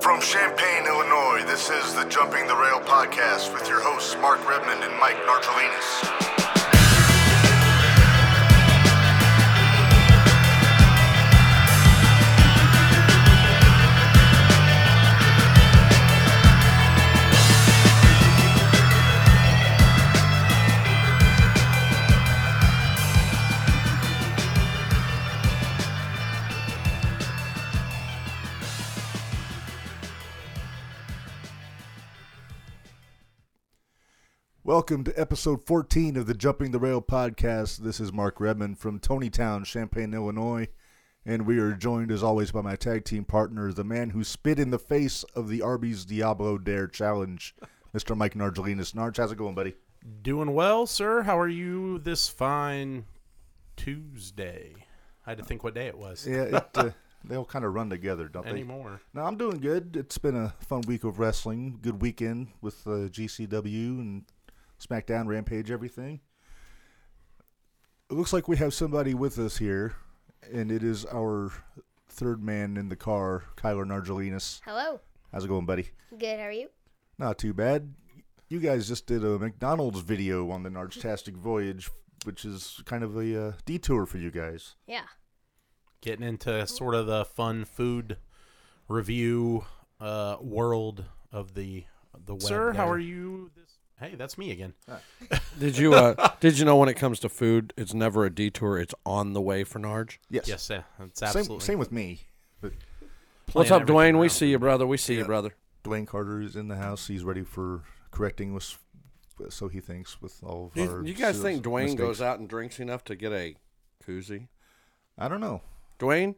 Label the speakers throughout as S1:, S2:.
S1: From Champaign, Illinois, this is the Jumping the Rail podcast with your hosts, Mark Redmond and Mike Nartolinas.
S2: Welcome to episode 14 of the Jumping the Rail podcast. This is Mark Redmond from Tonytown, Champaign, Illinois, and we are joined as always by my tag team partner, the man who spit in the face of the Arby's Diablo Dare challenge, Mr. Mike Nargelinas. Narge, how's it going, buddy?
S3: Doing well, sir. How are you this fine Tuesday? I had to think what day it was
S2: Yeah, it, uh, they all kind of run together, don't they?
S3: anymore.
S2: No, I'm doing good. It's been a fun week of wrestling, good weekend with uh, GCW and SmackDown, Rampage, everything. It looks like we have somebody with us here, and it is our third man in the car, Kyler Nargelinas.
S4: Hello.
S2: How's it going, buddy?
S4: Good. How are you?
S2: Not too bad. You guys just did a McDonald's video on the Nargetastic Voyage, which is kind of a uh, detour for you guys.
S4: Yeah.
S3: Getting into sort of the fun food review uh, world of the the web.
S5: Sir, how
S3: there.
S5: are
S3: you? This- hey, that's me again.
S5: Did you uh, did you know when it comes to food, it's never a detour. It's on the way for Narge.
S2: Yes.
S3: Yes, yeah, that's
S2: Same,
S3: absolutely.
S2: same with me. But
S5: What's
S3: plan
S5: up,
S3: everything
S5: Dwayne? We
S3: around.
S5: see you, brother. We see
S2: Yeah.
S5: you, brother.
S2: Dwayne Carter is in the house. He's ready for correcting us, so he thinks, with all of
S5: Do
S2: our.
S5: you, you guys
S2: serious
S5: think Dwayne
S2: mistakes.
S5: goes out and drinks enough to get a koozie?
S2: I don't know.
S5: Dwayne,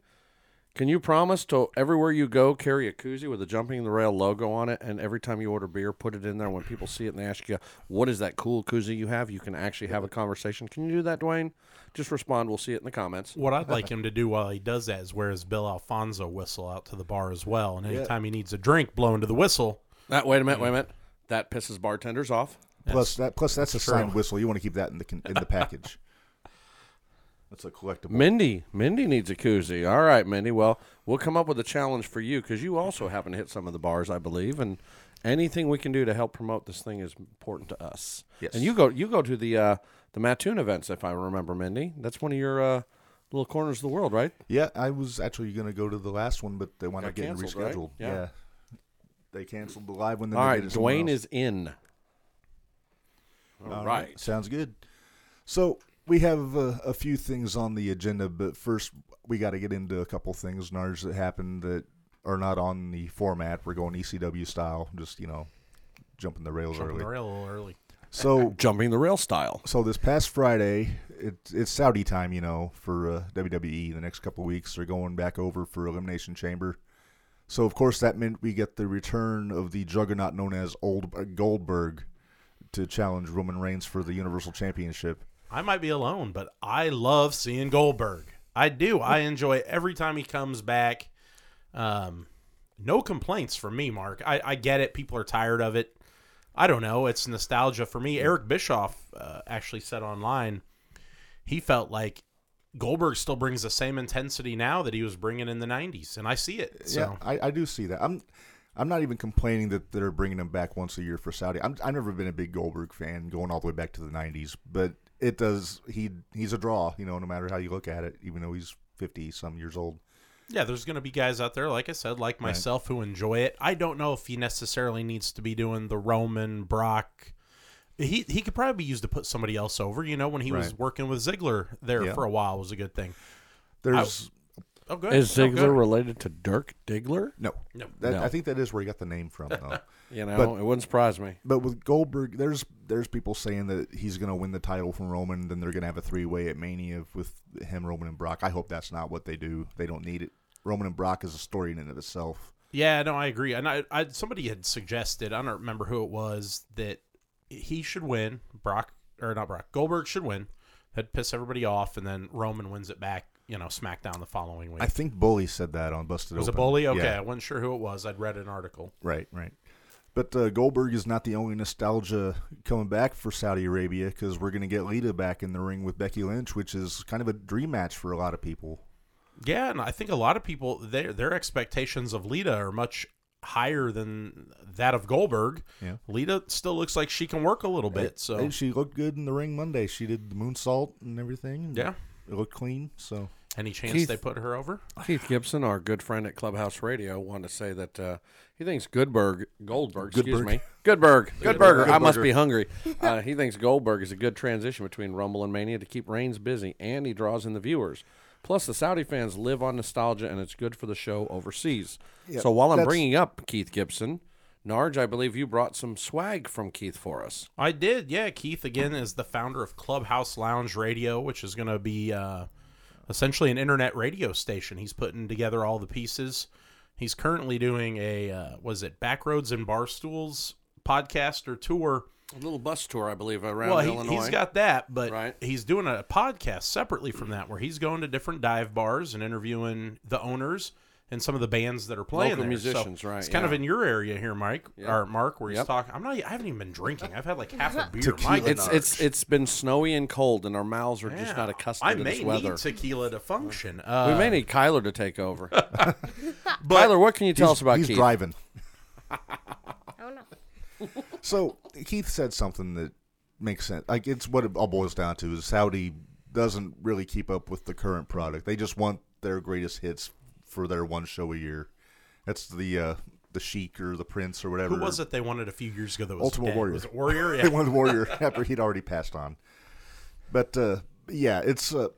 S5: can you promise to everywhere you go carry a koozie with a jumping the rail logo on it, and every time you order beer, put it in there. When people see it and they ask you, "What is that cool koozie you have?" You can actually have a conversation. Can you do that, Dwayne? Just respond. We'll see it in the comments.
S3: What I'd like him to do while he does that is wear his Bill Alfonso whistle out to the bar as well. And anytime he needs a drink, blow into the whistle.
S5: That wait a minute, wait a minute. That pisses bartenders off.
S2: plus that. Plus that's a signed whistle. You want to keep that in the con- in the package. That's a collectible.
S5: Mindy, Mindy needs a koozie. All right, Mindy. Well, we'll come up with a challenge for you because you also happen to hit some of the bars, I believe, and anything we can do to help promote this thing is important to us.
S2: Yes.
S5: And you go, you go to the uh, the Mattoon events, if I remember, Mindy. That's one of your uh, little corners of the world, right?
S2: Yeah, I was actually going to go to the last one, but they wound
S5: Got
S2: up getting
S5: canceled, right?
S2: rescheduled. Yeah.
S5: Yeah.
S2: they canceled the live one. Then
S5: All
S2: they
S5: right,
S2: did it somewhere
S5: Dwayne
S2: else.
S5: is in. All right.
S2: Sounds good. So we have uh, a few things on the agenda, but first we got to get into a couple things, Narge, that happened that are not on the format. We're going ECW style, just you know, jumping the rails
S3: Jumping
S2: early.
S3: the rail a little early.
S2: So,
S5: Jumping the rail style.
S2: so this past Friday, it, it's Saudi time, you know, for uh, WWE. The next couple weeks they're going back over for Elimination Chamber. So of course that meant we get the return of the juggernaut known as Old uh, Goldberg to challenge Roman Reigns for the Universal Championship.
S3: I might be alone, but I love seeing Goldberg. I do. I enjoy every time he comes back. Um, no complaints from me, Mark. I, I get it. People are tired of it. I don't know. It's nostalgia for me. Eric Bischoff uh, actually said online he felt like Goldberg still brings the same intensity now that he was bringing in the 90s, and I see it. So.
S2: Yeah, I, I do see that. I'm I'm not even complaining that they're bringing him back once a year for Saudi. I'm, I've never been a big Goldberg fan, going all the way back to the '90s, but it does. He he's a draw, you know, no matter how you look at it. Even though he's 50 some years old,
S3: Yeah, there's going to be guys out there, like I said, like myself, who enjoy it. I don't know if he necessarily needs to be doing the Roman Brock. He he could probably be used to put somebody else over. You know, when he was
S2: Right.
S3: working with Ziggler there
S2: Yeah.
S3: for a while was a good thing.
S2: there's
S3: Oh, good.
S5: Is
S3: Oh,
S5: Ziggler
S3: good.
S5: related to Dirk Diggler?
S2: no.
S3: No.
S2: That,
S5: No.
S2: I think that is where he got the name from, though.
S5: You know,
S2: But-
S5: it wouldn't surprise me.
S2: but with Goldberg, there's there's people saying that he's going to win the title from Roman, and then they're going to have a three way at Mania with him, Roman, and Brock. I hope that's not what they do. They don't need it. Roman and Brock is a story in and of itself.
S3: Yeah, no, I agree. And I, I somebody had suggested, I don't remember who it was, that he should win. Brock or not Brock Goldberg should win. That'd piss everybody off, and then Roman wins it back. You know, SmackDown the following week.
S2: I think Bully said that on Busted
S3: was a
S2: Open.
S3: bully? Okay,
S2: Yeah.
S3: I wasn't sure who it was. I'd read an article.
S2: Right, right. But uh, Goldberg is not the only nostalgia coming back for Saudi Arabia because we're going to get Lita back in the ring with Becky Lynch, which is kind of a dream match for a lot of people.
S3: Yeah, and I think a lot of people their their expectations of Lita are much higher than that of Goldberg.
S2: Yeah.
S3: Lita still looks like she can work a little bit. So
S2: And she looked good in the ring Monday. She did the moonsault and everything. and
S3: Yeah.
S2: It looked clean. So
S3: any chance
S5: Keith-
S3: they put her over?
S5: Keith Gibson, our good friend at Clubhouse Radio, wanted to say that uh, he thinks Goodberg, Goldberg, excuse
S2: Goodberg.
S5: me, Goodberg, Goodberger. I must
S2: Goodberger.
S5: be hungry. Uh, he thinks Goldberg is a good transition between Rumble and Mania to keep Reigns busy, and he draws in the viewers. Plus, the Saudi fans live on nostalgia, and it's good for the show overseas. so while I'm
S2: that's-
S5: bringing up Keith Gibson, Narge, I believe you brought some swag from Keith for us.
S3: I did, yeah. Keith again is the founder of Clubhouse Lounge Radio, which is going to be uh, essentially an internet radio station. He's putting together all the pieces. He's currently doing a uh, was it Backroads and Barstools podcast or tour.
S5: A little bus tour, I believe, around
S3: well,
S5: Illinois.
S3: He, he's got that, but
S5: Right.
S3: he's doing a podcast separately from that where he's going to different dive bars and interviewing the owners and some of the bands that are playing
S5: Local
S3: there.
S5: musicians,
S3: so
S5: right,
S3: It's kind of
S5: yeah.
S3: in your area here, Mike or Mark, where he's
S5: Yep.
S3: talking. I'm not. I haven't even been drinking. I've had like half a beer.
S2: Tequila
S3: My goodness.
S5: it's it's it's been snowy and cold, and our mouths are just not accustomed
S3: I
S5: to
S3: may
S5: this weather.
S3: need tequila to function. Uh,
S5: We may need Kyler to take over. Kyler, what can you tell us about
S2: he's
S5: Keith?
S2: driving.
S4: Oh no.
S2: So Keith said something that makes sense. Like it's what it all boils down to is Saudi doesn't really keep up with the current product. They just want their greatest hits for their one show a year. That's the uh, the Sheik or the Prince or whatever.
S3: who was it they wanted a few years ago that was
S2: Ultimate
S3: dead?
S2: Warrior.
S3: Was it Warrior?
S2: They
S3: Yeah.
S2: wanted Warrior after he'd already passed on. But uh, yeah, it's uh,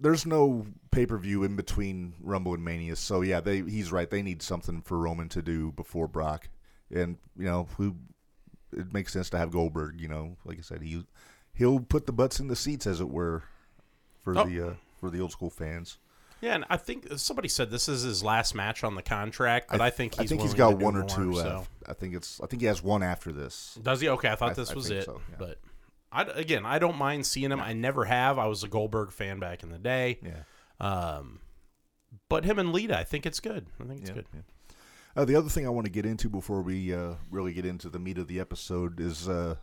S2: there's no pay per view in between Rumble and Mania, so yeah, they he's right. They need something for Roman to do before Brock, and you know who it makes sense to have Goldberg. You know, like I said, he he'll put the butts in the seats, as it were, for
S3: Oh.
S2: the uh, for the old school fans.
S3: yeah, and I think somebody said this is his last match on the contract, but I, think he's
S2: I think he's
S3: willing
S2: got
S3: to do
S2: one or
S3: more,
S2: two
S3: so.
S2: left. I think it's I think he has one after this.
S3: Does he? Okay, I thought
S2: I-
S3: this
S2: I
S3: was
S2: think
S3: it.
S2: so, yeah.
S3: But I, again, I don't mind seeing him. I never have. I was a Goldberg fan back in the day.
S2: Yeah.
S3: Um, but him and Lita, I think it's good. I think it's
S2: Yeah,
S3: good.
S2: yeah. Uh, the other thing I want to get into before we uh, really get into the meat of the episode is uh,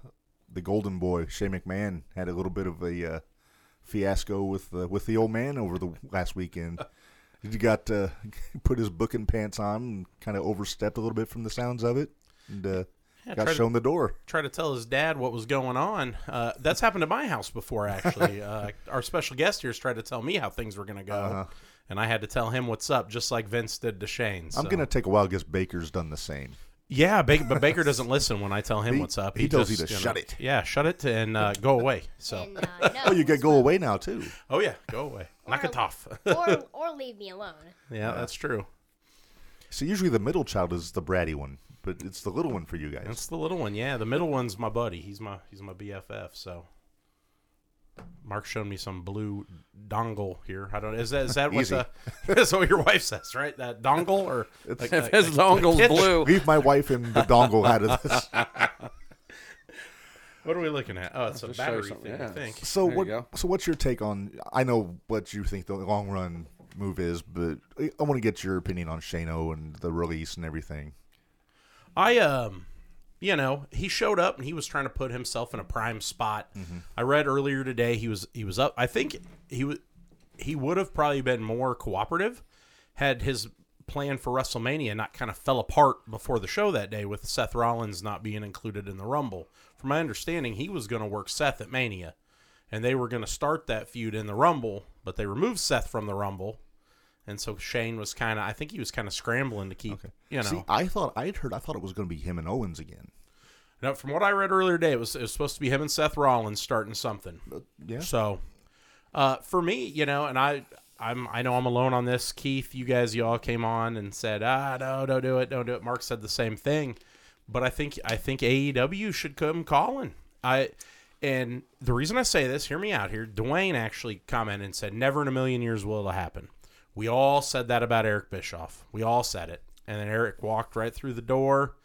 S2: the Golden Boy Shane McMahon had a little bit of a uh, fiasco with uh, with the old man over the last weekend. He got uh, put his book and pants on and kind of overstepped a little bit from the sounds of it, and uh,
S3: Yeah,
S2: got
S3: try to-
S2: shown the door.
S3: Try to tell his dad what was going on. Uh, that's happened to my house before, actually. uh, our special guest here's tried to tell me how things were going to go,
S2: Uh-huh.
S3: and I had to tell him what's up, just like Vince did to Shane.
S2: I'm
S3: so-
S2: gonna take a wild guess. Baker's done the same.
S3: Yeah, Baker, but Baker doesn't listen when I tell him
S2: He-
S3: what's up.
S2: he tells you
S3: just,
S2: to shut it.
S3: Yeah, shut it and uh, go away. So,
S4: And, uh, no.
S2: Oh, you got to go away now too.
S3: oh yeah, go away. Knock it off.
S4: or, or leave me alone.
S3: yeah, that's true.
S2: So usually the middle child is the bratty one, but it's the little one for you guys.
S3: That's the little one. Yeah, the middle one's my buddy. He's my he's my BFF. So Mark showed me some blue dongle here. I don't. Is that is that what
S2: Easy.
S3: the, that's what your wife says, right? That dongle or like,
S5: If
S3: like-
S5: his dongle's
S3: kitchen.
S5: blue,
S2: Leave my wife and the dongle out of this.
S3: what are we looking at? Oh, it's a
S5: show you
S3: battery
S5: something,
S3: thing.
S5: yeah.
S3: I think.
S2: So
S5: There you
S2: what?
S5: go.
S2: So what's your take on? I know what you think the long run move is, but I- I want to get your opinion on Shano and the release and everything.
S3: I um you know, he showed up and he was trying to put himself in a prime spot. I read earlier today he was he was up. I think he was he would have probably been more cooperative had his plan for WrestleMania not kind of fell apart before the show that day with Seth Rollins not being included in the Rumble. From my understanding, he was going to work Seth at Mania and they were going to start that feud in the Rumble, but they removed Seth from the Rumble. And so Shane was kind of I think he was kind of scrambling to keep, you know.
S2: See, I thought I'd heard. I thought it was going to be him and Owens again.
S3: Now, from what I read earlier today, it was, it was supposed to be him and Seth Rollins starting something.
S2: yeah.
S3: So, uh, for me, you know, and I, I'm, I know I'm alone on this. Keith, you guys, you all came on and said, ah, no, don't do it, don't do it. Mark said the same thing, but I think, I think AEW should come calling. I, and the reason I say this, hear me out here. Dwayne actually commented and said, "Never in a million years will it happen." We all said that about Eric Bischoff. We all said it, and then Eric walked right through the door.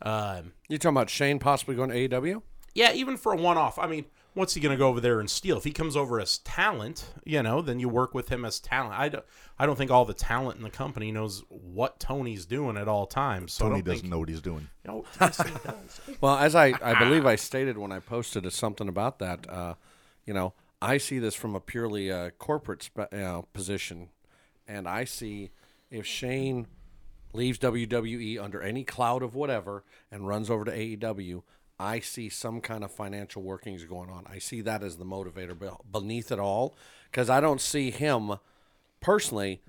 S3: Um,
S5: you talking about Shane possibly going to E AEW?
S3: yeah, even for a one off. I mean, what's he going to go over there and steal? If he comes over as talent, you know, then you work with him as talent. I don't, I don't think all the talent in the company knows what Tony's doing at all times. So I
S2: Tony
S3: don't
S2: doesn't
S3: think,
S2: know what he's doing.
S3: No, Oh, yes, he does.
S5: Well, as I, I believe I stated when I posted is something about that, uh, you know, I see this from a purely uh, corporate sp- uh, position, and I see if Shane leaves WWE under any cloud of whatever and runs over to AEW, I see some kind of financial workings going on. I see that as the motivator be- beneath it all because I don't see him personally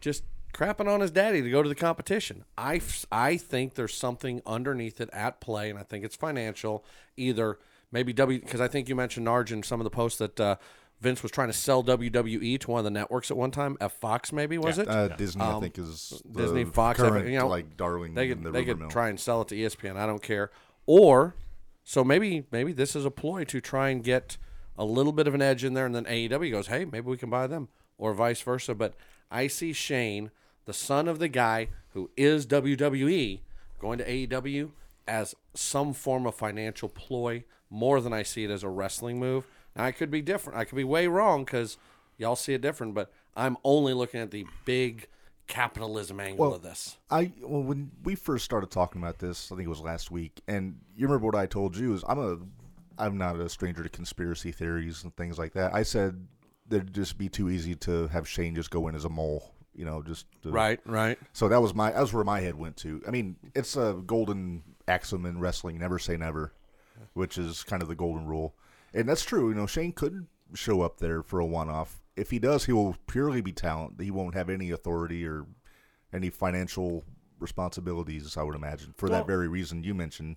S5: just crapping on his daddy to go to the competition. I, f- I think there's something underneath it at play, and I think it's financial. Either maybe W, because I think you mentioned Narge in some of the posts that uh, Vince was trying to sell WWE to one of the networks at one time. F Fox, maybe, was it?
S2: Uh, Disney, I think, is the
S5: Um, Disney, Fox,
S2: current,
S5: every- you know,
S2: like darling.
S5: they
S2: in
S5: could
S2: the
S5: they
S2: rumor
S5: could
S2: mill.
S5: try and sell it to E ESPN. I don't care. Or so maybe maybe this is a ploy to try and get a little bit of an edge in there, and then AEW goes, hey, maybe we can buy them, or vice versa. But I see Shane, the son of the guy who is WWE, going to AEW as some form of financial ploy more than I see it as a wrestling move. Now I could be different. I could be way wrong because y'all see it different, but I'm only looking at the big capitalism angle of this.
S2: I well, when we first started talking about this, I think it was last week, and you remember what I told you is I'm a I'm not a stranger to conspiracy theories and things like that. I said that'd just be too easy to have Shane just go in as a mole, you know, just to,
S5: Right, right.
S2: So that was my that was where my head went to. I mean, it's a golden axiom in wrestling: never say never, which is kind of the golden rule, and that's true. You know, Shane could show up there for a one-off. If he does, he will purely be talent. He won't have any authority or any financial responsibilities. I would imagine for
S3: Well-
S2: that very reason you mentioned.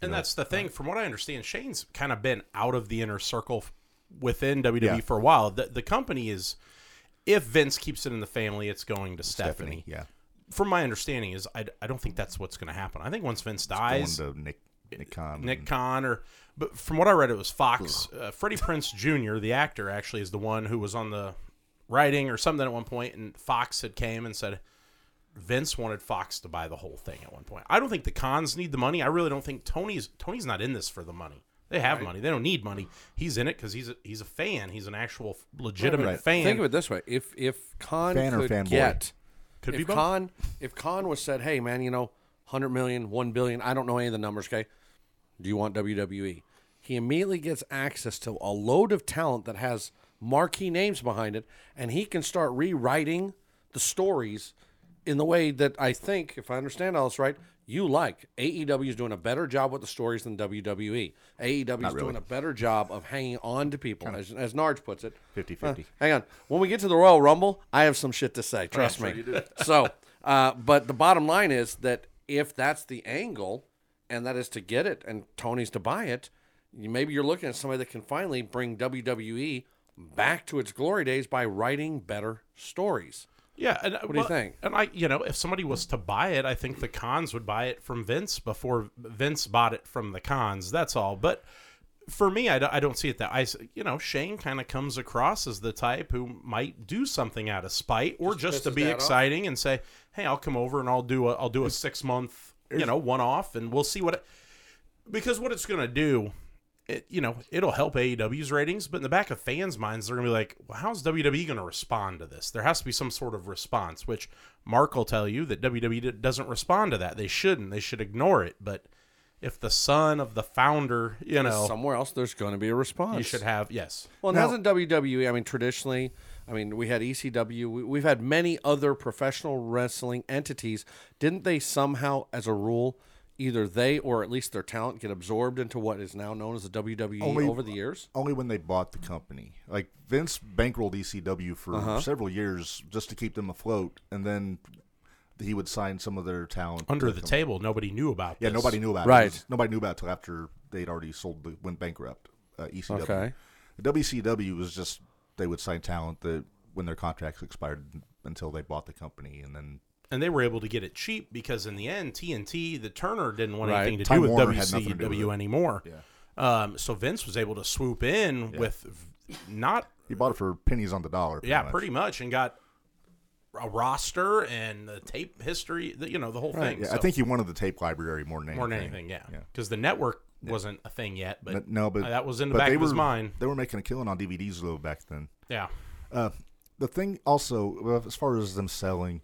S3: And that's the thing. From what I understand, Shane's kind of been out of the inner circle f- within WWE
S2: Yeah.
S3: for a while. The, the company is, if Vince keeps it in the family, it's going to Stephanie.
S2: yeah,
S3: From my understanding, is I, I don't think that's what's going to happen. I think once Vince
S2: going
S3: dies,
S2: to Nick Nick Khan.
S3: Nick Khan or, but from what I read, it was Fox. Uh, Freddie Prince Jr., the actor, actually is the one who was on the writing or something at one point, and Fox had came and said Vince wanted Fox to buy the whole thing at one point. I don't think the cons need the money. I really don't think Tony's Tony's not in this for the money. They have money. They don't need money. He's in it because he's a, he's a fan. He's an actual legitimate
S2: Right.
S3: fan.
S5: Think of it this way: if if Khan
S2: Fan or
S5: could
S2: fanboy?
S5: get,
S3: Could
S5: if
S3: be both.
S5: Khan, if Khan was said, "Hey, man, you know, 100 million, 1 billion, I don't know any of the numbers. Okay, do you want WWE?" He immediately gets access to a load of talent that has marquee names behind it, and he can start rewriting the stories in the way that I think, if I understand all this right, you like. AEW is doing a better job with the stories than WWE. AEW is doing a better job of hanging on to people, as, as Narge puts it.
S2: 50-50.
S5: Uh, hang on. When we get to the Royal Rumble, I have some shit to say. Trust me. so, uh, but the bottom line is that if that's the angle, and that is to get it, and Tony's to buy it, you, maybe you're looking at somebody that can finally bring WWE back to its glory days by writing better stories.
S3: Yeah, and, what
S5: do you think?
S3: And I, you know, if somebody was to buy it, I think the cons would buy it from Vince before Vince bought it from the cons. That's all. But for me, I, d- I don't see it that I, s- you know, Shane kind of comes across as the type who might do something out of spite or just, to
S5: piss his
S3: be
S5: dad off?
S3: exciting and say, "Hey, I'll come over and I'll do a I'll do a six month, you know, one off, and we'll see what." It, because what it's going to do it, you know, it'll help AEW's ratings, but in the back of fans' minds, they're gonna be like, well, "How's WWE gonna respond to this?" There has to be some sort of response, which Mark will tell you that WWE d- doesn't respond to that. They shouldn't. They should ignore it. But if the son of the founder, you know,
S5: Somewhere else, there's going to be a response.
S3: you should have yes,
S5: Well, and hasn't WWE? I mean, traditionally, I mean, we had ECW. We, we've had many other professional wrestling entities. Didn't they somehow, as a rule, either they or at least their talent get absorbed into what is now known as the WWE
S2: Only-
S5: over the years?
S2: only when they bought the company. Like Vince bankrolled ECW for
S3: Uh-huh.
S2: several years just to keep them afloat, and then he would sign some of their talent
S3: under the table, nobody knew about.
S2: Yeah,
S3: this.
S2: nobody knew about it.
S5: Right.
S2: it. was- Nobody knew about it till after they'd already sold, the, went bankrupt. Uh, ECW.
S5: Okay.
S2: WCW was just they would sign talent that when their contracts expired until they bought the company, and then
S3: and they were able to get it cheap because in the end, TNT, the Turner didn't want
S5: Right.
S3: anything to
S2: Time
S3: do with
S2: Warner had nothing to do with
S3: WCW
S2: it.
S3: anymore. Um, so Vince was able to swoop in with v- not
S2: he bought it for pennies on the dollar.
S3: yeah,
S2: much.
S3: pretty much, and got a roster and the tape history, the, you know, the whole thing.
S2: Yeah, I
S3: So,
S2: think he wanted the tape library more than anything.
S3: more than anything, yeah, because the network wasn't a thing yet, but,
S2: But no, but
S3: that was in the
S2: but
S3: back
S2: they
S3: of his
S2: were-
S3: mind.
S2: They were making a killing on DVDs though back then.
S3: Yeah,
S2: the thing also uh, as far as them selling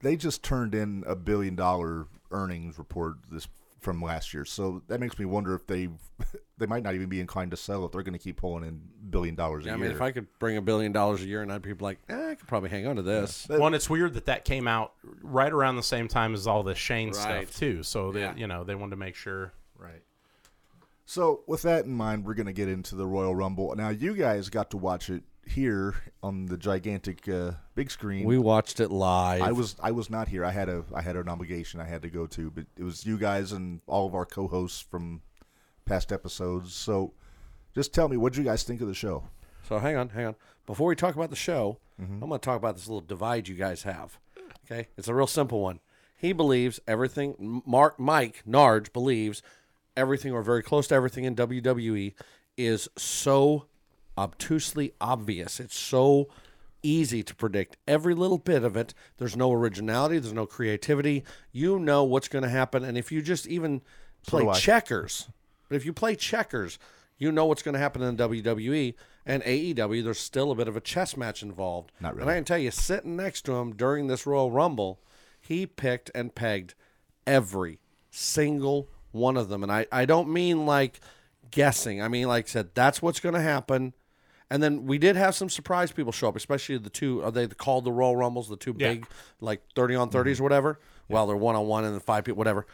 S2: they just turned in a billion dollar earnings report this from last year. So that makes me wonder if they they might not even be inclined to sell if they're going to keep pulling in billion dollars a
S5: I
S2: year.
S5: mean, if I could bring a billion dollars a year, and I'd be like, eh, I could probably hang on to this.
S3: One, it's weird that that came out right around the same time as all the Shane
S5: Right.
S3: stuff too. So they,
S5: Yeah.
S3: you know, they wanted to make sure.
S2: Right. So, with that in mind, we're going to get into the Royal Rumble. Now, you guys got to watch it here on the gigantic uh, big screen.
S5: We watched it live.
S2: I was I was not here. I had a I had an obligation I had to go to, but it was you guys and all of our co-hosts from past episodes. So, just tell me what you guys think of the show.
S5: So hang on, hang on. Before we talk about the show, I'm going to talk about this little divide you guys have. Okay, it's a real simple one. He believes everything. M- Mark, Mike Narge believes everything or very close to everything in WWE is so obtusely obvious. It's so easy to predict every little bit of it. There's no originality. There's no creativity. You know what's going to happen, and if you just even play
S2: do I.
S5: checkers, but if you play checkers, you know what's going to happen in WWE and AEW. There's still a bit of a chess match involved.
S2: Not
S5: And
S2: really.
S5: I can tell you, sitting next to him during this Royal Rumble, he picked and pegged every single one of them. And I, I don't mean like guessing. I mean, like I said, that's what's going to happen. And then we did have some surprise people show up, especially the two, are they called the Royal Rumbles, the two
S3: Yeah.
S5: big, like 30 on 30s or whatever? Well, they're one on one and then five people, whatever.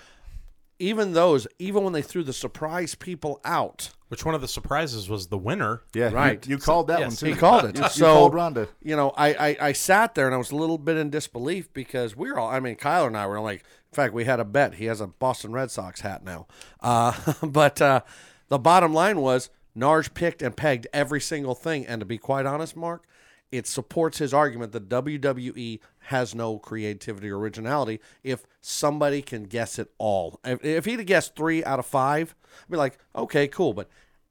S5: Even those, even when they threw the surprise people out,
S3: Which one of the surprises was the winner?
S2: Yeah, you-
S5: Right.
S2: You, called that
S3: yes,
S2: one too.
S5: he called it.
S2: You, you
S5: so
S2: called Ronda.
S5: You know, I, I I sat there and I was a little bit in disbelief because we were all. I mean, Kyler and I were like. In fact, we had a bet. He has a Boston Red Sox hat now. Uh, but uh, the bottom line was Narge picked and pegged every single thing. And to be quite honest, Mark, it supports his argument that WWE has no creativity or originality if somebody can guess it all. If, if he'd have guessed three out of five, I'd be like, okay, cool. But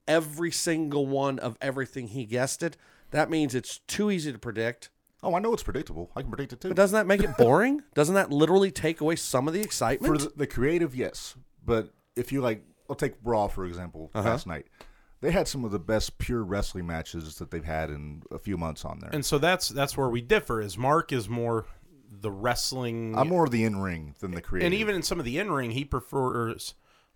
S5: every single one of everything he guessed it. That means it's too easy to predict.
S2: Oh, I know it's predictable. I can predict it too.
S5: But doesn't that make it boring? doesn't that literally take away some of the excitement?
S2: for the, the creative, yes. But if you like, I'll take Raw for example.
S5: Uh-huh.
S2: Last night, they had some of the best pure wrestling matches that they've had in a few months on there.
S3: And so that's that's where we differ. Is Mark is more the wrestling,
S2: I'm more of the in ring than the creative.
S3: and even in some of the in ring, he prefers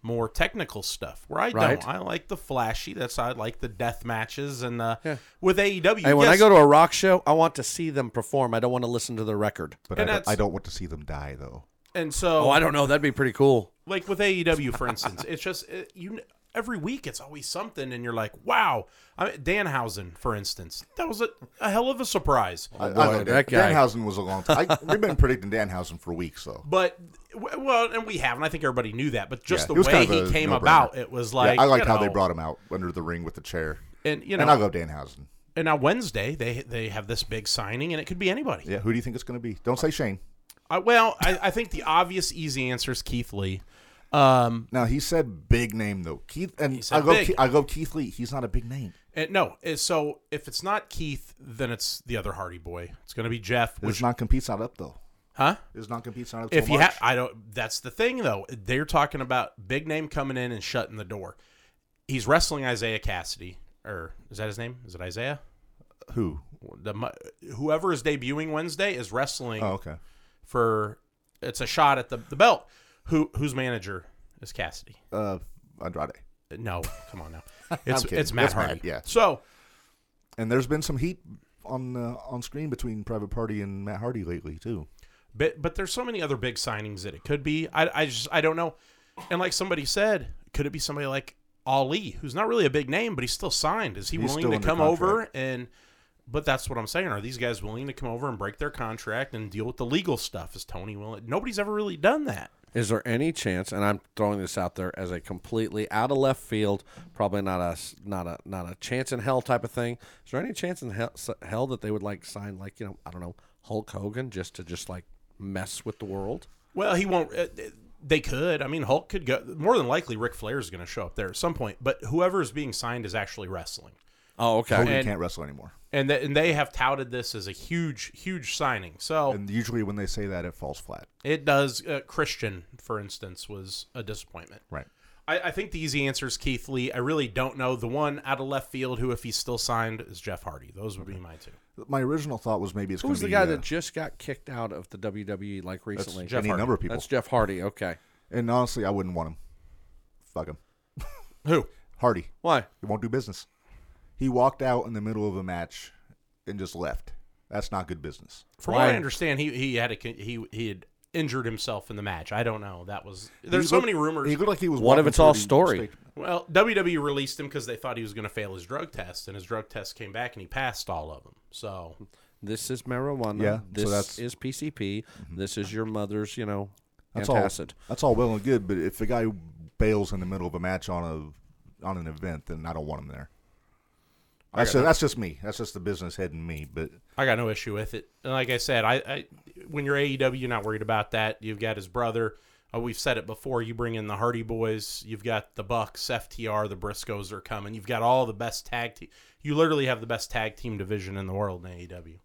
S3: more technical stuff. Where I
S5: Right.
S3: don't, I like the flashy. That's I like the death matches and uh, with AEW.
S5: hey, when I
S3: yes,
S5: go to a rock show, I want to see them perform. I don't want to listen to the record.
S2: but I
S3: and
S2: don't,
S3: that's-
S2: I don't want to see them die though.
S3: and so
S5: Oh, I don't know. That'd be pretty cool.
S3: like with AEW for instance, it's just it, you every week it's always something, and you're like, wow. I mean, Danhausen, for instance, that was a, a hell of a surprise.
S2: I,
S5: boy,
S2: I,
S5: that
S2: that
S5: guy.
S2: Danhausen was a long time. I, we've been predicting Danhausen for weeks though.
S3: But w- well, and we have, and I think everybody knew that. But just
S2: Yeah,
S3: the
S2: it was
S3: way
S2: kind of
S3: he
S2: a
S3: came
S2: no-brainer.
S3: about, it was like
S2: yeah, I liked
S3: you
S2: how they
S3: know,
S2: brought him out under the ring with the chair.
S3: and you know,
S2: and I'll go Danhausen.
S3: and now Wednesday they they have this big signing, and it could be anybody.
S2: Yeah, who do you think it's going to be? Don't say Shane.
S3: I, well, I, I think the obvious, easy answer is Keith Lee. Um,
S2: Now he said big name though. Keith and
S3: said
S2: I go.
S3: big.
S2: Ke- I go Keith Lee. He's not a big name.
S3: and no, eh, so if it's not Keith, then it's the other Hardy boy. It's going to be Jeff.
S2: His
S3: Which,
S2: non compete's not up though.
S3: huh?
S2: His non compete's not up.
S3: If
S2: till
S3: you
S2: March.
S3: have, I don't. That's the thing, though. They're talking about big name coming in and shutting the door. He's wrestling Isaiah Cassidy, or is that his name? Is it Isaiah?
S2: who?
S3: The mu- whoever is debuting Wednesday is wrestling
S2: Oh, okay.
S3: for. It's a shot at the, the belt. Who whose manager is Cassidy? Uh,
S2: Uh, Andrade.
S3: No, come on now. It's
S2: kidding.
S3: it's Matt
S2: It's Matt,
S3: Hardy.
S2: yeah.
S3: So
S2: And there's been some heat on uh, on screen between Private Party and Matt Hardy lately too.
S3: But but there's so many other big signings that it could be. I, I just I don't know. And like somebody said, could it be somebody like Ali, who's not really a big name, but he's still signed? Is he
S2: He's
S3: willing
S2: still
S3: to
S2: under
S3: come over and? But that's what I'm saying. Are these guys willing to come over and break their contract and deal with the legal stuff? Is Tony willing? Nobody's ever really done that.
S5: Is there any chance? And I'm throwing this out there as a completely out of left field, probably not a s- not a not a chance in hell type of thing. Is there any chance in hell, s- hell that they would like sign like you know I don't know Hulk Hogan just to just like mess with the world?
S3: Well, he won't. Uh, they could. I mean, Hulk could go. More than likely, Ric Flair is going to show up there at some point. But whoever is being signed is actually wrestling.
S5: Oh, okay.
S2: Hogan
S3: Uh, And-
S2: can't wrestle anymore.
S3: And, th- and they have touted this as a huge, huge signing. So
S2: And usually when they say that, it falls flat.
S3: It does. Uh, Christian, for instance, was a disappointment.
S2: Right.
S3: I, I think the easy answer is Keith Lee. I really don't know. The one out of left field who, if he's still signed, is Jeff Hardy. Those would be my two.
S2: My original thought was maybe it's
S5: Who's the
S2: gonna be,
S5: guy
S2: uh,
S5: that just got kicked out of the WWE like recently?
S2: any
S3: Hardy.
S2: number of people.
S5: That's Jeff Hardy. Okay.
S2: And honestly, I wouldn't want him. Fuck him.
S3: Who?
S2: Hardy.
S5: Why?
S2: He won't do business. He walked out in the middle of a match and just left. That's not good business.
S3: From what
S5: Why?
S3: I understand, he he had a con- he he had injured himself in the match. I don't know. That was
S2: He
S3: there's so
S2: looked-
S3: many rumors.
S2: He looked like he was.
S5: What if
S2: walking
S5: it's all
S2: through the
S5: story?
S2: state-
S3: Well, WWE released him because they thought he was going to fail his drug test, and his drug test came back and he passed all of them. So
S5: This is marijuana.
S2: Yeah, so
S5: This
S2: that's- Mm-hmm.
S5: is PCP. This is your mother's, you know,
S2: That's
S5: antacid.
S2: all. That's all well and good, but if a guy bails in the middle of a match on a on an event, then I don't want him there. That's just, that's just me. That's just the business head in me. But
S3: I got no issue with it. And like I said, I, I when you're AEW, you're not worried about that. You've got his brother. Uh, we've said it before. You bring in the Hardy Boys. You've got the Bucks, FTR, the Briscoes are coming. You've got all the best tag team. You literally have the best tag team division in the world in E AEW.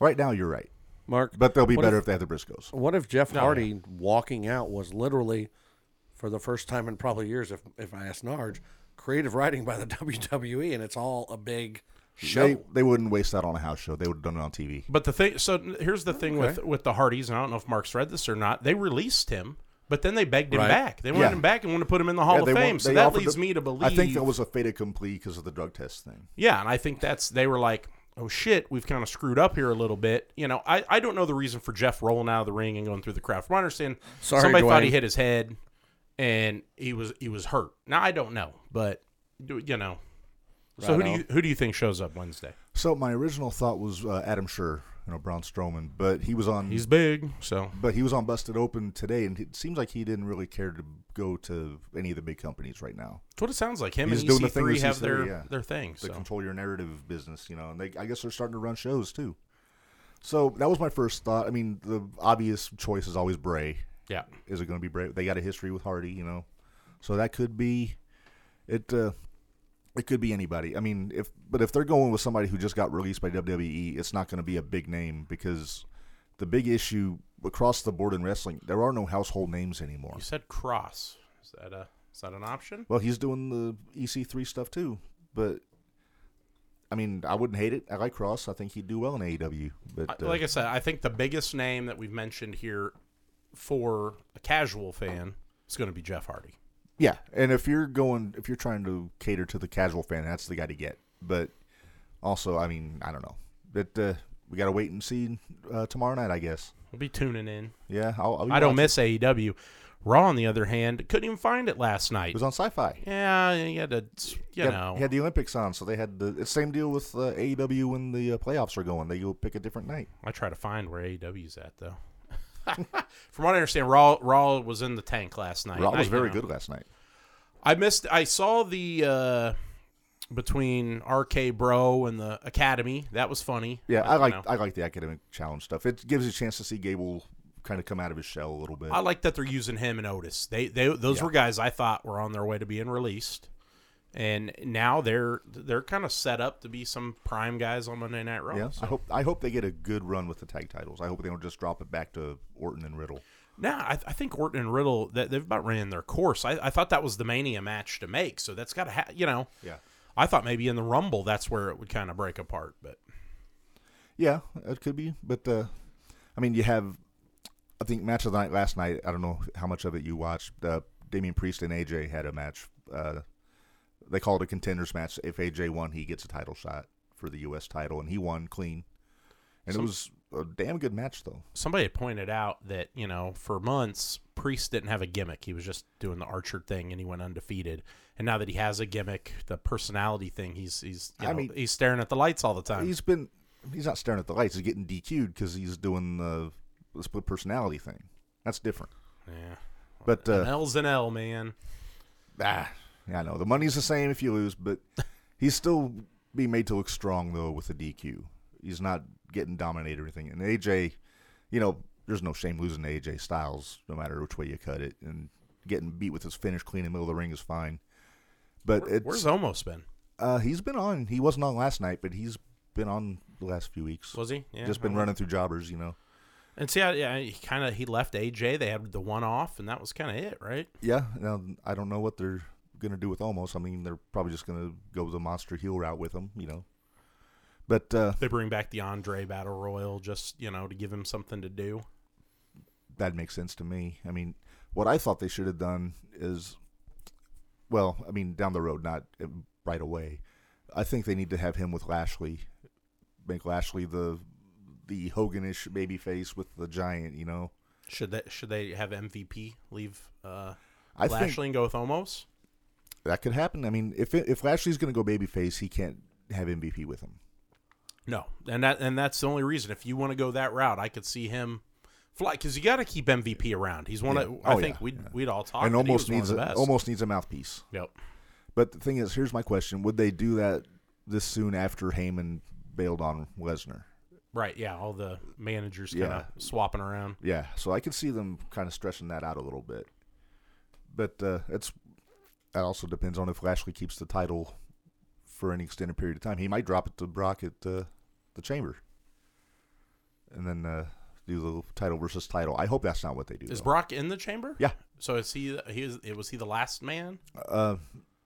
S2: right now, you're right.
S5: Mark.
S2: But they'll be
S5: What
S2: better
S5: if-
S2: if, they have the Briscoes.
S5: What if Jeff Hardy walking out was literally, for the first time in probably years, if if I ask Narge, creative writing by the WWE, and it's all a big show.
S2: They, they wouldn't waste that on a house show. They would have done it on TV.
S3: But the thing, so here's the thing with with the Hardys, and I don't know if Mark's read this or not. They released him, but then they begged him
S5: Right.
S3: back. They wanted
S2: Yeah.
S3: him back and want to put him in the Hall
S2: Yeah,
S3: of
S2: they
S3: Fame.
S2: want-
S3: so
S2: they
S3: that
S2: offered
S3: leads
S2: to-
S3: me to believe.
S2: I think that was a fait accompli because of the drug test thing.
S3: Yeah, and I think that's they were like, oh shit, we've kind of screwed up here a little bit. You know, I, I don't know the reason for Jeff rolling out of the ring and going through the crowd. From what I understand,
S5: Sorry,
S3: somebody thought
S5: Dwayne.
S3: he hit his head and he was he was hurt. Now I don't know, but do- you know. So who do
S5: Righto.
S3: you who do you think shows up Wednesday?
S2: So my original thought was uh, Adam Schur, you know, Braun Strowman, but he was on.
S3: He's big, so
S2: but he was on Busted Open today, and it seems like he didn't really care to go to any of the big companies right now.
S3: that's what it sounds like. Him
S2: He's
S3: and
S2: doing the
S3: EC3
S2: thing with
S3: have
S2: EC3,
S3: their
S2: yeah.
S3: their thing.
S2: the
S3: So
S2: control your narrative business, you know, and they I guess they're starting to run shows too. So that was my first thought. I mean, the obvious choice is always Bray.
S3: yeah,
S2: Is it going to be Bray? They got a history with Hardy, you know, so that could be it. Uh, it could be anybody. I mean, if but if they're going with somebody who just got released by WWE, it's not going to be a big name because the big issue across the board in wrestling, there are no household names anymore.
S3: you said Cross. Is that a is that an option?
S2: Well, he's doing the EC3 stuff too, but I mean, I wouldn't hate it. I like Cross. I think he'd do well in AEW. But
S3: I-
S2: uh,
S3: like I said, I think the biggest name that we've mentioned here for a casual fan is going to be Jeff Hardy.
S2: yeah, and if you're going, if you're trying to cater to the casual fan, that's the guy to get. But also, I mean, I don't know. But uh, we gotta wait and see uh, tomorrow night, I guess.
S3: We'll be tuning in.
S2: Yeah, I'll, I'll be
S3: I don't
S2: watching.
S3: miss AEW. Raw, on the other hand, couldn't even find it last
S2: It
S3: night.
S2: was on Sci-Fi.
S3: Yeah, you had to, you
S2: He had,
S3: know.
S2: he had the Olympics on, so they had the it's same deal with uh, AEW when the uh, playoffs are going. They go pick a different night.
S3: I try to find where AEW's at though. From what I understand, Raw Raw was in the tank last night.
S2: Raw
S3: and I-
S2: was
S3: you
S2: very
S3: know,
S2: good last night.
S3: I missed. I saw the uh, between RK Bro and the Academy. That was funny.
S2: Yeah, I
S3: don't
S2: like
S3: know.
S2: I like the academic challenge stuff. It gives you a chance to see Gable kind of come out of his shell a little bit.
S3: I like that they're using him and Otis. They they those were guys I thought were on their way to being released, and now they're they're kind of set up to be some prime guys on Monday Night Raw.
S2: yeah,
S3: so.
S2: I hope I hope they get a good run with the tag titles. I hope they don't just drop it back to Orton and Riddle.
S3: Nah, I, I think Orton and Riddle that they've about ran their course. I, I thought that was the Mania match to make, so that's got to ha- you know.
S2: Yeah,
S3: I thought maybe in the Rumble that's where it would kind of break apart, but
S2: yeah, it could be. But uh, I mean, you have I think match of the night last night. I don't know how much of it you watched. Uh, Damian Priest and AJ had a match. Uh, they call it a contenders match. If AJ won, he gets a title shot for the U.S. title, and he won clean. And it was a damn good match, though.
S3: somebody had pointed out that you know for months Priest didn't have a gimmick. He was just doing the Archer thing, and he went undefeated. And now that he has a gimmick, the personality thing, he's he's you
S2: I
S3: know,
S2: mean-
S3: he's staring at the lights all the time.
S2: he's been he's not staring at the lights. He's getting DQ'd because he's doing the, the split personality thing. That's different.
S3: yeah,
S2: But uh,
S3: L's and L man.
S2: ah, yeah, I know the money's the same if you lose, but he's still being made to look strong though with the DQ. He's not getting dominated or anything. And AJ, you know, there's no shame losing to AJ Styles, no matter which way you cut it, and getting beat with his finish clean in the middle of the ring is fine. But it's
S3: Where's almost been?
S2: uh, he's been on. He wasn't on last night, but he's been on the last few weeks.
S3: Was he? Yeah,
S2: Just been
S3: okay.
S2: running through jobbers, you know.
S3: And see, I, yeah, he kind of he left AJ. They had the one off, and that was kind of it, right?
S2: Yeah. Now I don't know what they're gonna do with almost. I mean, they're probably just gonna go the monster heel route with him, you know. But uh,
S3: They bring back the Andre Battle Royal just you know to give him something to do.
S2: that makes sense to me. I mean, what I thought they should have done is well, I mean, down the road, not uh, right away. I think they need to have him with Lashley, make Lashley the the Hoganish baby face with the giant. You know,
S3: Should that should they have MVP leave uh,
S2: I
S3: Lashley
S2: think
S3: and go with Omos?
S2: that could happen. I mean, if it, if Lashley's going to go babyface, he can't have MVP with him.
S3: No, and that and that's the only reason. If you want to go that route, I could see him fly because you got to keep MVP around. He's one. Of,
S2: Yeah.
S3: I
S2: Oh,
S3: think
S2: yeah,
S3: we'd
S2: yeah.
S3: we'd all talk.
S2: and
S3: that he
S2: almost
S3: was one of
S2: needs
S3: the
S2: a,
S3: best.
S2: almost needs a mouthpiece.
S3: Yep.
S2: But the thing is, here's my question: Would they do that this soon after Heyman bailed on Lesnar?
S3: Right. Yeah. All the managers kind
S2: Yeah.
S3: of swapping around.
S2: Yeah, so I could see them kind of stretching that out a little bit. But uh, it's that also depends on if Lashley keeps the title for an extended period of time. He might drop it to Brock at uh, the Chamber, and then uh, do the title versus title. I hope that's not what they do.
S3: Is
S2: though.
S3: Brock in the chamber?
S2: Yeah.
S3: So is he? He was. Was he the last man?
S2: Uh,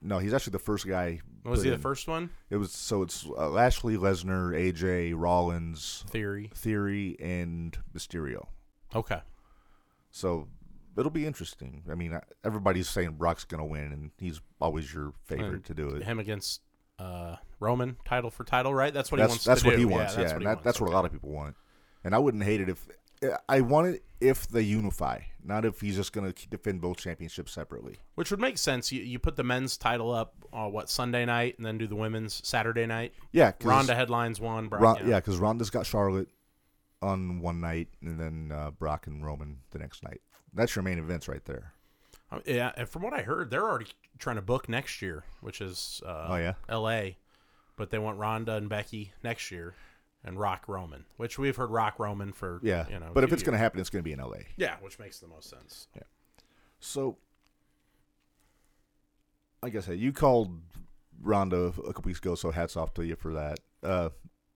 S2: no, he's actually the first guy.
S3: Was
S2: put
S3: he the
S2: in.
S3: first one?
S2: It was so it's uh, Lashley, Lesnar, AJ, Rollins,
S3: Theory.
S2: Theory, and Mysterio.
S3: Okay.
S2: So it'll be interesting. I mean, I- everybody's saying Brock's going to win, and he's always your favorite
S3: And
S2: to do it.
S3: Him against uh, Roman, title for title. Right. That's what he
S2: That's
S3: wants.
S2: that's
S3: to
S2: what
S3: do.
S2: he wants. Yeah,
S3: that's what
S2: and
S3: he
S2: that,
S3: wants.
S2: that's what a lot of people want. And I wouldn't hate it if I want it if they unify, not if he's just going to defend both championships separately.
S3: Which would make sense. You, you put the men's title up uh, what Sunday night, and then do the women's Saturday night.
S2: Yeah, cause
S3: Ronda headlines one. Brock,
S2: Ron, yeah, because Ronda's got Charlotte on one night, and then uh, Brock and Roman the next night. That's your main events right there.
S3: Uh, Yeah, and from what I heard, they're already trying to book next year, which is uh,
S2: Oh, yeah?
S3: L.A. But they want Ronda and Becky next year, and Rock Roman, which we've heard Rock Roman for
S2: Yeah,
S3: You know,
S2: but if
S3: two
S2: it's going to
S3: years.
S2: happen, it's going to be in L.A.
S3: yeah, which makes the most sense.
S2: So, like I said, you called Ronda a couple weeks ago, so hats off to you for that. Uh,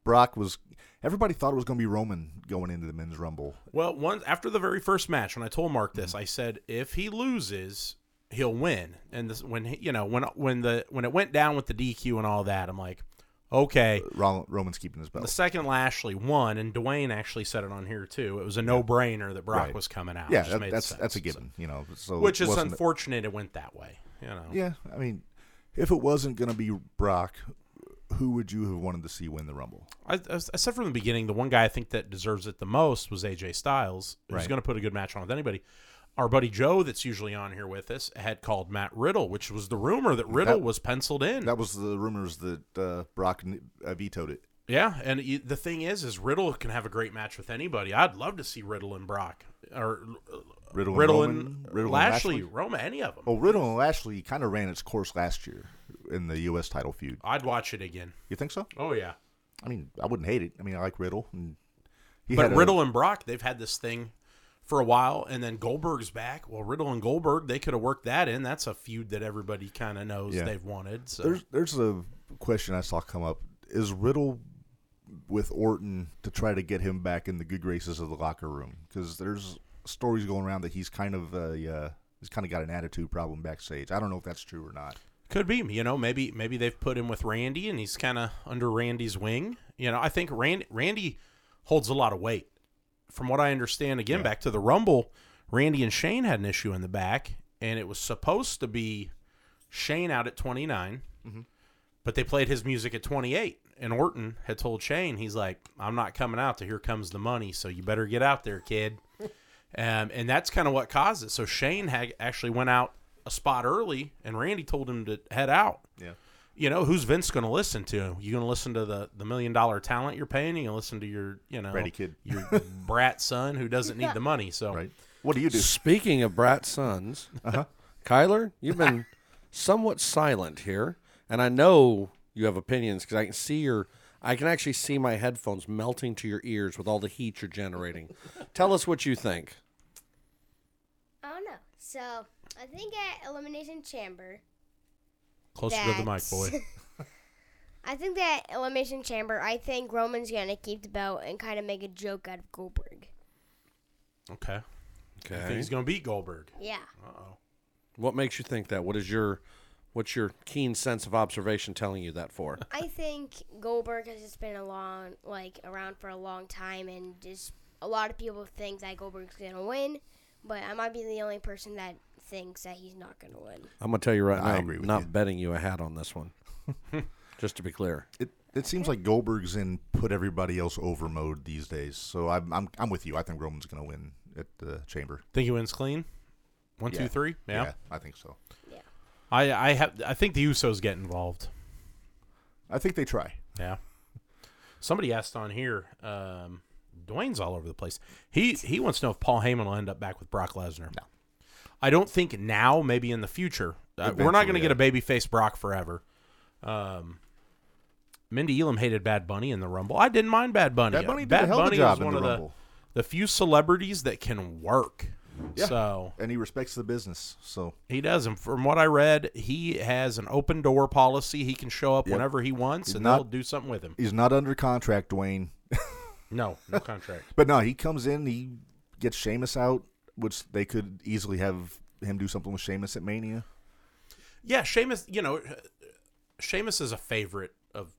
S2: Brock was. Everybody thought it was going to be Roman going into the men's rumble.
S3: Well, once after the very first match, when I told Mark
S2: Mm-hmm.
S3: this, I said if he loses, he'll win. And this, when he, you know when when the when it went down with the DQ and all that, I'm like, okay,
S2: Ron, Roman's keeping his
S3: The
S2: belt.
S3: second Lashley won, and Dwayne actually said it on here too. It was a no-brainer that Brock
S2: Right.
S3: was coming out.
S2: yeah,
S3: It just
S2: that-
S3: made
S2: that's
S3: sense.
S2: that's a
S3: So-
S2: given. You know, so
S3: which
S2: it
S3: is
S2: wasn't-
S3: unfortunate. It went that way. You know.
S2: Yeah, I mean, if it wasn't going to be Brock, who would you have wanted to see win the rumble?
S3: I, I I said from the beginning, the one guy I think that deserves it the most was AJ Styles, who's
S2: Right.
S3: going to put a good match on with anybody. Our buddy Joe, that's usually on here with us, had called Matt Riddle, which was the rumor that Riddle
S2: That-
S3: was penciled in.
S2: That was the rumors that uh, Brock n- uh, vetoed it.
S3: Yeah, and you, the thing is, is Riddle can have a great match with anybody. I'd love to see Riddle and Brock, or uh,
S2: Riddle and
S3: Riddle
S2: Roman-
S3: and,
S2: Riddle and
S3: Lashley,
S2: Lashley.
S3: Roma, any of them.
S2: Well, Riddle and Lashley kind of ran its course last year in the U.S. title feud.
S3: I'd watch it again.
S2: You think so?
S3: Oh yeah.
S2: I mean, I wouldn't hate it. I mean, I like Riddle. And he had
S3: But
S2: a-
S3: Riddle and Brock, they've had this thing for a while, and then Goldberg's back. Well, Riddle and Goldberg, they could have worked that in. That's a feud that everybody kind of knows
S2: Yeah.
S3: they've wanted. So
S2: there's there's a question I saw come up: Is Riddle with Orton to try to get him back in the good graces of the locker room? Because there's stories going around that he's kind of a uh, he's kind of got an attitude problem backstage. I don't know if that's true or not.
S3: could be, you know, maybe maybe they've put him with Randy, and he's kind of under Randy's wing. You know, I think Randy Randy holds a lot of weight. From what I understand, again back to the Rumble, Randy and Shane had an issue in the back, and it was supposed to be Shane out at 29.
S2: Mm-hmm.
S3: but they played his music at 28 and orton had told shane he's like i'm not coming out to here comes the money so you better get out there kid um, and that's kind of what caused it so shane had actually went out a spot early and randy told him to head out
S2: Yeah.
S3: you know who's vince going to listen to you going to listen to the, the million dollar talent you're paying you going to listen to your you know
S2: Bratty kid.
S3: your brat son who doesn't need the money so
S2: Right. What do you do?
S5: Speaking of brat sons, Kyler, you've been somewhat silent here, and I know you have opinions because I can see your, I can actually see my headphones melting to your ears with all the heat you're generating. Tell us what you think.
S4: I don't know. Oh, So I think at Elimination Chamber,
S3: closer to the mic
S4: That's-
S3: boy
S4: I think that Elimination Chamber, I think Roman's gonna keep the belt and kind of make a joke out of Goldberg.
S3: okay i think
S5: Okay.
S3: he's going to beat goldberg
S4: Yeah.
S5: What makes you think that? What is your, what's your keen sense of observation telling you that for?
S4: I think Goldberg has just been a long, like around for a long time, and just a lot of people think that Goldberg's gonna win, but I might be the only person that thinks that he's not gonna win.
S5: I'm gonna tell you right
S2: I
S5: now,
S2: agree
S5: I'm
S2: with
S5: not
S2: you.
S5: betting you a hat on this one. Just to be clear,
S2: It it seems like Goldberg's in put everybody else over mode these days. So I'm I'm, I'm with you. I think Roman's going to win at the Chamber.
S3: Think he wins clean? One, two,
S2: Yeah.
S3: three. Yeah.
S2: I think so.
S4: Yeah.
S3: I I have I think the Usos get involved.
S2: I think they try.
S3: Yeah. Somebody asked on here. Um, Dwayne's all over the place. He he wants to know if Paul Heyman will end up back with Brock Lesnar. No. I don't think now. Maybe in the future. Uh, we're not going to
S2: Eventually,
S3: get a babyface Brock forever. Um, Mindy Elam hated Bad Bunny in the Rumble. I didn't mind Bad Bunny.
S2: Bad Bunny did
S3: Bad
S2: a hell of a
S3: Bunny
S2: job
S3: is
S2: in
S3: one
S2: the
S3: of the
S2: Rumble.
S3: the few celebrities that can work.
S2: Yeah.
S3: So
S2: And he respects the business. So
S3: he does, and from what I read, he has an open door policy. He can show up whenever he wants, and
S2: not-
S3: they'll do something with him.
S2: he's not under contract, Dwayne.
S3: No, no contract.
S2: But no, he comes in, he gets Sheamus out, which they could easily have him do something with Sheamus at Mania.
S3: yeah, Sheamus. You know, Sheamus is a favorite of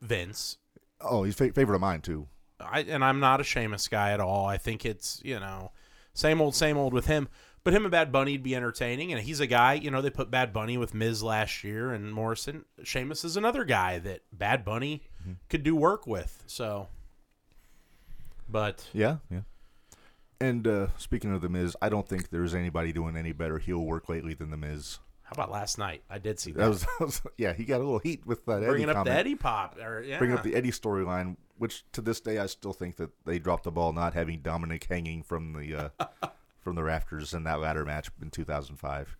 S3: Vince.
S2: Oh, he's fa- favorite of mine too.
S3: I and I'm not a Sheamus guy at all. I think it's you know, same old, same old with him. But him and Bad Bunny'd be entertaining, and he's a guy. You know, they put Bad Bunny with Miz last year and Morrison. Sheamus is another guy that Bad Bunny
S2: Mm-hmm.
S3: could do work with. So, but
S2: Yeah, yeah. And uh, speaking of the Miz, I don't think there's anybody doing any better heel work lately than the Miz.
S3: how about last night? I did see that.
S2: That was, that was yeah. He got a little heat with that
S3: bringing
S2: Eddie
S3: up
S2: comment,
S3: the Eddie pop, or yeah,
S2: bringing up the Eddie storyline, which to this day I still think that they dropped the ball not having Dominic hanging from the uh, from the rafters in that ladder match in 2005.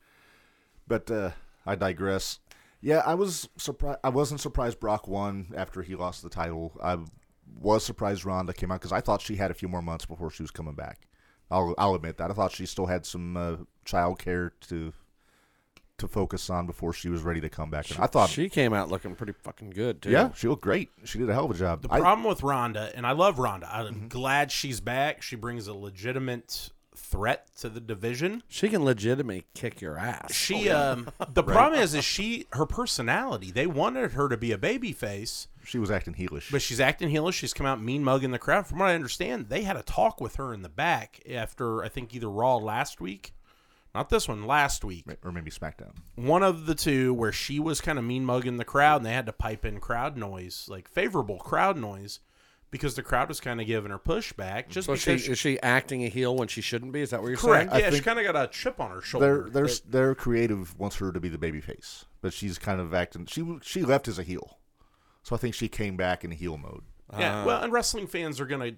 S2: But uh, I digress. Yeah, I was surprised. I wasn't surprised Brock won after he lost the title. I was surprised Ronda came out because I thought she had a few more months before she was coming back. I'll I'll admit that. I thought she still had some uh, child care to to focus on before she was ready to come back. And I thought,
S5: she came out looking pretty fucking good too.
S2: yeah, she looked great. She did a hell of a job.
S3: The
S2: I-
S3: problem with Rhonda, and I love Rhonda. I'm glad she's back. She brings a legitimate threat to the division.
S5: she can legitimately kick your ass.
S3: She, um, the problem is, is she her personality. They wanted her to be a babyface,
S2: she was acting heelish.
S3: but she's acting heelish. She's come out mean mugging the crowd. From what I understand, they had a talk with her in the back after I think either Raw last week, not this one, last week.
S2: or maybe SmackDown.
S3: one of the two where she was kind of mean mugging the crowd and they had to pipe in crowd noise, like favorable crowd noise, because the crowd was kind of giving her pushback. Just
S5: So she
S3: because she,
S5: is she acting a heel when she shouldn't be? Is that what you're
S3: correct,
S5: saying?
S3: yeah, she
S2: think-
S3: kind of got a chip on her
S5: Oh,
S2: Their
S3: shoulder.
S2: their their creative wants her to be the babyface, but she's kind of acting. She she left as a heel, so I think she came back in heel mode.
S3: That- yeah,
S5: uh,
S3: well, and wrestling fans are gonna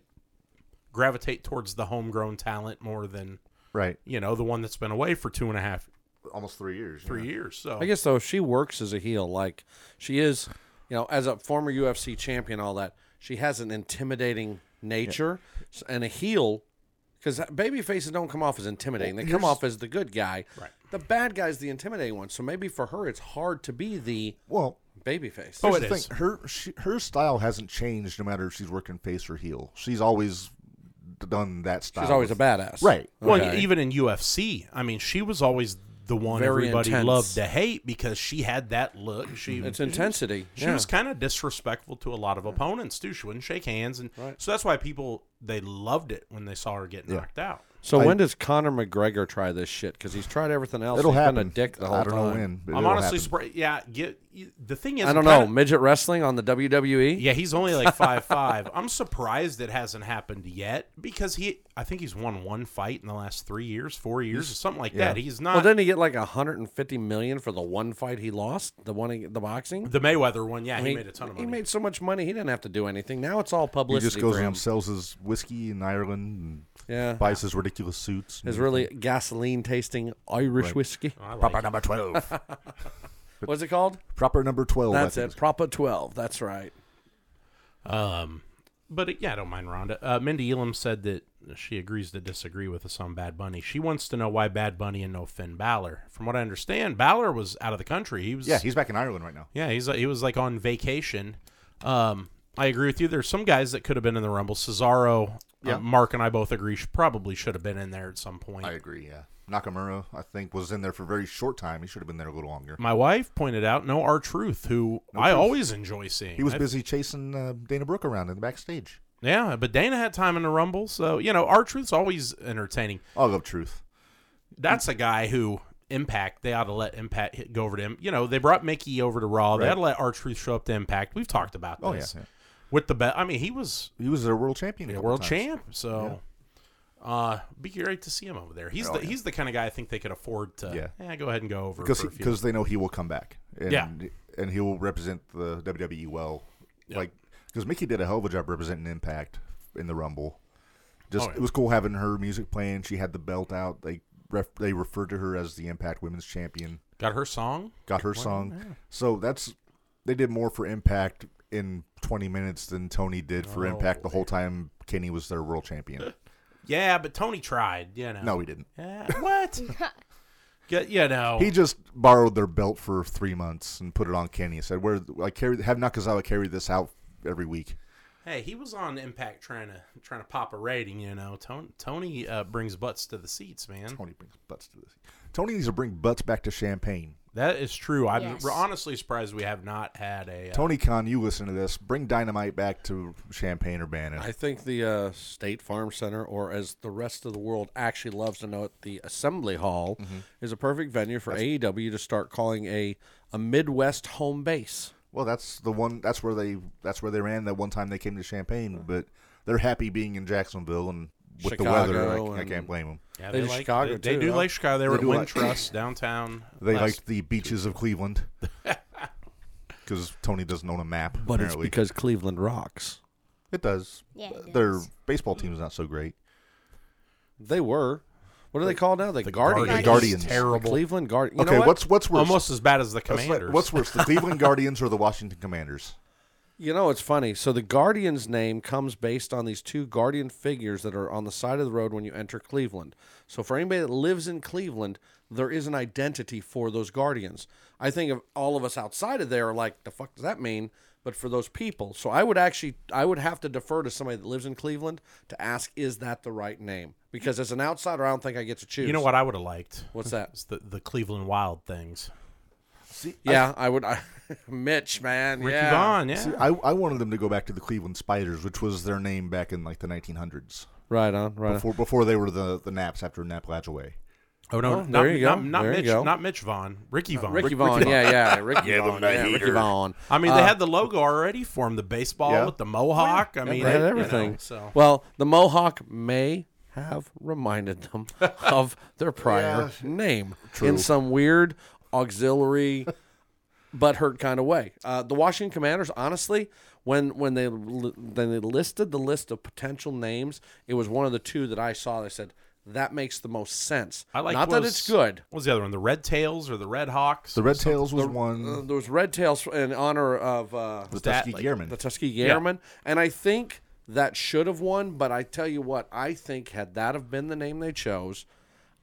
S3: gravitate towards the homegrown talent more than
S2: Right,
S3: you know the one that's been away for two and a half,
S2: almost three years.
S3: three years. So
S5: I guess though, if she works as a heel, like she is, you know, as a former UFC champion, all that. She has an intimidating nature, s- and a heel, because baby faces don't come off as intimidating. They come off as the good guy. Right. The bad guy's the intimidating one. So maybe for her, it's hard to be the
S2: Well,
S5: baby face.
S3: Oh,
S2: here's
S3: it
S2: the
S3: is.
S2: thing. Her she, her style hasn't changed no matter if she's working face or heel. She's always done that style.
S5: She's always a
S2: with-
S5: badass,
S2: Right.
S3: Well,
S5: Okay.
S3: even in UFC, I mean, she was always the one
S5: Very
S3: everybody
S5: intense.
S3: loved to hate because she had that look. She
S5: it's intensity.
S3: She
S5: yeah.
S3: was kind of disrespectful to a lot of opponents too. She wouldn't shake hands, and so that's why people they loved it when they saw her get knocked out.
S5: So when does Conor McGregor try this shit? Because he's tried everything else.
S2: It'll
S5: He's
S2: happen.
S5: Been a dick the whole
S2: I don't know
S5: time.
S2: when. but
S3: I'm
S2: it'll
S3: honestly
S2: happen.
S3: surprised. Yeah, get, you, the thing is,
S5: I don't
S3: I'm
S5: know
S3: kinda-
S5: midget wrestling on the E? WWE.
S3: yeah, he's only like five five. I'm surprised it hasn't happened yet because he, I think he's won one fight in the last three years, four years, or something like that. He's not
S5: Well, didn't he get like 150 million for the one fight he lost? The one, he, the boxing.
S3: the Mayweather one. Yeah,
S5: I
S3: he
S5: mean,
S3: made a ton of
S5: He
S3: money.
S5: made so much money he didn't have to do anything. Now it's all
S2: He
S5: publicity
S2: just goes
S5: for him.
S2: and sells his whiskey in Ireland. And
S5: Yeah.
S2: buys his ridiculous suits.
S5: His really gasoline tasting Irish whiskey.
S3: I like
S2: proper
S3: it.
S2: number twelve.
S5: What's it called?
S2: proper number twelve. I
S5: That's
S2: think
S5: it. Propa 12. That's right.
S3: Um, but uh, yeah, I don't mind Rhonda. Uh, Mindy Elam said that she agrees to disagree with us on Bad Bunny. She wants to know why Bad Bunny and no Finn Balor. From what I understand, Balor was out of the country. He was
S2: Yeah, he's back in Ireland right now.
S3: yeah, he's uh, he was like on vacation. Um, I agree with you. There's some guys that could have been in the Rumble. Cesaro,
S2: Yeah.
S3: uh, Mark, and I both agree. She probably should have been in there at some point.
S2: I agree. Yeah, Nakamura, I think, was in there for a very short time. He should have been there a little longer.
S3: My wife pointed out no R Truth, who I always enjoy seeing.
S2: He was
S3: I-
S2: busy chasing uh, Dana Brooke around in the backstage.
S3: Yeah, but Dana had time in the Rumble, so you know, our truth's always entertaining.
S2: I'll go Truth.
S3: That's a guy who Impact. They ought to let Impact hit, go over to him. You know, they brought Mickey over to Raw. They
S2: Right.
S3: ought to let our truth show up to Impact. We've talked about
S2: Oh,
S3: this
S2: yeah, yeah.
S3: with the bet. I mean, he was
S2: He was their world champion. a
S3: a
S2: couple
S3: world
S2: times.
S3: champ, so. Uh, be great to see him over there. He's
S2: Oh,
S3: the
S2: yeah.
S3: he's the kind of guy I think they could afford to. Yeah,
S2: Yeah.
S3: go ahead and go over
S2: because
S3: for a few
S2: because they know he will come back. And,
S3: Yeah.
S2: and he will represent the WWE well.
S3: Yeah.
S2: Like because Mickey did a hell of a job representing Impact in the Rumble. Just
S3: Oh, yeah.
S2: it was cool having her music playing. She had the belt out. They ref, they referred to her as the Impact Women's Champion.
S3: Got her song.
S2: Got her song. So that's they did more for Impact in 20 minutes than Tony did for
S3: Oh,
S2: Impact the whole time Kenny was their world champion.
S3: Yeah, but Tony tried. You know.
S2: no, he didn't.
S3: Yeah, what? Get you know.
S2: He just borrowed their belt for three months and put it on Kenny and said, "Where like carry have Nakazawa carry this out every week."
S3: Hey, he was on Impact trying to trying to pop a rating, you know. Tony Tony uh, brings butts to the seats, man.
S2: Tony brings butts to this. Tony needs to bring butts back to Champagne.
S3: That is true. I'm
S4: Yes.
S3: we're honestly surprised we have not had a. Uh,
S2: Tony Khan, you listen to this. Bring Dynamite back to Champagne or Bannon.
S5: I think the uh, State Farm Center, or as the rest of the world actually loves to know it, the Assembly Hall,
S2: Mm-hmm.
S5: is a perfect venue for AEW to start calling a a Midwest home base.
S2: Well, that's the one. That's where they. That's where they ran that one time they came to Champagne. But they're happy being in Jacksonville and with the weather. I,
S5: Chicago
S2: I can't
S5: and-
S2: blame them.
S3: yeah,
S5: they do Chicago,
S3: They, they
S5: too,
S3: do
S5: huh?
S3: like Chicago. They were at
S2: do like-
S3: Wintrust downtown.
S2: They
S3: last-
S2: like the beaches of Cleveland because Tony doesn't own a map.
S5: But it's
S2: apparently.
S5: because Cleveland rocks.
S2: it does.
S4: Yeah, it
S2: Their
S4: does.
S2: baseball team is not so great.
S5: They were. What are they called now? The, Guardians.
S3: Guardians.
S2: Guardians.
S5: The
S3: Terrible.
S5: Cleveland Guardians.
S2: okay, what's what's worse?
S3: Almost as bad as the
S2: What's-
S3: Commanders.
S2: What's worse, the Cleveland Guardians or the Washington Commanders?
S5: You know, it's funny. So the Guardian's name comes based on these two Guardian figures that are on the side of the road when you enter Cleveland. So for anybody that lives in Cleveland, there is an identity for those Guardians. I think of all of us outside of there are like, the fuck does that mean? But for those people, so I would actually, I would have to defer to somebody that lives in Cleveland to ask, is that the right name? Because as an outsider, I don't think I get to choose.
S3: you know what I would have liked?
S5: What's that?
S3: It's the the Cleveland Wild things.
S5: Yeah, I, would. I, Mitch, man.
S3: Ricky
S5: yeah.
S3: Vaughn. Yeah.
S2: See, I, I wanted them to go back to the Cleveland Spiders, which was their name back in like the 1900s,
S5: Right on. Right. on.
S2: before before they were the the Naps after Nap Latchaway.
S3: oh no,
S5: Oh,
S3: not,
S5: there you go.
S3: not, not
S5: There you
S3: Mitch.
S5: go.
S3: Not Mitch Vaughn. Ricky Vaughn.
S5: Uh, Ricky Vaughn, yeah, yeah, Ricky Vaughn, yeah, Ricky Vaughn. Uh,
S3: I mean, they had the logo already for him. The baseball
S2: Yeah.
S3: with the mohawk. I mean,
S5: they
S3: it- you
S5: had
S3: know,
S5: everything.
S3: so
S5: Well, the Mohawk may have reminded them of their prior name in some weird auxiliary butthurt kind of way. Uh, the Washington Commanders, honestly, when when they li- then they listed the list of potential names, it was one of the two that I saw. that said that makes the most sense.
S3: I like
S5: not that
S3: those-
S5: it's good.
S3: What was the other one? The Red Tails or the Red Hawks?
S2: The Red Tails was one.
S5: Uh, there was red tails in honor of uh,
S2: the
S3: that,
S2: Tuskegee
S3: like,
S2: Airmen.
S5: the Tuskegee Airmen, and I think that should have won. But I tell you what, I think had that have been the name they chose,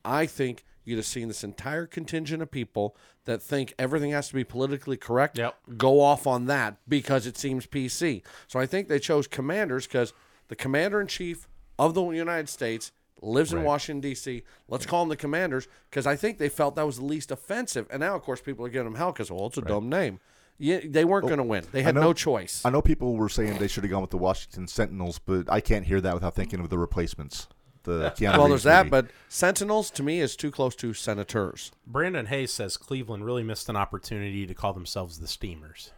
S5: I think you'd have seen this entire contingent of people that think everything has to be politically correct
S3: Yep.
S5: go off on that because it seems PC. So I think they chose commanders because the commander in chief of the United States lives in Washington D.C. Let's call them the commanders because I think they felt that was the least offensive. And now, of course, people are giving them hell because well, it's a dumb name. Yeah, they weren't going to win. They had
S2: know-
S5: no choice.
S2: I know people were saying they should have gone with the Washington Sentinels, but I can't hear that without thinking of the replacements. The Keanu
S5: Well,
S2: Reeves
S5: there's that,
S2: movie.
S5: but Sentinels to me is too close to Senators.
S3: Brandon Hayes says Cleveland really missed an opportunity to call themselves the Steamers.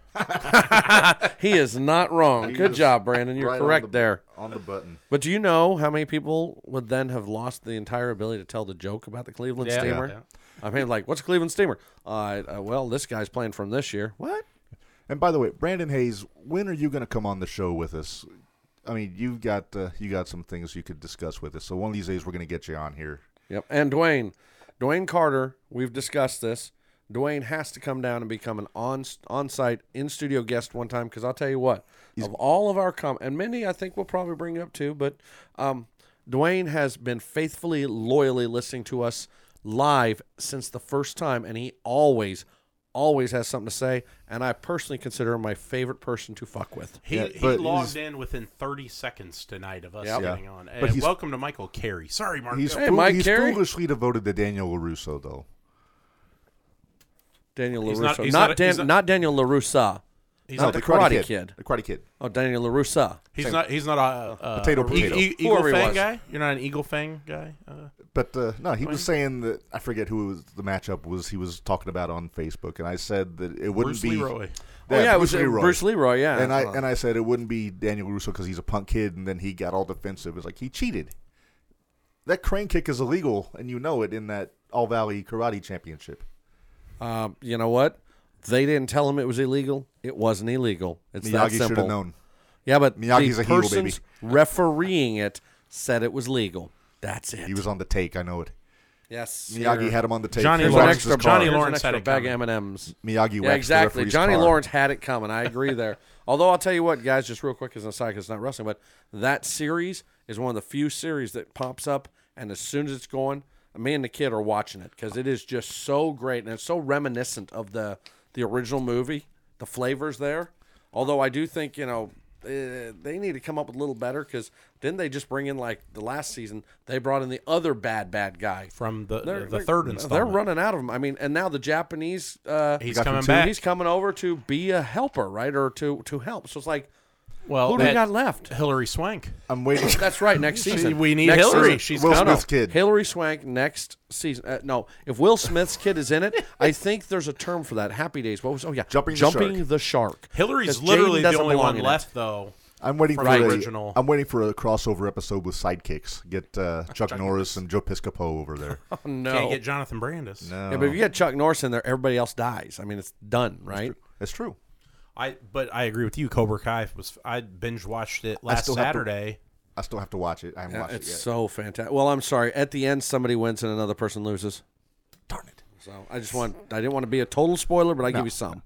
S5: He is not wrong. Good job, Brandon. You're
S2: Right on
S5: correct
S2: the-
S5: there.
S2: on the button.
S5: But do you know how many people would then have lost the entire ability to tell the joke about the Cleveland
S3: Yeah.
S5: Steamer?
S3: Yeah.
S5: I mean, like, what's a Cleveland Steamer? Uh, uh, well, this guy's playing from this year. What?
S2: And by the way, Brandon Hayes, when are you going to come on the show with us? I mean, you've got uh, you got some things you could discuss with us. So one of these days, we're going to get you on here.
S5: Yep. And Dwayne, Dwayne Carter. We've discussed this. Dwayne has to come down and become an on on-site in studio guest one time because I'll tell you what, of all of our com and many I think we'll probably bring up too, but um, Dwayne has been faithfully, loyally listening to us live since the first time, and he always, always has something to say. And I personally consider him my favorite person to fuck with.
S3: He,
S2: Yeah,
S3: he
S2: but
S3: logged in within 30 seconds tonight of us
S5: Yep.
S3: getting
S2: Yeah.
S3: on.
S2: But
S3: Hey,
S2: he's-
S3: welcome to Michael Carey. Sorry, Mark.
S2: He's,
S5: Hey,
S2: fool-
S5: Mike
S2: he's
S5: Carey.
S2: foolishly devoted to Daniel Larusso, though.
S5: Daniel
S3: He's
S5: Larusso,
S3: not-
S5: not,
S3: he's
S5: not,
S3: not a-
S5: Dan,
S3: he's
S5: not,
S3: not-
S5: Daniel Larussa.
S3: He's
S2: No,
S3: not
S2: the
S5: Karate
S2: Karate, kid.
S5: Kid.
S2: The Karate Kid.
S5: Oh, Daniel LaRussa.
S3: He's not. He's not a, a
S2: Potato,
S3: a-
S2: potato.
S3: E- e- Eagle
S5: Whoever he
S3: Fang
S5: was.
S3: guy. You're not an Eagle Fang guy. Uh,
S2: But uh, no, he was saying that I forget who it was the matchup was. He was talking about on Facebook, and I said that it wouldn't
S3: Bruce
S2: be
S3: Leroy.
S5: oh yeah, it was
S2: Bruce
S5: uh,
S2: Leroy.
S5: Bruce Leroy. Yeah,
S2: and I
S5: Uh,
S2: and I said it wouldn't be Daniel Russo because he's a punk kid, and then he got all defensive. It's like he cheated. That crane kick is illegal, and you know it in that All Valley Karate Championship.
S5: um, you know what? They didn't tell him it was illegal. It wasn't illegal. It's that
S2: Miyagi should
S5: simple.
S2: have known.
S5: Yeah, but
S2: Miyagi's
S5: the
S2: a heel, baby.
S5: person's refereeing it said it was legal. That's it.
S2: He was on the take. I know it.
S5: yes.
S2: Miyagi had him on the take.
S3: Johnny
S2: He
S5: Here's
S2: watched
S5: an
S3: Lawrence-
S5: extra
S2: his
S3: Johnny
S5: bar.
S2: car.
S5: Here's an
S3: Lawrence had
S5: extra
S3: it
S5: bag
S3: coming.
S5: M and M's.
S2: Miyagi. waxed
S5: Yeah,
S2: The
S5: exactly.
S2: referee's
S5: Johnny
S2: car.
S5: Lawrence had it coming. I agree there. Although I'll tell you what, guys, just real quick as an aside, 'cause it's not wrestling, but that series is one of the few series that pops up, and as soon as it's going, me and the kid are watching it because it is just so great and it's so reminiscent of the the original movie. The flavors there. Although I do think you know. Uh, they need to come up with a little better because didn't they just bring in like the last season? They brought in the other bad bad guy
S3: from the
S5: they're-
S3: the
S5: they're-
S3: third
S5: They're
S3: installment.
S5: running out of them. I mean, and now the Japanese uh,
S3: he's
S2: got from
S3: coming
S2: two.
S3: back.
S5: he's coming over to be a helper, right, or to to help. So it's like,
S3: well,
S5: who do we
S3: that-
S5: got left?
S3: Hillary Swank.
S2: I'm waiting.
S5: That's right. Next
S3: She-
S5: season,
S3: we need
S5: Next
S3: Hillary.
S5: season.
S3: She's
S2: Will
S3: coming.
S2: Smith's kid.
S5: Hillary Swank next season. Uh, no, if Will Smith's kid is in it, I think there's a term for that. Happy Days. What was? Oh yeah,
S2: Jumping the shark.
S5: the shark.
S3: Hillary's
S5: 'Cause
S3: literally the
S5: Jaden doesn't
S3: only
S5: belong
S3: one
S5: in it.
S3: left, though.
S2: I'm waiting for
S3: Right.
S2: a,
S3: Original.
S2: I'm waiting for a crossover episode with sidekicks. Get uh, Chuck Norris and Joe Piscopo over there.
S5: No.
S3: Can't get Jonathan Brandis.
S2: No,
S5: yeah, but if you get Chuck Norris in there, everybody else dies. I mean, it's done, right?
S2: that's true.
S3: I but I agree with you. Cobra Kai was I binge watched it last
S2: still have to-
S3: Saturday.
S2: I still have to watch it. I haven't watched it
S5: Uh, It's
S2: yet.
S5: so fantastic. Well, I'm sorry. At the end, somebody wins and another person loses.
S2: Darn it!
S5: So I just want I didn't want to be a total spoiler, but I give you some.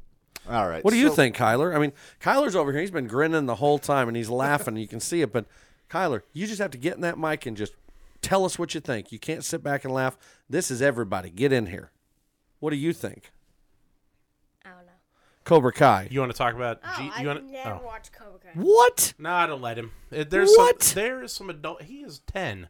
S2: All right.
S5: What do you
S2: so-
S5: think, Kyler? I mean, Kyler's over here. He's been grinning the whole time and he's laughing. you can see it, but Kyler, you just have to get in that mic and just tell us what you think. You can't sit back and laugh. This is everybody. Get in here. What do you think?
S4: I don't know.
S5: Cobra Kai.
S3: You want to talk about?
S4: Oh,
S3: G,
S4: I've
S3: you wanna,
S4: never
S3: oh.
S4: watched Cobra Kai.
S5: What?
S3: No, I don't let him. Uh, There's
S5: What?
S3: Some, there is some adult. He is ten.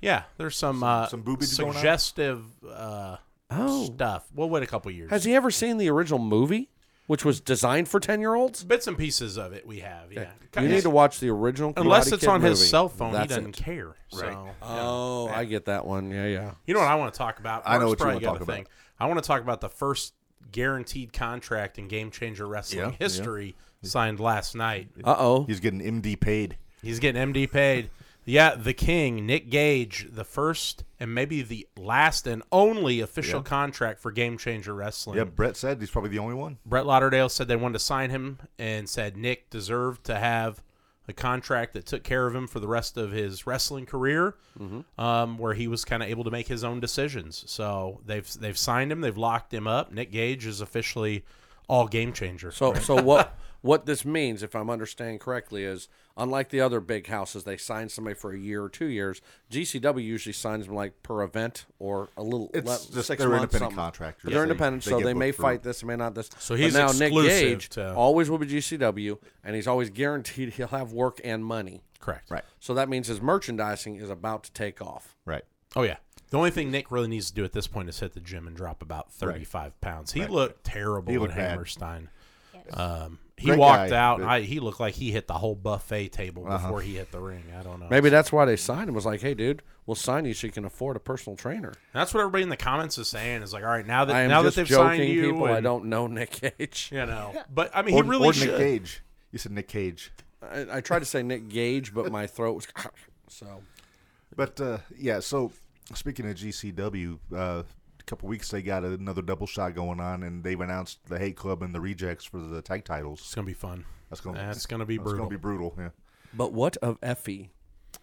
S3: Yeah, there's some uh,
S2: some boobage going on?
S3: suggestive uh,
S5: Oh.
S3: stuff. We'll wait a couple years.
S5: Has he ever seen the original movie, which was designed for 10 year olds?
S3: Bits and pieces of it we have. Yeah,
S5: You need to watch the original.
S3: unless
S5: Karate
S3: it's
S5: Kid
S3: on his
S5: movie.
S3: cell phone, he
S5: That's
S3: doesn't
S5: it.
S3: care. So,
S5: Oh, I get that one. Yeah, yeah.
S3: you know what I want to talk about?
S2: I know what
S3: Mark's
S2: you
S3: probably
S2: wanna
S3: got
S2: talk
S3: a
S2: about.
S3: thing. I want to talk about the first guaranteed contract in Game Changer Wrestling
S2: Yeah, yeah.
S3: history signed last night.
S5: Uh oh.
S2: He's getting MD paid.
S3: He's getting MD paid. Yeah, the king, Nick Gage, the first and maybe the last and only official contract for Game Changer Wrestling.
S2: Yeah, Brett said he's probably the only one.
S3: Brett Lauderdale said they wanted to sign him and said Nick deserved to have a contract that took care of him for the rest of his wrestling career, um, where he was kind of able to make his own decisions. So they've they've signed him, they've locked him up. Nick Gage is officially all game changer.
S5: So so what what this means, if I'm understanding correctly, is unlike the other big houses, they sign somebody for a year or two years. GCW usually signs them like per event or a little
S2: It's
S5: le-
S2: just
S5: six
S2: they're
S5: months.
S2: independent
S5: something.
S2: contractors.
S5: But They're
S2: They-
S5: independent,
S2: they
S5: so
S2: get
S5: they may
S2: booked for-
S5: fight this, they may not this.
S3: So
S5: But
S3: he's
S5: now Nick
S3: exclusive
S5: Gage
S3: to-
S5: always will be GCW, and he's always guaranteed he'll have work and money.
S3: Correct.
S2: Right.
S5: So that means his merchandising is about to take off.
S2: Right.
S3: Oh yeah. The only thing Nick really needs to do at this point is hit the gym and drop about thirty-five pounds. He looked terrible
S2: He looked
S3: at
S2: bad.
S3: Hammerstein. Um, he
S2: Great
S3: walked
S2: guy,
S3: out. And
S2: but-
S3: I, he looked like he hit the whole buffet table before he hit the ring. I don't know.
S5: Maybe that's why they signed him. Was like, hey, dude, we'll sign you so you can afford a personal trainer.
S3: That's what everybody in the comments is saying. Is like, all right, now
S5: I
S3: that
S5: am
S3: now that
S5: just
S3: they've
S5: joking,
S3: signed you,
S5: people. I
S3: and-
S5: don't know Nick Gage.
S3: you know. But I mean,
S2: Or,
S3: he really
S2: or
S3: should.
S2: Nick Cage. You said Nick Cage.
S5: I, I tried to say Nick Gage, but my throat was so.
S2: But uh, yeah, so speaking of GCW, uh, a couple weeks they got another double shot going on, and they've announced the Hate Club and the Rejects for the tag
S3: It's
S2: titles.
S3: gonna be fun.
S2: That's gonna
S3: That's gonna be
S2: that's gonna
S3: brutal.
S2: be brutal. Yeah.
S5: But what of Effie?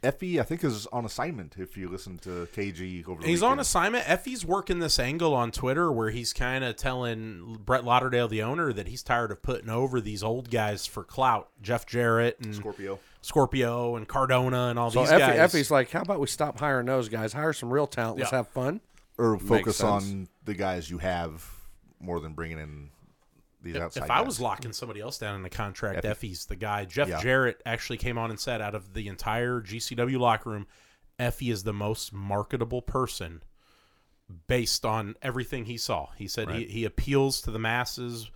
S2: Effie, I think, is on assignment. If you listen to KG over, the
S3: He's on
S2: weekend.
S3: assignment. Effie's working this angle on Twitter where he's kind of telling Brett Lauderdale, the owner, that he's tired of putting over these old guys for clout. Jeff Jarrett and
S2: Scorpio.
S3: Scorpio and Cardona and all
S5: So
S3: these
S5: Effie,
S3: guys.
S5: Effie's like, how about we stop hiring those guys? Hire some real talent. Let's
S3: Yeah.
S5: have fun.
S2: or
S5: Makes
S2: focus
S5: sense.
S2: on the guys you have more than bringing in these outside.
S3: if I
S2: guys.
S3: was locking somebody else down in a contract, Effie's the guy. Jeff
S2: Yeah.
S3: Jarrett actually came on and said, out of the entire GCW locker room, Effie is the most marketable person based on everything he saw. He said he, he appeals to the masses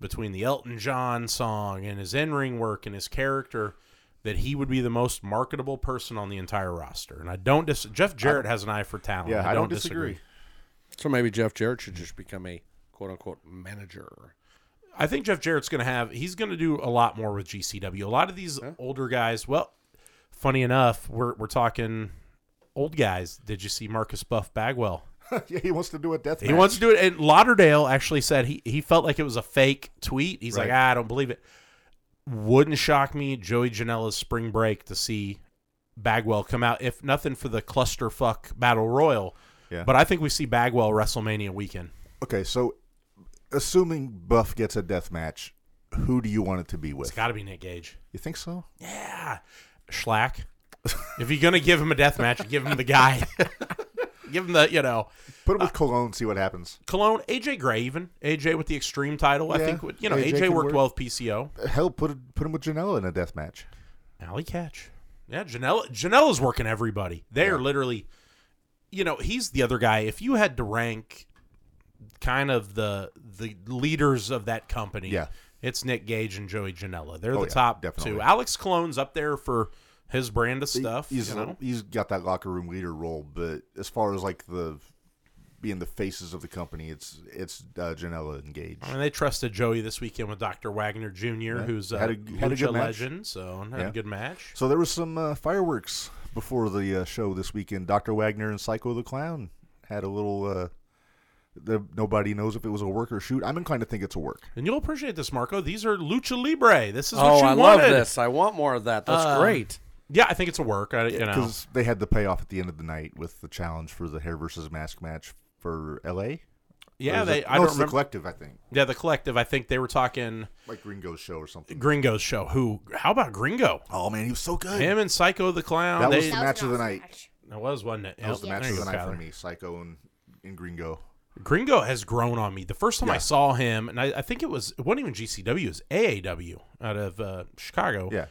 S3: between the Elton John song and his in ring work and his character that he would be the most marketable person on the entire roster. And I don't dis- Jeff Jarrett has an eye for talent.
S2: Yeah,
S3: I don't disagree.
S5: So maybe Jeff Jarrett should just become a quote unquote manager.
S3: I think Jeff Jarrett's going to have he's going to do a lot more with GCW. A lot of these older guys, well, funny enough, we're we're talking old guys. Did you see Marcus Buff Bagwell?
S2: yeah, he wants to do a death.
S3: He wants to do it. And Lauderdale actually said he, he felt like it was a fake tweet. He's like,
S2: Right.
S3: "Ah, I don't believe it. Wouldn't shock me, Joey Janela's spring break to see Bagwell come out, if nothing for the clusterfuck battle royal.
S2: Yeah.
S3: But I think we see Bagwell WrestleMania weekend.
S2: Okay, so assuming Buff gets a death match, who do you want it to be
S3: It's
S2: with?
S3: got to be Nick Gage.
S2: You think so?
S3: Yeah. Schlack. if you're going to give him a death match, give him the guy. give him the, you know,
S2: Put him
S3: Uh,
S2: with Cologne, see what happens.
S3: Cologne, AJ Gray, even. AJ with the extreme title, I
S2: Yeah,
S3: think, would- you know,
S2: AJ
S3: AJ,
S2: could
S3: worked
S2: work.
S3: well with PCO.
S2: Hell, put put him with Janela in a death match.
S3: Alley catch. Yeah, Janela Janela's working everybody. They're literally you know, he's the other guy. If you had to rank kind of the the leaders of that company,
S2: Yeah. Oh,
S3: it's Nick Gage and Joey Janela. They're the
S2: yeah,
S3: top
S2: definitely.
S3: two. Alex Cologne's up there for his brand of stuff.
S2: He's
S3: you know?
S2: he's got that locker room leader role, but as far as like the being the faces of the company, it's it's uh, Janela and Gage.
S3: I mean, they trusted Joey this weekend with Dr. Wagner Jr., who's a,
S2: Had a- had a
S3: lucha
S2: good match.
S3: legend, so had
S2: Yeah.
S3: a good match.
S2: So there was some uh, fireworks before the uh, show this weekend. Doctor Wagner and Psycho the Clown had a little. Uh, the, nobody knows if it was a work or shoot. I'm inclined to think it's a work.
S3: And you'll appreciate this, Marco. These are lucha libre. This is
S5: Oh,
S3: what you
S5: I love
S3: wanted.
S5: this. I want more of that. That's
S3: Um,
S5: great.
S3: Yeah, I think it's a work. I, you know,
S2: because they had the payoff at the end of the night with the challenge for the hair versus mask match for L.A. Or
S3: yeah,
S2: is
S3: they.
S2: it-
S3: I
S2: no,
S3: don't
S2: it's the
S3: remember.
S2: collective. I think
S3: Yeah, the collective. I think they were talking
S2: like Gringo's show or something.
S3: Gringo's show. Who? How about Gringo?
S2: Oh man, he was so good.
S3: Him and Psycho the Clown.
S2: That
S3: they,
S2: was the match of the night.
S3: That was one. That
S2: That was the match of the night
S3: Tyler.
S2: for me. Psycho and, and Gringo.
S3: Gringo has grown on me. The first time I saw him, and I, I think it was it wasn't even GCW, it was AAW out of uh, Chicago.
S2: Yeah,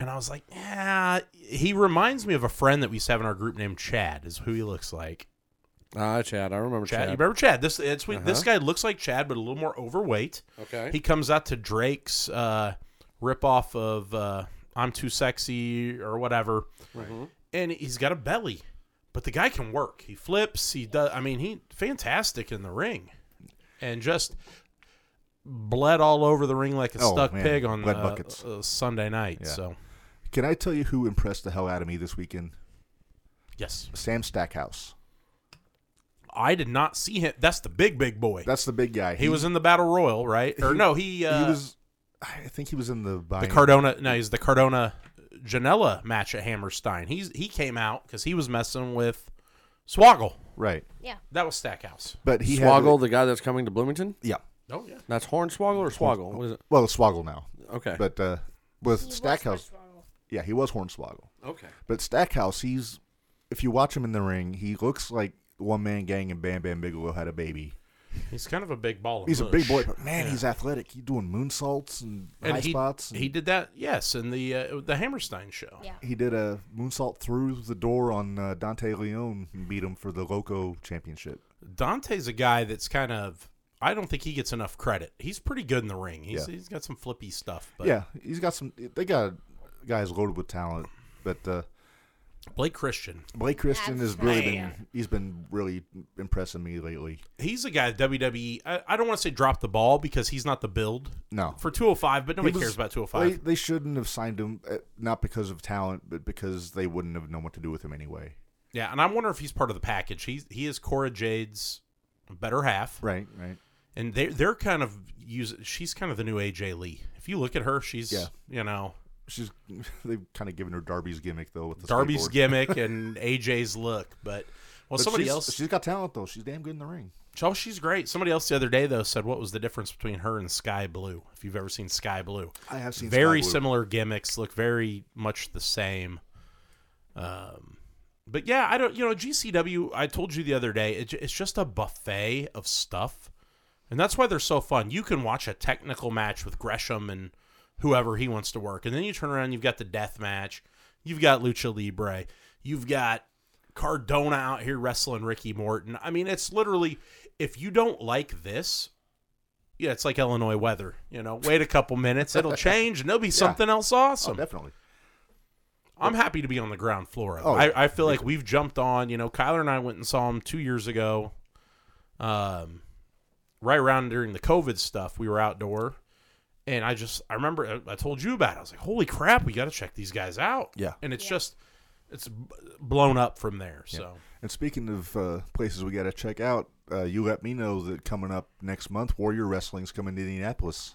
S3: And I was like, yeah, he reminds me of a friend that we used to have in our group named Chad. Is who he looks like.
S5: Ah, Chad. I remember
S3: Chad,
S5: Chad.
S3: you remember Chad? This it's, this
S2: Uh-huh.
S3: guy looks like Chad, but a little more overweight.
S5: Okay.
S3: He comes out to Drake's uh, ripoff of uh, "I'm Too Sexy" or whatever, and he's got a belly, but the guy can work. He flips. He does. I mean, he fantastic in the ring, and just bled all over the ring like a
S2: Oh,
S3: stuck
S2: man.
S3: pig on
S2: Blood
S3: uh,
S2: buckets.
S3: uh, Sunday night.
S2: Yeah.
S3: So
S2: can I tell you who impressed the hell out of me this weekend?
S3: yes,
S2: Sam Stackhouse.
S3: I did not see him. That's the big big boy.
S2: That's the big guy.
S3: he, was in the battle royal, right? Or no, he uh,
S2: he was. I think he was in the
S3: the
S2: buy-in.
S3: Cardona. No, he's the Cardona Janela match at Hammerstein. He's he came out because he was messing with Swoggle.
S2: right?
S3: That was Stackhouse.
S2: But he
S5: Swoggle,
S2: Had
S5: the guy that's coming to Bloomington.
S2: yeah.
S3: Oh yeah,
S5: That's Hornswoggle or Swoggle. What is it?
S2: Well, it's Swoggle now,
S5: Okay.
S2: but uh, with Stackhouse, yeah, he was Hornswoggle.
S5: okay.
S2: But Stackhouse, he's if you watch him in the ring, he looks like one man gang and Bam Bam Bigelow had a baby.
S3: he's kind of a big ball. Of
S2: He's a big boy,
S3: mush.
S2: but man, he's athletic. He's doing moonsaults and,
S3: And
S2: high
S3: he,
S2: spots. and-
S3: he did that, yes, in the uh, the Hammerstein show.
S4: Yeah.
S2: he did a moonsault through the door on uh, Dante Leone and beat him for the Loco Championship.
S3: Dante's a guy that's kind of. I don't think he gets enough credit. He's pretty good in the ring. He's,
S2: Yeah.
S3: he's got some flippy stuff. But
S2: yeah, he's got some. They got guys loaded with talent, but uh,
S3: Blake Christian,
S2: Blake Christian
S4: That's
S2: has really
S3: right.
S2: been. He's been really impressing me lately.
S3: he's a guy WWE. E, I, I don't want to say drop the ball because he's not the build
S2: No,
S3: for 205, but nobody
S2: He was-
S3: cares about 205.
S2: They, they shouldn't have signed him, uh, not because of talent, but because they wouldn't have known what to do with him anyway.
S3: Yeah, and I wonder if he's part of the package. He's he is Cora Jade's better half,
S2: Right, right.
S3: and they they're kind of use. She's kind of the new AJ Lee. If you look at her, she's
S2: Yeah.
S3: you know
S2: She's they've kind of given her Darby's gimmick though with the
S3: Darby's
S2: skateboard.
S3: gimmick and AJ's look. But well,
S2: But
S3: somebody
S2: she's-
S3: else.
S2: She's got talent though. She's damn good in the ring.
S3: oh, she's great. Somebody else the other day though said what was the difference between her and Sky Blue? If you've ever seen Sky Blue,
S2: I have seen
S3: very
S2: Sky Blue.
S3: similar gimmicks, look very much the same. Um, but yeah, I don't. You know, GCW. I told you the other day, it, ju- it's just a buffet of stuff, and that's why they're so fun. You can watch a technical match with Gresham and whoever he wants to work, and then you turn around, you've got the death match, you've got Lucha Libre, you've got Cardona out here wrestling Ricky Morton. I mean, it's literally if you don't like this, yeah, it's like Illinois weather. You know, wait a couple minutes, it'll change, and there'll be something else awesome.
S2: Oh, definitely.
S3: I'm happy to be on the ground floor of it.
S2: Oh, yeah.
S3: I, I feel like we've jumped on. You know, Kyler and I went and saw him two years ago. Um, right around during the COVID stuff, we were outdoor, and I just I remember I, I told you about. it. I was like, "Holy crap, we got to check these guys out!"
S2: Yeah.
S3: and it's just it's b- blown up from there. So
S2: And speaking of uh, places we got to check out, uh, you let me know that coming up next month, Warrior Wrestling's coming to Indianapolis.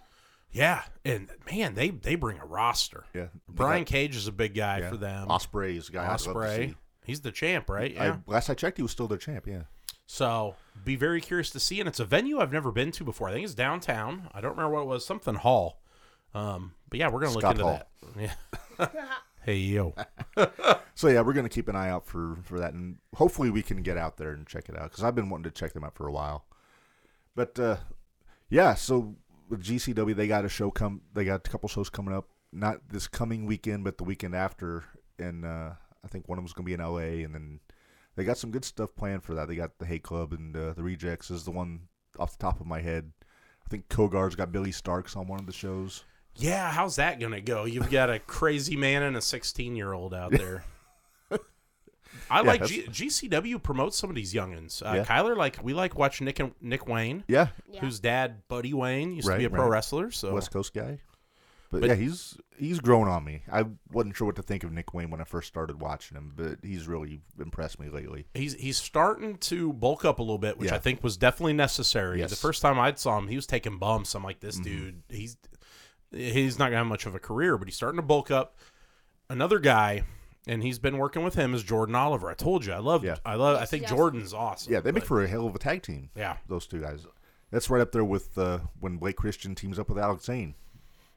S3: yeah, and man, they they bring a roster.
S2: Yeah.
S3: Brian Cage is a big guy
S2: Yeah.
S3: for them.
S2: Osprey's guy. I'd love to
S3: Osprey,
S2: see.
S3: he's the champ, right? Yeah.
S2: I, last I checked, he was still their champ. Yeah.
S3: So be very curious to see. And it's a venue I've never been to before. I think it's downtown. I don't remember what it was, something hall. Um, but yeah, we're gonna
S2: Scott
S3: look into
S2: Hall.
S3: that. Yeah. hey yo.
S2: So yeah, we're gonna keep an eye out for for that, and hopefully we can get out there and check it out because I've been wanting to check them out for a while. But uh, yeah, so with GCW they got a show come, they got a couple shows coming up, not this coming weekend, but the weekend after, and uh, I think one of them's gonna be in LA, and then they got some good stuff planned for that. They got the Hate Club and uh, the Rejects is the one off the top of my head. I think Kogar's got Billy Starks on one of the shows.
S3: Yeah, how's that gonna go? You've got a crazy man and a sixteen year old out there. I like G-
S2: that's-
S3: GCW promotes some of these youngins. Uh,
S2: Yeah.
S3: Kyler, like we like watch Nick and Nick Wayne,
S2: Yeah,
S4: Yeah.
S3: whose dad Buddy Wayne used to
S2: Right,
S3: be a pro
S2: right.
S3: wrestler. So
S2: West Coast guy. But,
S3: But-
S2: yeah, he's he's grown on me. I wasn't sure what to think of Nick Wayne when I first started watching him, but he's really impressed me lately.
S3: he's he's starting to bulk up a little bit, which
S2: Yeah.
S3: I think was definitely necessary.
S2: Yes. Mm-hmm.
S3: The first time I saw him, he was taking bumps. I'm like, this dude, he's he's not gonna have much of a career, but he's starting to bulk up. Another guy, and he's been working with him is Jordan Oliver. I told you, I love,
S2: Yeah.
S3: I love, I
S4: Yes,
S3: think
S4: yes.
S3: Jordan's awesome.
S2: Yeah, they make
S3: but-
S2: for a hell of a tag team.
S3: Yeah.
S2: those two guys. That's right up there with uh, when Blake Christian teams up with Alex Zane.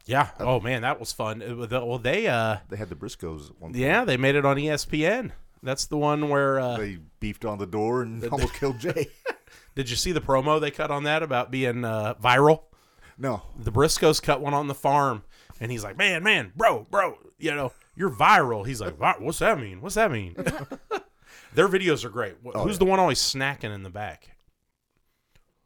S3: yeah.
S2: Uh,
S3: Oh man, that was fun. It was- Well, they, uh,
S2: They had the Briscoes at one point.
S3: yeah, they made it on E ESPN. That's the one where uh,
S2: They beefed on the door and almost killed Jay.
S3: did you see the promo they cut on that about being uh, viral?
S2: No.
S3: the Briscoes cut one on the farm, and he's like, "Man, man, bro, bro, you know, you're viral." He's like, "Vi- "What's that mean? What's that mean?" Their videos are great. Wh- Who's the one always snacking in the back?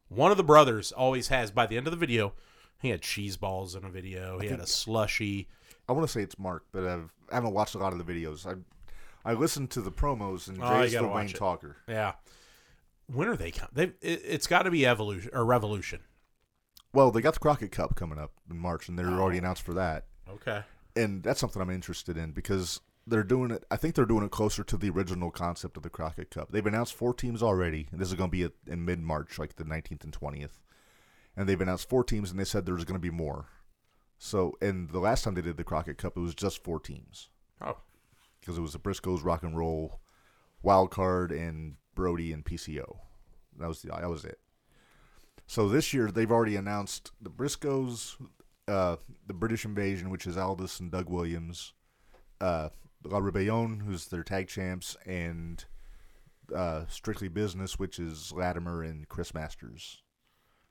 S3: One of the brothers always has. By the end of the video, he had cheese balls in a video. He had a slushy.
S2: I want to say it's Mark, but I've, I haven't watched a lot of the videos. I I listened to the promos, and
S3: Oh, you
S2: Jay's
S3: gotta
S2: the Wayne
S3: watch it.
S2: talker.
S3: Yeah. When are they coming? They it, it's got to be evolution or revolution.
S2: Well, they got the Crockett Cup coming up in March, and they're
S3: Oh.
S2: already announced for that.
S3: Okay.
S2: and that's something I'm interested in because they're doing it. I think they're doing it closer to the original concept of the Crockett Cup. They've announced four teams already, and this is going to be at- in mid March, like the 19th and 20th. And they've announced four teams, and they said there's going to be more. So, and the last time they did the Crockett Cup, it was just four teams
S3: Oh,
S2: because it was the Briscoes, Rock and Roll, Wild Card, and Brody and PCO. That was the, that was it. So this year they've already announced the Briscoes, uh, the British Invasion, which is Aldous and Doug Williams, uh, La Rebellion, who's their tag champs, and uh, Strictly Business, which is Latimer and Chris Masters.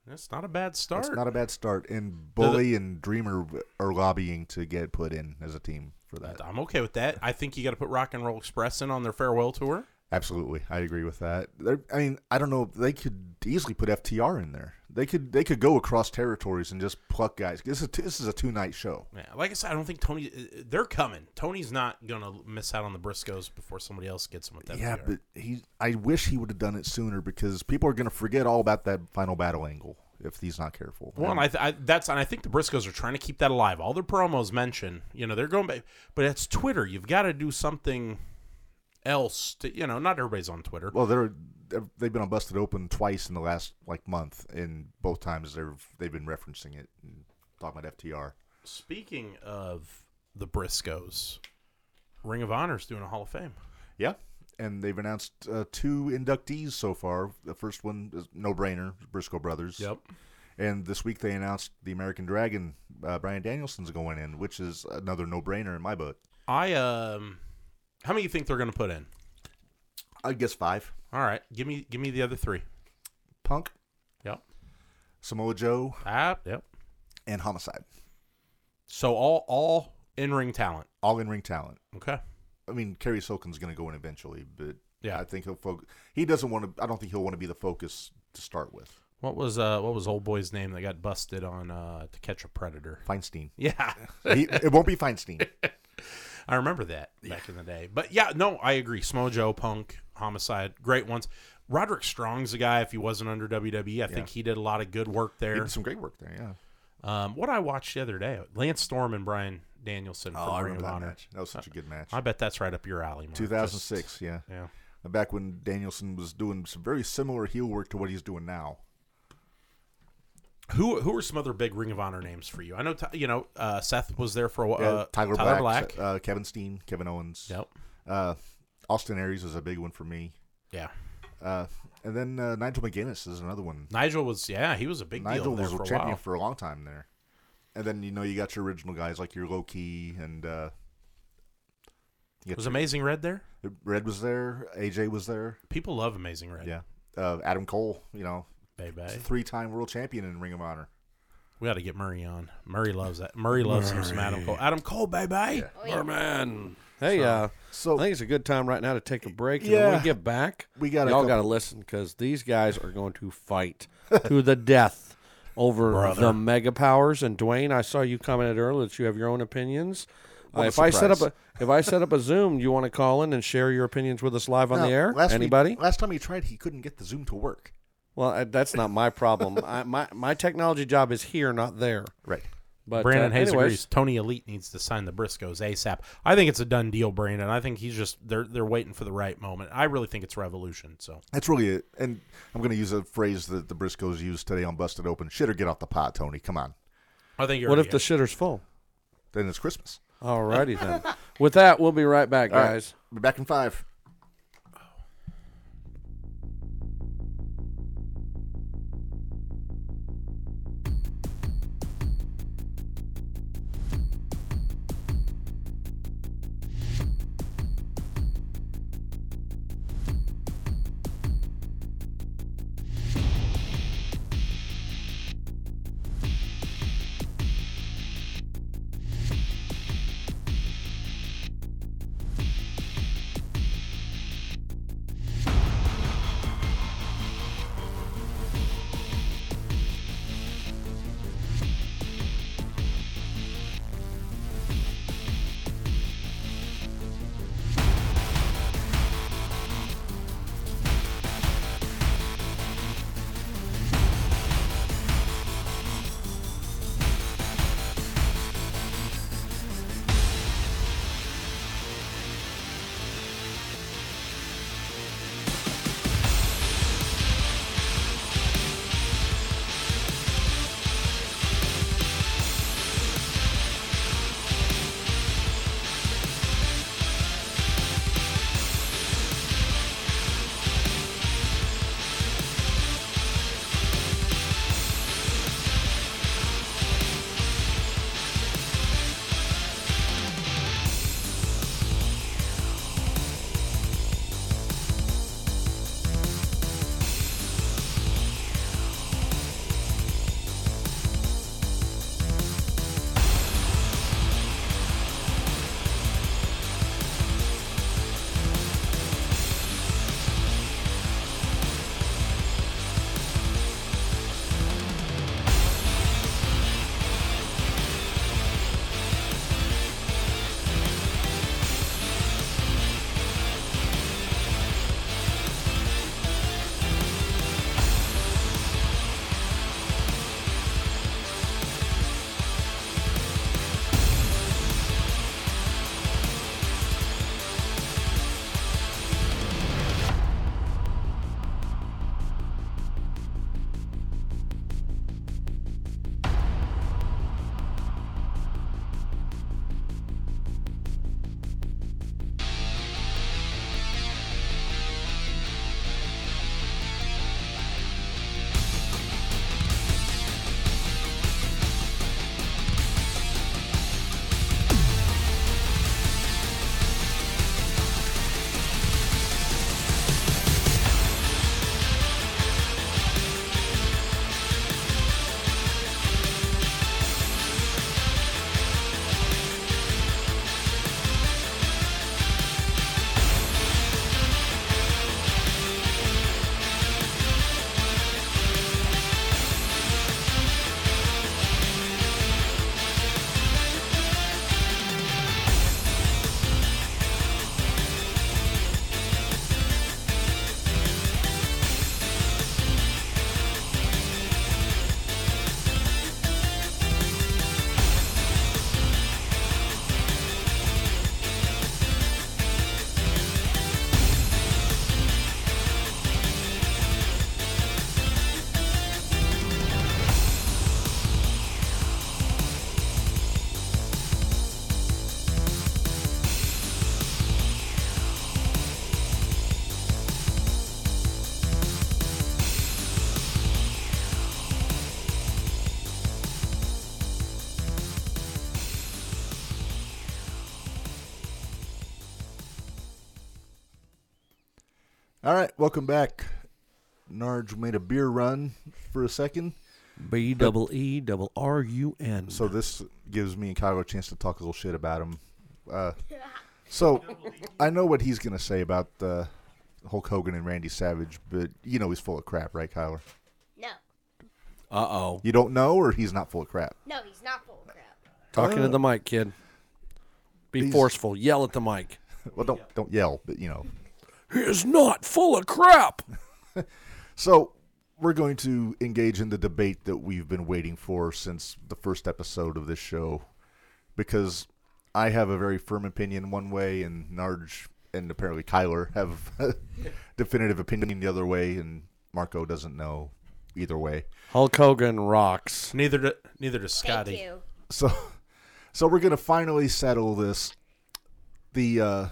S3: that's not a bad start.
S2: It's not a bad start, and Bully and Dreamer are lobbying to get put in as a team for that.
S3: I'm okay with that. I think you got to put Rock and Roll Express in on their farewell tour.
S2: Absolutely, I agree with that. They're, I mean, I don't know. They could easily put FTR in there. They could they could go across territories and just pluck guys. This is a, this is a two night show.
S3: Yeah, like I said, I don't think Tony. uh, uh, They're coming. Tony's not gonna miss out on the Briscoes before somebody else gets them with that.
S2: yeah,
S3: VR.
S2: but he. I wish he would have done it sooner because people are going to forget all about that final battle angle if he's not careful.
S3: well, and I, th- I that's and I think the Briscoes are trying to keep that alive. All their promos mention, you know, they're going back, but it's Twitter. You've got to do something else to, you know, not everybody's on Twitter.
S2: well, they're they're- they've been on busted open twice in the last like month, and both times they've they've been referencing it and talking about FTR.
S3: Speaking of the Briscoes, Ring of Honor's doing a Hall of Fame.
S2: Yeah, and they've announced uh, two inductees so far. The first one is no brainer, Briscoe Brothers. And this week they announced the American Dragon, uh, Brian Danielson's going in, which is another no brainer in my book.
S3: I um, how many you think they're gonna put in?
S2: I guess five.
S3: All right, give me give me the other three.
S2: Punk,
S3: Yep.
S2: Samoa Joe,
S3: Ah, yep.
S2: and Homicide.
S3: So all all in ring talent.
S2: All in ring talent.
S3: Okay.
S2: I mean, Kerry Silkin's going to go in eventually, but
S3: Yeah.
S2: I think he'll focus. He doesn't want to. I don't think he'll want to be the focus to start with.
S3: What was uh what was old boy's name that got busted on uh to catch a predator?
S2: Feinstein.
S3: Yeah.
S2: He, it won't be Feinstein.
S3: I remember that back in the day. But yeah, no, I agree. Smojo, Punk, Homicide, great ones. Roderick Strong's a guy. If he wasn't under WWE, I think he did a lot of good work
S2: He
S3: there.
S2: did some great work there. Yeah.
S3: Um, what I watched the other day, Lance Storm and Brian Danielson from Ring of
S2: Oh, that
S3: Honor.
S2: match. That was such a good match.
S3: I bet that's right up your alley. Mark.
S2: 2006.
S3: Just-
S2: yeah.
S3: yeah.
S2: Back when Danielson was doing some very similar heel work to what he's doing now.
S3: Who who are some other big Ring of Honor names for you? I know Ty- you know uh, Seth was there for a while.
S2: Uh,
S3: Uh,
S2: Tyler,
S3: Tyler
S2: Black,
S3: Black.
S2: Uh, Kevin Steen, Kevin Owens.
S3: Yep.
S2: Uh, Austin Aries is a big one for me.
S3: Yeah.
S2: Uh, and then uh, Nigel McGuinness is another one.
S3: Nigel was yeah he was a big
S2: Nigel
S3: deal there
S2: was a
S3: for a
S2: champion
S3: while.
S2: for a long time there. And then you know you got your original guys like your low key and uh, for-
S3: was Amazing Red there?
S2: Red was there, AJ was there.
S3: People love Amazing Red.
S2: Yeah, uh, Adam Cole, you know,
S3: baby.
S2: three time world champion in Ring of Honor.
S3: We got to get Murray on. Murray loves that. Murray loves him some Adam Cole. Adam Cole, baby.
S5: Oh, Merman. Hey, uh,
S2: So-
S5: I think it's a good time right now to take a break. And
S2: Yeah.
S5: when we get back,
S2: We got a
S5: y'all
S2: couple-
S5: got to listen because these guys are going to fight to the death over the mega powers. And Dwayne, I saw you commented earlier that you have your own opinions. Uh,
S2: a
S5: if I set up
S2: surprise.
S5: a if I set up a Zoom, you want to call in and share your opinions with us live on
S2: Now,
S5: the air?
S2: we-
S5: Anybody?
S2: last time he tried, he couldn't get the Zoom to work.
S5: Well, I, that's not my problem. I, my my technology job is here, not there.
S2: Right.
S5: But
S3: Brandon
S5: uh,
S3: Hayes
S5: anyways,
S3: agrees. Tony Elite needs to sign the Briscoes ASAP. I think it's a done deal, Brandon. I think he's just they're they're waiting for the right moment. I really think it's revolution. So
S2: That's really it. And I'm going to use a phrase that the Briscoes used today on Busted Open: "Shit or get off the pot, Tony. Come on."
S3: I think you're
S5: What if the shitter's full?
S2: Then it's Christmas.
S5: Alrighty then. With that, we'll be right back,
S2: All right.
S5: guys.
S2: Be back in five. All right, welcome back. Narge made a beer run for a second,
S5: B double E double R U N.
S2: so this gives me and Kyle a chance to talk a little shit about him. Uh, so I know what he's gonna say about uh, Hulk Hogan and Randy Savage, but you know he's full of crap, right, Kyler?
S4: No,
S5: Uh oh.
S2: You don't know, or he's not full of crap.
S4: no, he's not full of crap.
S5: Talking to the mic, kid. Be
S2: These-
S5: forceful. Yell at the mic.
S2: Well, don't don't yell, but you know.
S5: He is not full of crap.
S2: So we're going to engage in the debate that we've been waiting for since the first episode of this show, because I have a very firm opinion one way, and Narge and apparently Kyler have a definitive opinion the other way, and Marco doesn't know either way.
S5: Hulk Hogan rocks.
S3: Neither do, neither does
S4: Thank
S3: Scotty.
S4: you.
S2: So, so we're gonna finally settle this. The uh,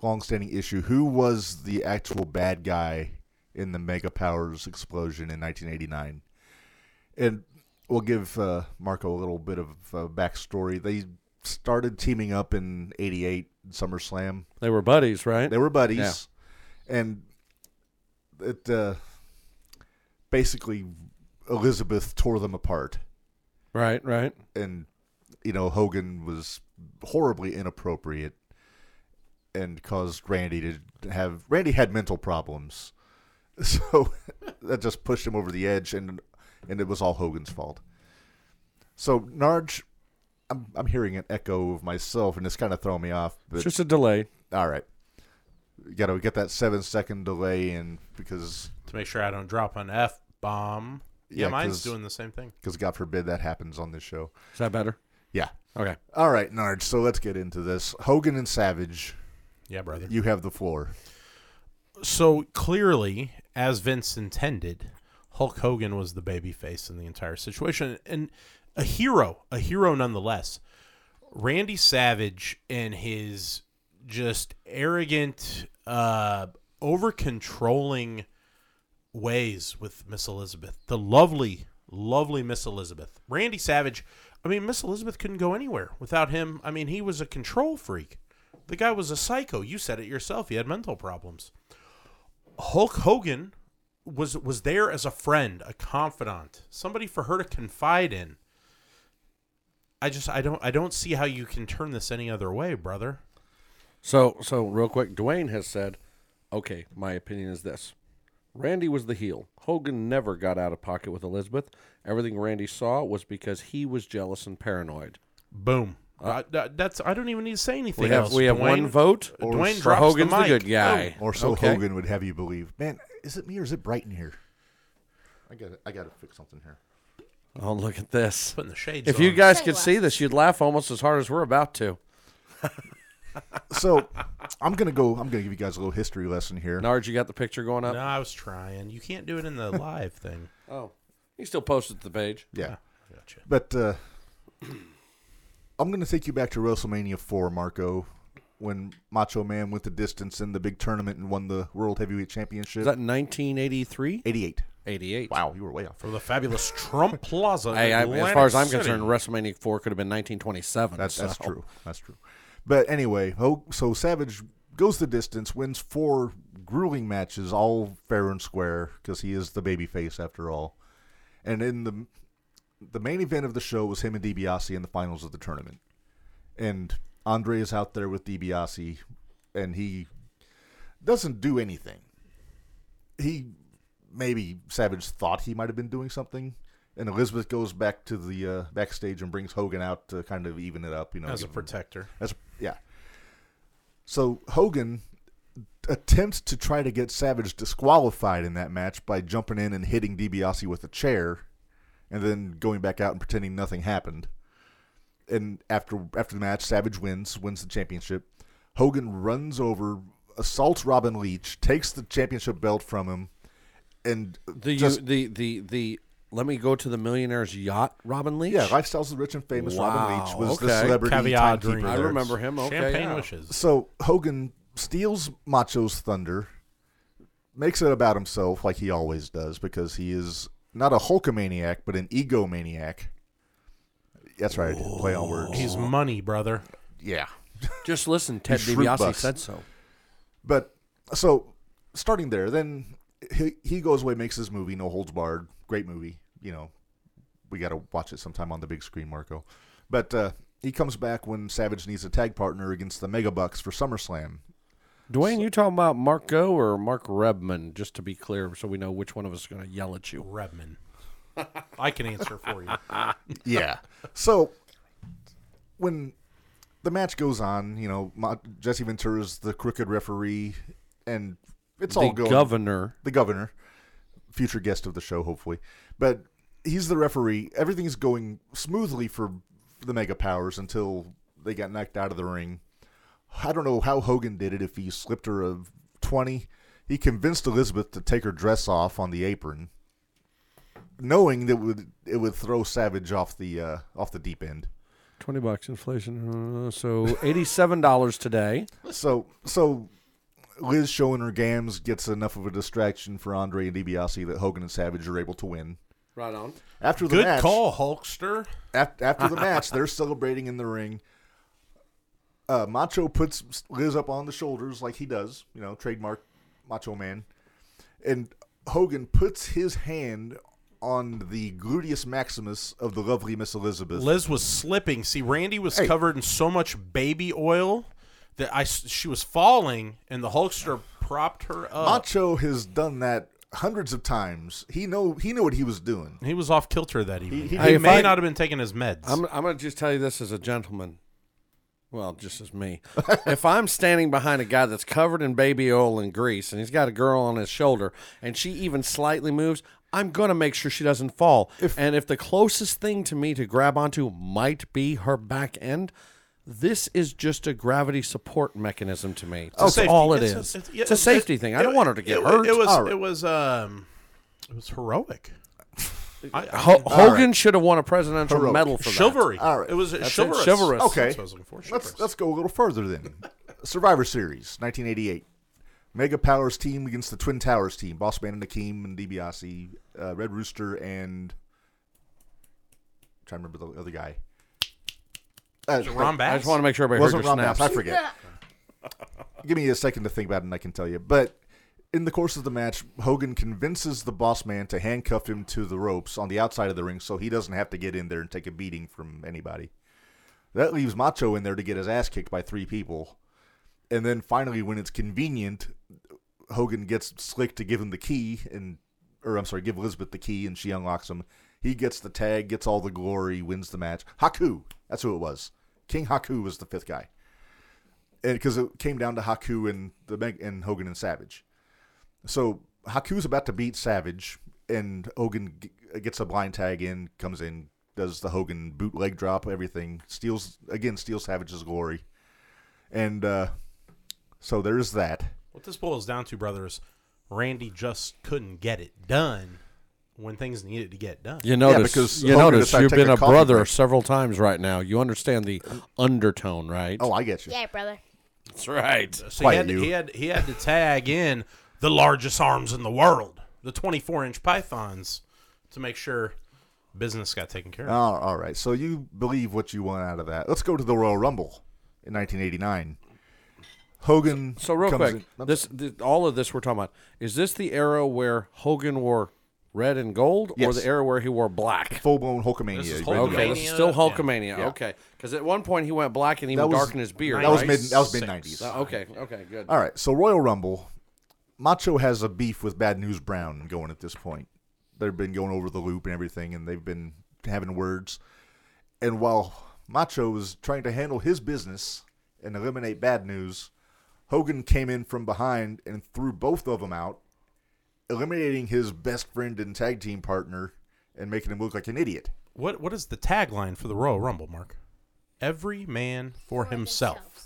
S2: long-standing issue: Who was the actual bad guy in the Mega Powers explosion in 1989? And we'll give uh, Marco a little bit of uh, backstory. They started teaming up in '88 SummerSlam.
S5: They were buddies, right?
S2: They were buddies, and it uh, basically Elizabeth tore them apart
S5: right, right.
S2: and you know Hogan was horribly inappropriate and caused Randy to have Randy had mental problems. So that just pushed him over the edge and and it was all Hogan's fault. So Narge I'm I'm hearing an echo of myself and it's kind of throwing me off, but
S5: It's just a delay.
S2: all right. Got to get that 7 second delay in because
S3: To make sure I don't drop an F bomb. Yeah,
S2: Yeah,
S3: mine's
S2: 'cause-
S3: doing the same thing.
S2: cuz God forbid that happens on this show.
S5: Is that better?
S2: Yeah.
S5: Okay.
S2: All right, Narge, so let's get into this. Hogan and Savage
S3: Yeah, brother.
S2: You have the floor.
S3: So clearly, as Vince intended, Hulk Hogan was the babyface in the entire situation and a hero, a hero nonetheless. Randy Savage and his just arrogant, uh, over controlling ways with Miss Elizabeth, the lovely, lovely Miss Elizabeth. Randy Savage, I mean, Miss Elizabeth couldn't go anywhere without him. I mean, he was a control freak. The guy was a psycho. You said it yourself. He had mental problems. Hulk Hogan was was there as a friend, a confidant, somebody for her to confide in. I just I don't I don't see how you can turn this any other way, brother.
S5: So, so real quick, Dwayne has said, "Okay, my opinion is this: Randy was the heel. Hogan never got out of pocket with Elizabeth. Everything Randy saw was because he was jealous and paranoid."
S3: Boom. Uh, th- that's I don't even need to say anything
S5: We have
S3: else.
S5: we have
S3: Dwayne-
S5: one vote
S3: Dwayne
S5: for
S3: drops the
S5: Hogan's the,
S3: mic.
S5: good guy,
S2: Or so
S5: Okay.
S2: Hogan would have you believe. Man, is it me or is it Brighton here? I got I got to fix something here.
S5: Oh, look at this!
S3: Putting the shades.
S5: If you
S3: on.
S5: guys could see this, you'd laugh almost as hard as we're about to.
S2: So, I'm going to go I'm going to give you guys a little history lesson here.
S5: Nard, you got the picture going up?
S3: No, I was trying. You can't do it in the live thing.
S5: Oh, he still posted the page.
S2: Yeah.
S3: Gotcha.
S2: But uh, I'm going to take you back to WrestleMania 4, Marco, when Macho Man went the distance in the big tournament and won the World Heavyweight Championship.
S5: Is that 1983?
S2: 88.
S5: 88.
S2: Wow, you were way off.
S3: From the fabulous Trump Plaza. in
S5: Hey, I, as
S3: Atlantic
S5: far as I'm
S3: City.
S5: concerned, WrestleMania 4 could have been 1927.
S2: That's that's
S5: so-
S2: true. That's true. But anyway, Ho- so Savage goes the distance, wins four grueling matches, all fair and square, because he is the babyface after all. And in the the main event of the show was him and DiBiase in the finals of the tournament. And Andre is out there with DiBiase, and he doesn't do anything. He maybe Savage thought he might have been doing something, and Elizabeth goes back to the uh, backstage and brings Hogan out to kind of even it up. You know,
S3: as a
S2: give him-
S3: protector.
S2: as yeah. So Hogan attempts to try to get Savage disqualified in that match by jumping in and hitting DiBiase with a chair, and then going back out and pretending nothing happened. And after after the match, Savage wins wins the championship. Hogan runs over, assaults Robin Leach, takes the championship belt from him, and
S5: The, you-
S2: just
S5: the the the let me go to the millionaire's yacht, Robin Leach.
S2: yeah, lifestyles of the rich and famous. Robin
S5: Wow,
S2: Leach was the
S5: okay.
S2: celebrity
S3: Caviar
S2: timekeeper
S3: dream.
S5: I
S2: there.
S5: remember him. Okay,
S3: Champagne
S5: yeah.
S3: wishes.
S2: So Hogan steals Macho's thunder, makes it about himself like he always does because he is not a Hulkamaniac but an egomaniac. That's right. Play on words.
S3: He's money, brother.
S2: yeah.
S5: Just listen, Ted
S2: You shrimp
S5: DiBiase
S2: bust.
S5: said so.
S2: But so starting there, then he, he goes away, makes his movie, No Holds Barred. Great movie. You know, we got to watch it sometime on the big screen, Marco. But uh, he comes back when Savage needs a tag partner against the Mega Bucks for SummerSlam.
S5: Dwayne, you talking about Marco or Mark Rebman? Just to be clear, so we know which one of us is going to yell at you.
S3: Redman. I can answer for you.
S2: Yeah. so when the match goes on, you know, Ma- Jesse Ventura's the crooked referee, and it's all
S5: the
S2: going.
S5: governor.
S2: the governor, future guest of the show, hopefully. But he's the referee. Everything's going smoothly for the Mega Powers until they got knocked out of the ring. I don't know how Hogan did it. If he slipped her a twenty, he convinced Elizabeth to take her dress off on the apron, knowing that would it would throw Savage off the uh, off the deep end.
S5: Twenty bucks inflation. uh, so eighty-seven dollars today.
S2: So so Liz showing her gams gets enough of a distraction for Andre and DiBiase that Hogan and Savage are able to win.
S5: Right on.
S2: After the
S3: Good
S2: match,
S3: call, Hulkster.
S2: After, after the match, they're celebrating in the ring. Uh, Macho puts Liz up on the shoulders like he does, you know, trademark Macho Man. And Hogan puts his hand on the gluteus maximus of the lovely Miss Elizabeth.
S3: Liz was slipping. See, Randy was covered in so much baby oil that I s- she was falling, and the Hulkster propped her up.
S2: Macho has done that hundreds of times. He know he knew what he was doing.
S3: He was off kilter that evening. He,
S2: he-
S5: Hey, if
S3: may
S5: I-
S3: not have been taking his meds.
S5: I'm, I'm going to just tell you this as a gentleman. Well, just as me. if I'm standing behind a guy that's covered in baby oil and grease and he's got a girl on his shoulder and she even slightly moves, I'm going to make sure she doesn't fall. and if the closest thing to me to grab onto might be her back end, this is just a gravity support mechanism to me.
S2: Oh,
S5: That's
S3: safety.
S5: all it
S3: It's
S5: is.
S3: a-
S5: it's,
S3: it's- yeah,
S5: a safety thing. I
S3: it-
S5: don't want her to get
S3: it,
S5: hurt.
S3: It was.
S2: All right.
S3: It was. Um, it was heroic. I, I,
S5: Ho- Hogan should have won a presidential
S2: Heroic.
S5: medal for that.
S3: chivalry.
S2: All right.
S3: It was
S5: it,
S3: chivalrous.
S5: chivalrous.
S3: That's
S2: Okay.
S3: what I was looking for,
S2: Let's
S3: chivalrous.
S2: let's go a little further then. Survivor Series, 1988. Mega Powers team against the Twin Towers team. Boss Man and Akeem and DiBiase, uh, Red Rooster and trying to remember the other guy. Uh,
S3: Ron Bass.
S5: I just want to make sure everybody
S2: wasn't
S5: heard your
S2: Ron
S5: snaps.
S2: Bass, I forget. Give me a second to think about it, and I can tell you. But in the course of the match, Hogan convinces the Boss Man to handcuff him to the ropes on the outside of the ring, so he doesn't have to get in there and take a beating from anybody. That leaves Macho in there to get his ass kicked by three people. And then finally, when it's convenient, Hogan gets Slick to give him the key, and or I'm sorry, give Elizabeth the key, and she unlocks him. He gets the tag, gets all the glory, wins the match. Haku, that's who it was. King Haku was the fifth guy, and because it came down to Haku and the Meg- and Hogan and Savage. So Haku's about to beat Savage, and Hogan g- gets a blind tag in, comes in, does the Hogan bootleg drop, everything, steals again, steals Savage's glory, and uh, so there's that.
S3: What this boils down to, brothers, Randy just couldn't get it done when things needed to get done.
S5: You notice,
S2: because
S5: you
S2: Hogan
S5: notice
S2: decided
S5: you've
S2: to take
S5: been
S2: a
S5: a
S2: coffee
S5: brother
S2: break.
S5: several times right now. You understand the undertone, right?
S2: Oh, I get you.
S4: Yeah, brother.
S5: that's right.
S3: So he had,
S2: Quiet you.
S3: he had he had to tag in the largest arms in the world, the 24 inch pythons, to make sure business got taken care of.
S2: Oh, all right. So you believe what you want out of that. Let's go to the Royal Rumble in 1989. Hogan.
S5: So real
S2: comes
S5: quick,
S2: in-
S5: this, th all of this we're talking about is this the era where Hogan wore red and gold, or
S2: Yes.
S5: the era where he wore black?
S2: full blown Hulkamania.
S3: This is
S2: right
S3: Hulkamania.
S5: Okay,
S2: there.
S5: this is still
S3: Yeah.
S5: Hulkamania. Okay, because at one point he went black and even
S2: was-
S5: darkened his beard.
S2: That was
S5: right?
S2: mid. That was mid
S3: Six.
S2: 90s.
S5: Uh, Okay, okay, good.
S2: All right. So Royal Rumble. Macho has a beef with Bad News Brown going at this point. They've been going over the loop and everything, and they've been having words. And while Macho is trying to handle his business and eliminate Bad News, Hogan came in from behind and threw both of them out, eliminating his best friend and tag team partner and making him look like an idiot.
S3: What what is the tagline for the Royal Rumble, Mark? Every man for, himself.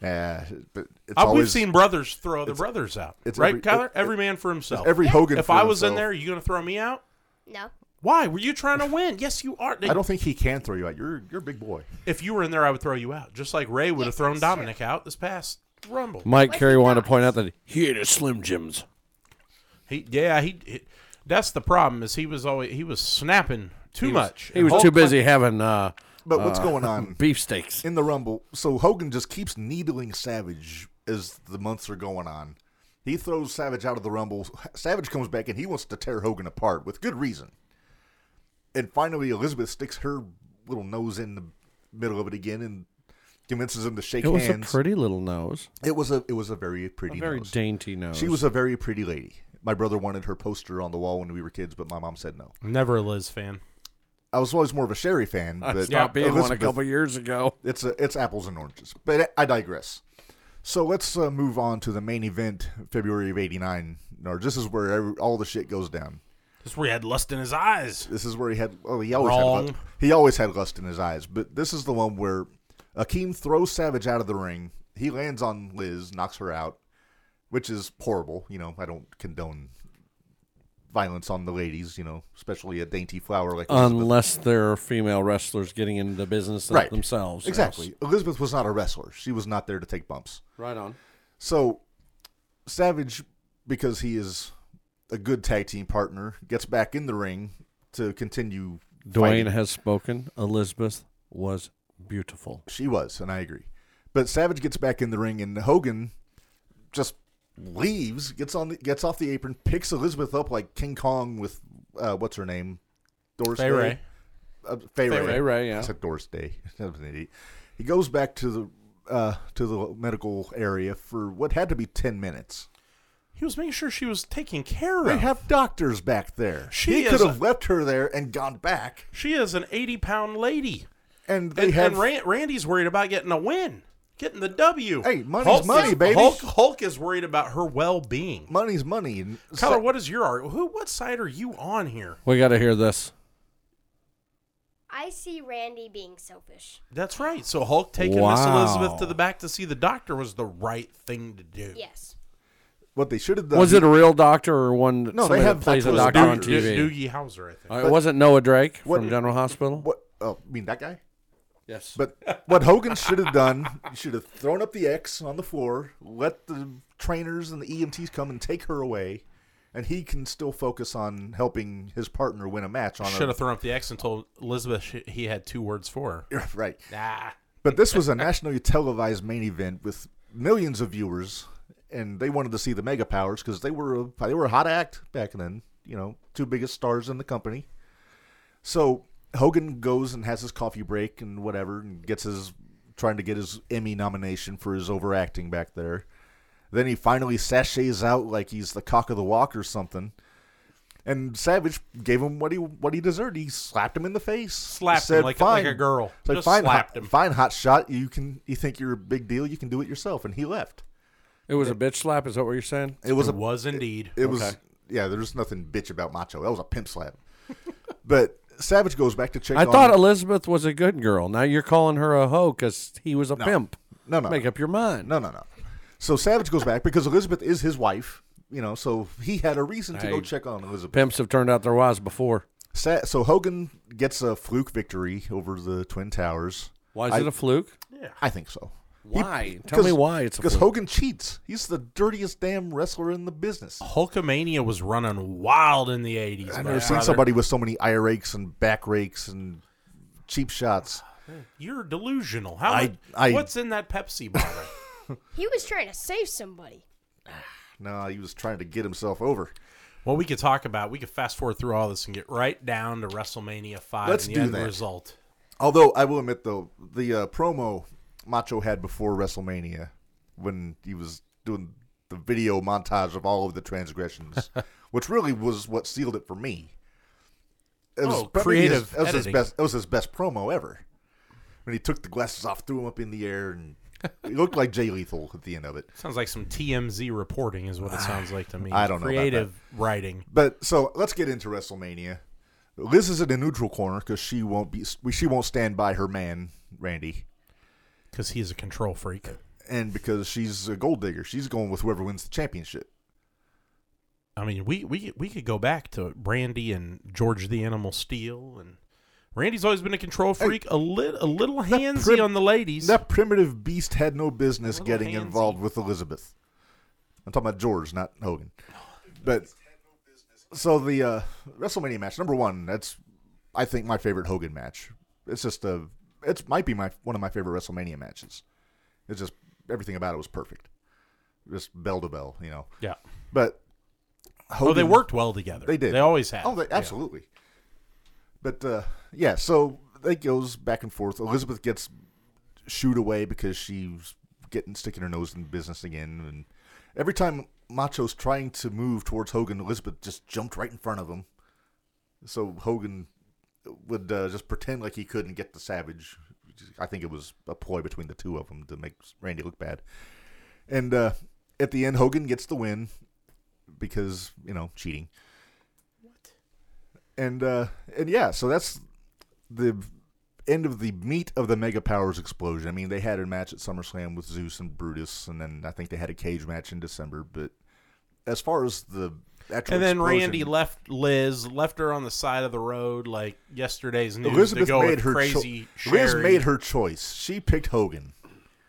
S2: Yeah, but it's
S3: Uh, we've
S2: always
S3: seen brothers throw other brothers out,
S2: it's
S3: right,
S2: every-
S3: Kyler?
S2: it-
S3: every man for himself.
S2: every Hogan.
S3: if
S2: for
S3: I was in
S2: himself.
S3: there, are you going to throw me out?
S4: No.
S3: Why? Were you trying to win? Yes, you are.
S2: I don't think he can throw you out. You're you're a big boy.
S3: If you were in there, I would throw you out, just like Ray would have thrown Dominic out this past Rumble.
S5: Mike Carey wanted to point out that he had his Slim Jims.
S3: He, yeah, he, he- That's the problem. Is he was always he was snapping too much.
S5: He
S3: And
S5: was
S3: Hulk-
S5: too busy having uh,
S2: But what's going on?
S5: beefsteaks.
S2: in the Rumble. So Hogan just keeps needling Savage as the months are going on. He throws Savage out of the Rumble. Savage comes back and he wants to tear Hogan apart with good reason. And finally, Elizabeth sticks her little nose in the middle of it again and convinces him to shake
S5: It was a
S2: hands.
S5: pretty little nose,
S2: it was a it was a very pretty
S5: a very
S2: nose.
S5: dainty nose.
S2: She was a very pretty lady. My brother wanted her poster on the wall when we were kids, but my mom said no.
S3: Never a Liz fan.
S2: I was always more of a Sherry fan,
S5: I
S2: but
S5: stopped being one a
S2: Elizabeth-
S5: couple years ago.
S2: It's a, it's apples and oranges. But I digress. So let's uh, move on to the main event, February of '89. Or this is where every, all the shit goes down.
S3: This where he had lust in his eyes.
S2: This is where he had. Oh, he always
S3: Wrong.
S2: had. Lust, he always had lust in his eyes. But this is the one where Akeem throws Savage out of the ring. He lands on Liz, knocks her out, which is horrible. You know, I don't condone violence on the ladies. You know, especially a dainty flower like Elizabeth.
S5: Unless there are female wrestlers getting into the business of
S2: Right.
S5: themselves.
S2: exactly.
S5: Yes.
S2: Elizabeth was not a wrestler. She was not there to take bumps.
S5: Right on.
S2: So Savage, because he is a good tag team partner, gets back in the ring to continue.
S5: Dwayne
S2: fighting.
S5: has spoken. Elizabeth was beautiful.
S2: She was, and I agree. But Savage gets back in the ring, and Hogan just leaves, gets on, the, gets off the apron, picks Elizabeth up like King Kong with uh, what's her name, Doris
S3: Fay
S2: Day?
S3: Ray.
S2: Uh, Fay, Ray.
S5: Fay Ray, yeah.
S2: I said Doris Day. That was an idiot. He goes back to the uh, to the medical area for what had to be ten minutes.
S3: He was making sure she was taken care
S2: They
S3: of.
S2: have doctors back there.
S3: She
S2: he
S3: is
S2: could
S3: a-
S2: have left her there and gone back.
S3: she is an 80 pound lady.
S2: And they
S3: And,
S2: have
S3: and Ran- Randy's worried about getting a win, getting the W.
S2: Hey, money's
S3: Hulk
S2: money,
S3: is,
S2: baby.
S3: Hulk, Hulk is worried about her well being.
S2: money's money. And
S3: Tyler,
S2: Sa-
S3: what is your argument? Who? What side are you on here?
S5: We got to hear this.
S4: I see Randy being selfish.
S3: That's right. So Hulk taking Miss
S5: Wow.
S3: Elizabeth to the back to see the doctor was the right thing to do.
S4: Yes.
S2: what they should have done
S5: was it a real doctor or one?
S2: No,
S5: somebody
S2: they
S5: that
S2: have
S5: plays a
S2: doctors
S5: doctor
S2: that
S5: on
S2: do-
S3: Doo-
S5: TV.
S3: Doogie Howser, I think.
S5: Uh, it wasn't Noah Drake
S2: What-
S5: from General Hospital.
S2: What? Oh, I mean that guy.
S5: Yes,
S2: But what Hogan should have done, he should have thrown up the X on the floor, let the trainers and the EMTs come and take her away, and he can still focus on helping his partner win a match on
S3: Should have thrown up the X and told Elizabeth she, he had two words for her.
S2: a right.
S3: Ah.
S2: But this was a nationally televised main event with millions of viewers, and they wanted to see the Mega Powers because they were a, they were a hot act back then. You know, two biggest stars in the company. So Hogan goes and has his coffee break and whatever, and gets his trying to get his Emmy nomination for his overacting back there. Then he finally sachets out like he's the cock of the walk or something. And Savage gave him what he what he deserved. He slapped him in the face.
S3: Slapped him like- like a girl.
S2: So
S3: Just
S2: fine,
S3: slapped
S2: hot,
S3: him.
S2: fine, hot shot. You can you think you're a big deal. You can do it yourself. And he left.
S5: it was a bitch slap. Is that what you're saying?
S2: It was a
S3: It was indeed.
S2: it was yeah. There's nothing bitch about Macho. That was a pimp slap. but Savage goes back to check.
S5: I
S2: on,
S5: thought Elizabeth was a good girl. Now you're calling her a hoe because he was a pimp.
S2: No, no,
S5: Make
S2: no.
S5: up your mind.
S2: No, no, no. So Savage goes back because Elizabeth is his wife. You know, so he had a reason to go
S5: Hey.
S2: check on Elizabeth.
S5: Pimps have turned out their wives before.
S2: Sa- so Hogan gets a fluke victory over the Twin Towers.
S5: Why is
S2: I-
S5: it a fluke?
S2: I think so.
S5: Why? Tell me why it's a
S2: because
S5: fluke.
S2: Hogan cheats. He's the dirtiest damn wrestler in the business.
S3: Hulkamania was running wild in the 80s.
S2: I've
S3: my
S2: never seen
S3: brother.
S2: somebody with so many eye rakes and back rakes and cheap shots.
S3: You're delusional. How
S2: I-
S3: much-
S2: I-
S3: what's in that Pepsi bottle?
S4: He was trying to save somebody.
S2: No, he was trying to get himself over.
S3: well, we could talk about. We could fast forward through all this and get right down to WrestleMania five
S2: Let's
S3: and the
S2: do
S3: end
S2: that.
S3: result.
S2: Although I will admit though, the uh, promo Macho had before WrestleMania when he was doing the video montage of all of the transgressions, which really was what sealed it for me. It was
S3: Oh,
S2: probably his-
S3: creative
S2: that was his
S3: editing.
S2: best. That was his best promo ever. When he took the glasses off, threw them up in the air, and he looked like Jay Lethal at the end of it.
S3: Sounds like some TMZ reporting is what it sounds like to me.
S2: I don't know about
S3: Creative writing.
S2: But so let's get into WrestleMania. Liz is in a neutral corner because she won't be. She won't stand by her man Randy,
S3: because he's a control freak.
S2: and because she's a gold digger, she's going with whoever wins the championship.
S3: I mean, we we we could go back to Brandy and George the Animal Steel, and Randy's always been a control freak, a, lit, a little handsy
S2: prim-
S3: on the ladies.
S2: That primitive beast had no business
S3: Little
S2: getting
S3: handsy.
S2: involved with Elizabeth. I'm talking about George, not Hogan.
S3: Oh,
S2: But so the uh, WrestleMania match number one. That's I think my favorite Hogan match. It's just a. It's might be my one of my favorite WrestleMania matches. It's just everything about it was perfect. just bell to bell, you know.
S3: Yeah.
S2: But Hogan,
S3: oh, they worked well together.
S2: They did.
S3: They always have.
S2: Oh, they, absolutely. But uh, yeah, so it goes back and forth. Elizabeth gets shooed away because she's getting sticking her nose in business again, and every time Macho's trying to move towards Hogan, Elizabeth just jumped right in front of him. So Hogan would uh, just pretend like he couldn't get the Savage. I think it was a ploy between the two of them to make Randy look bad. And uh, at the end, Hogan gets the win because you know cheating. What? And uh, and yeah, so that's the end of the meat of the Mega Powers explosion. I mean, they had a match at SummerSlam with Zeus and Brutus, and then I think they had a cage match in December. But as far as the actual
S3: and then
S2: explosion,
S3: Randy left Liz, left her on the side of the road like yesterday's news
S2: Elizabeth
S3: to go
S2: made
S3: with
S2: her cho-
S3: crazy.
S2: Liz
S3: Sherry.
S2: made her choice. She picked Hogan.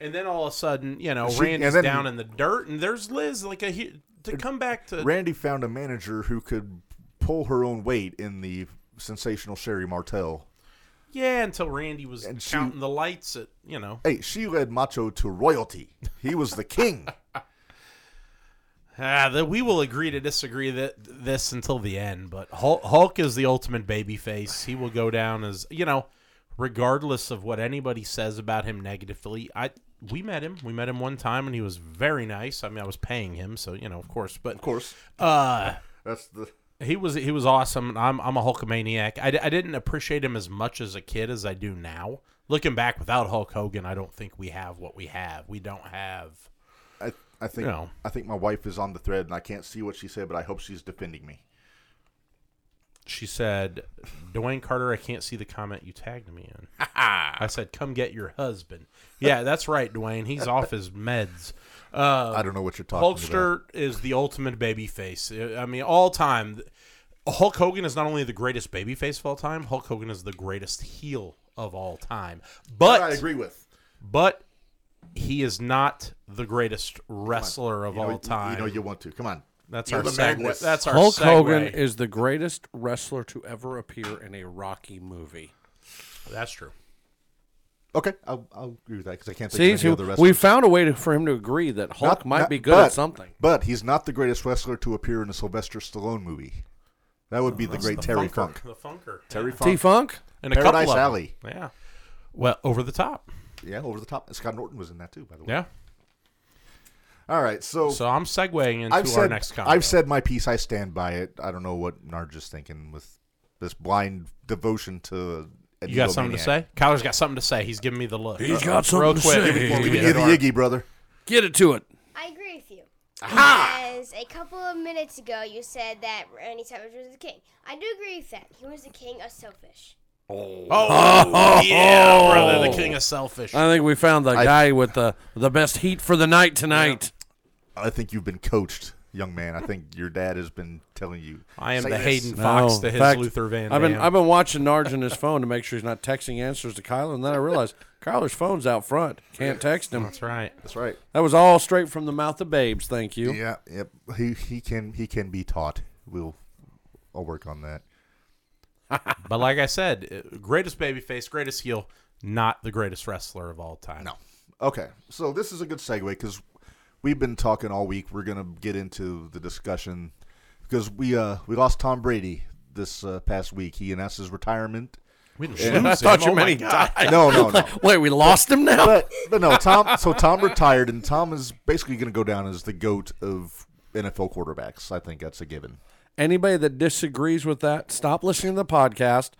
S3: and then all of a sudden, you know,
S2: She-
S3: Randy's
S2: and then-
S3: down in the dirt, and there's Liz like a he- to come back to.
S2: Randy found a manager who could pull her own weight in the sensational Sherry Martel.
S3: Yeah, until Randy was
S2: And she-
S3: counting the lights at you know.
S2: Hey, she led Macho to royalty. He was the king.
S3: Ah, that we will agree to disagree that this until the end. But Hulk, Hulk is the ultimate baby face. He will go down as you know, regardless of what anybody says about him negatively. I we met him. We met him one time, and he was very nice. I mean, I was paying him, so you know, of course. But
S2: Of course,
S3: uh,
S2: that's the
S3: he was he was awesome. I'm I'm a Hulkamaniac. I, d- I didn't appreciate him as much as a kid as I do now. Looking back, without Hulk Hogan, I don't think we have what we have. We don't have.
S2: I, I think
S3: No.
S2: I think my wife is on the thread, and I can't see what she said, but I hope she's defending me.
S3: She said, Dwayne Carter, I can't see the comment you tagged me in. I said, come get your husband. Yeah, that's right, Dwayne. He's off his meds. Uh,
S2: I don't know what you're talking about.
S3: Hulkster is the ultimate baby face. I mean, all time. Hulk Hogan is not only the greatest baby face of all time, Hulk Hogan is the greatest heel of all time. But
S2: I agree with
S3: but he is not the greatest wrestler of
S2: You know-
S3: all time.
S2: You know you want to. Come on.
S3: that's,
S2: you're
S3: our
S2: the
S3: segue.
S2: magnus.
S3: that's our
S5: Hulk
S3: segue.
S5: Hogan is the greatest wrestler to ever appear in a Rocky movie.
S3: That's true.
S2: Okay, I'll, I'll agree with that because I can't
S5: See,
S2: think of any
S5: so
S2: other
S5: we
S2: wrestlers.
S5: found a way to, for him to agree that Hulk
S2: Not-
S5: might
S2: not-
S5: be good
S2: but-
S5: at something.
S2: But he's not the greatest wrestler to appear in a Sylvester Stallone movie. That would be the great Terry Funk.
S3: Oh, The Funker.
S2: Terry
S5: T
S2: Funk.
S5: Funk.
S3: And
S2: Paradise
S3: of them.
S2: Alley.
S3: Yeah. Well, over the top.
S2: Yeah, over the top. Scott Norton was in that too, by the way.
S3: Yeah.
S2: All right, so,
S3: So I'm segueing into
S2: I've
S3: our
S2: said
S3: next comment.
S2: I've said my piece. I stand by it. I don't know what Narja's thinking with this blind devotion to. A
S3: You got something to say? Kyler's got something to say. He's giving me the look.
S5: He's got something
S3: real
S5: to
S3: quick.
S5: say.
S3: Give me-
S5: Well,
S3: give me
S2: Give you
S3: that
S2: the
S3: arm.
S2: Iggy, brother.
S5: Get it to it.
S4: I agree with you. Because a couple of minutes ago you said that Randy Savage was the king. I do agree with that. He was the king of selfish.
S3: Oh, yeah, brother.
S2: Oh.
S3: The king of selfish.
S2: Uh.
S5: I think we found the
S2: I-
S5: guy with the the best heat for the night tonight.
S2: I think you've been coached, young man. I think your dad has been telling you.
S3: I am
S2: "Say
S3: the
S2: this."
S3: Hayden
S5: No,
S3: Fox to
S5: in
S3: his
S5: fact,
S3: Luther Van Dam.
S5: I've been I've been watching Narge on his phone to make sure he's not texting answers to Kyler, and then I realized Kyler's phone's out front. Can't text him.
S3: That's right.
S2: That's right.
S5: That was all straight from the mouth of babes. Thank you.
S2: Yeah, yep. He he can he can be taught. We'll I'll work on that.
S3: But like I said, uh, greatest babyface, greatest heel, not the greatest wrestler of all time. No.
S2: Okay, so this is a good segue because we've been talking all week. We're gonna get into the discussion because we uh we lost Tom Brady this uh, past week. He announced his retirement.
S3: We didn't
S2: And I
S5: I
S3: lose
S5: thought
S3: him.
S5: you
S3: Oh my
S5: meant he
S3: God.
S5: died.
S2: No, no, no.
S5: Wait, we lost him now.
S2: But but no, Tom. So Tom retired, and Tom is basically gonna go down as the goat of NFL quarterbacks. I think that's a given.
S5: Anybody that disagrees with that, stop listening to the podcast.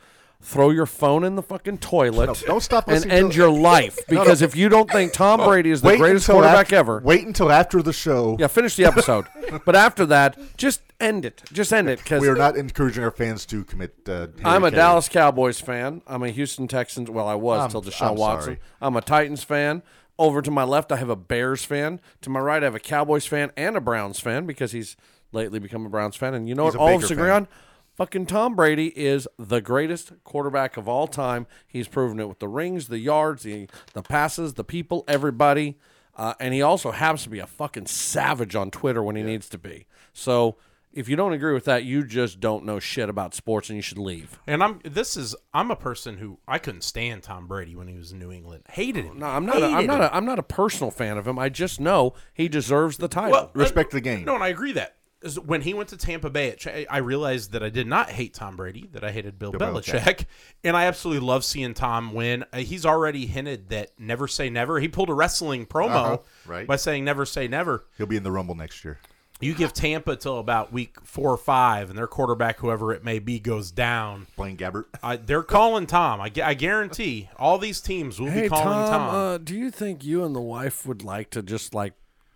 S5: Throw your phone in the fucking toilet.
S2: No, don't stop
S5: and
S2: listening to
S5: end
S2: it.
S5: your life because if you don't think Tom Brady is the greatest
S2: until
S5: quarterback
S2: after,
S5: ever,
S2: Wait until after the show.
S5: yeah, finish the episode. but after that, just end it. Just end it because
S2: We are not encouraging our fans to commit. Uh,
S5: I'm a
S2: hurricane.
S5: Dallas Cowboys fan. I'm a Houston Texans. Well, I was till Deshaun
S2: I'm
S5: Watson.
S2: sorry.
S5: I'm a Titans fan. Over to my left, I have a Bears fan. To my right, I have a Cowboys fan and a Browns fan because he's lately become a Browns fan. And you know
S2: He's
S5: what?
S2: a
S5: All of
S2: Baker
S5: us agree
S2: fan.
S5: on. Fucking Tom Brady is the greatest quarterback of all time. He's proven it with the rings, the yards, the the passes, the people, everybody. Uh, and he also happens to be a fucking savage on Twitter when he needs to be. So If you don't agree with that, you just don't know shit about sports and you should leave.
S3: And I'm this is I'm a person who I couldn't stand Tom Brady when he was in New England. Hated him.
S5: Oh, No, Uh, I'm not. A, I'm not. A, I'm not a personal fan of him. I just know he deserves the title.
S3: Well,
S2: Respect
S3: uh,
S2: the game.
S3: No, and I agree that Is when he went to Tampa Bay, it, cha- I realized that I did not hate Tom Brady, that I hated Bill, Belichick.
S2: Belichick.
S3: and I absolutely love seeing Tom win. Uh, He's already hinted that never say never. He pulled a wrestling promo
S2: Uh-huh, right.
S3: by saying never say never.
S2: He'll be in the Rumble next year.
S3: You give Tampa till about week four or five, and their quarterback, whoever it may be, goes down.
S2: Blaine Gabbert.
S3: I, they're calling Tom. I, gu- I guarantee all these teams will
S5: hey
S3: be calling
S5: Tom,
S3: Tom.
S5: Uh, do you think you and the wife would like to just like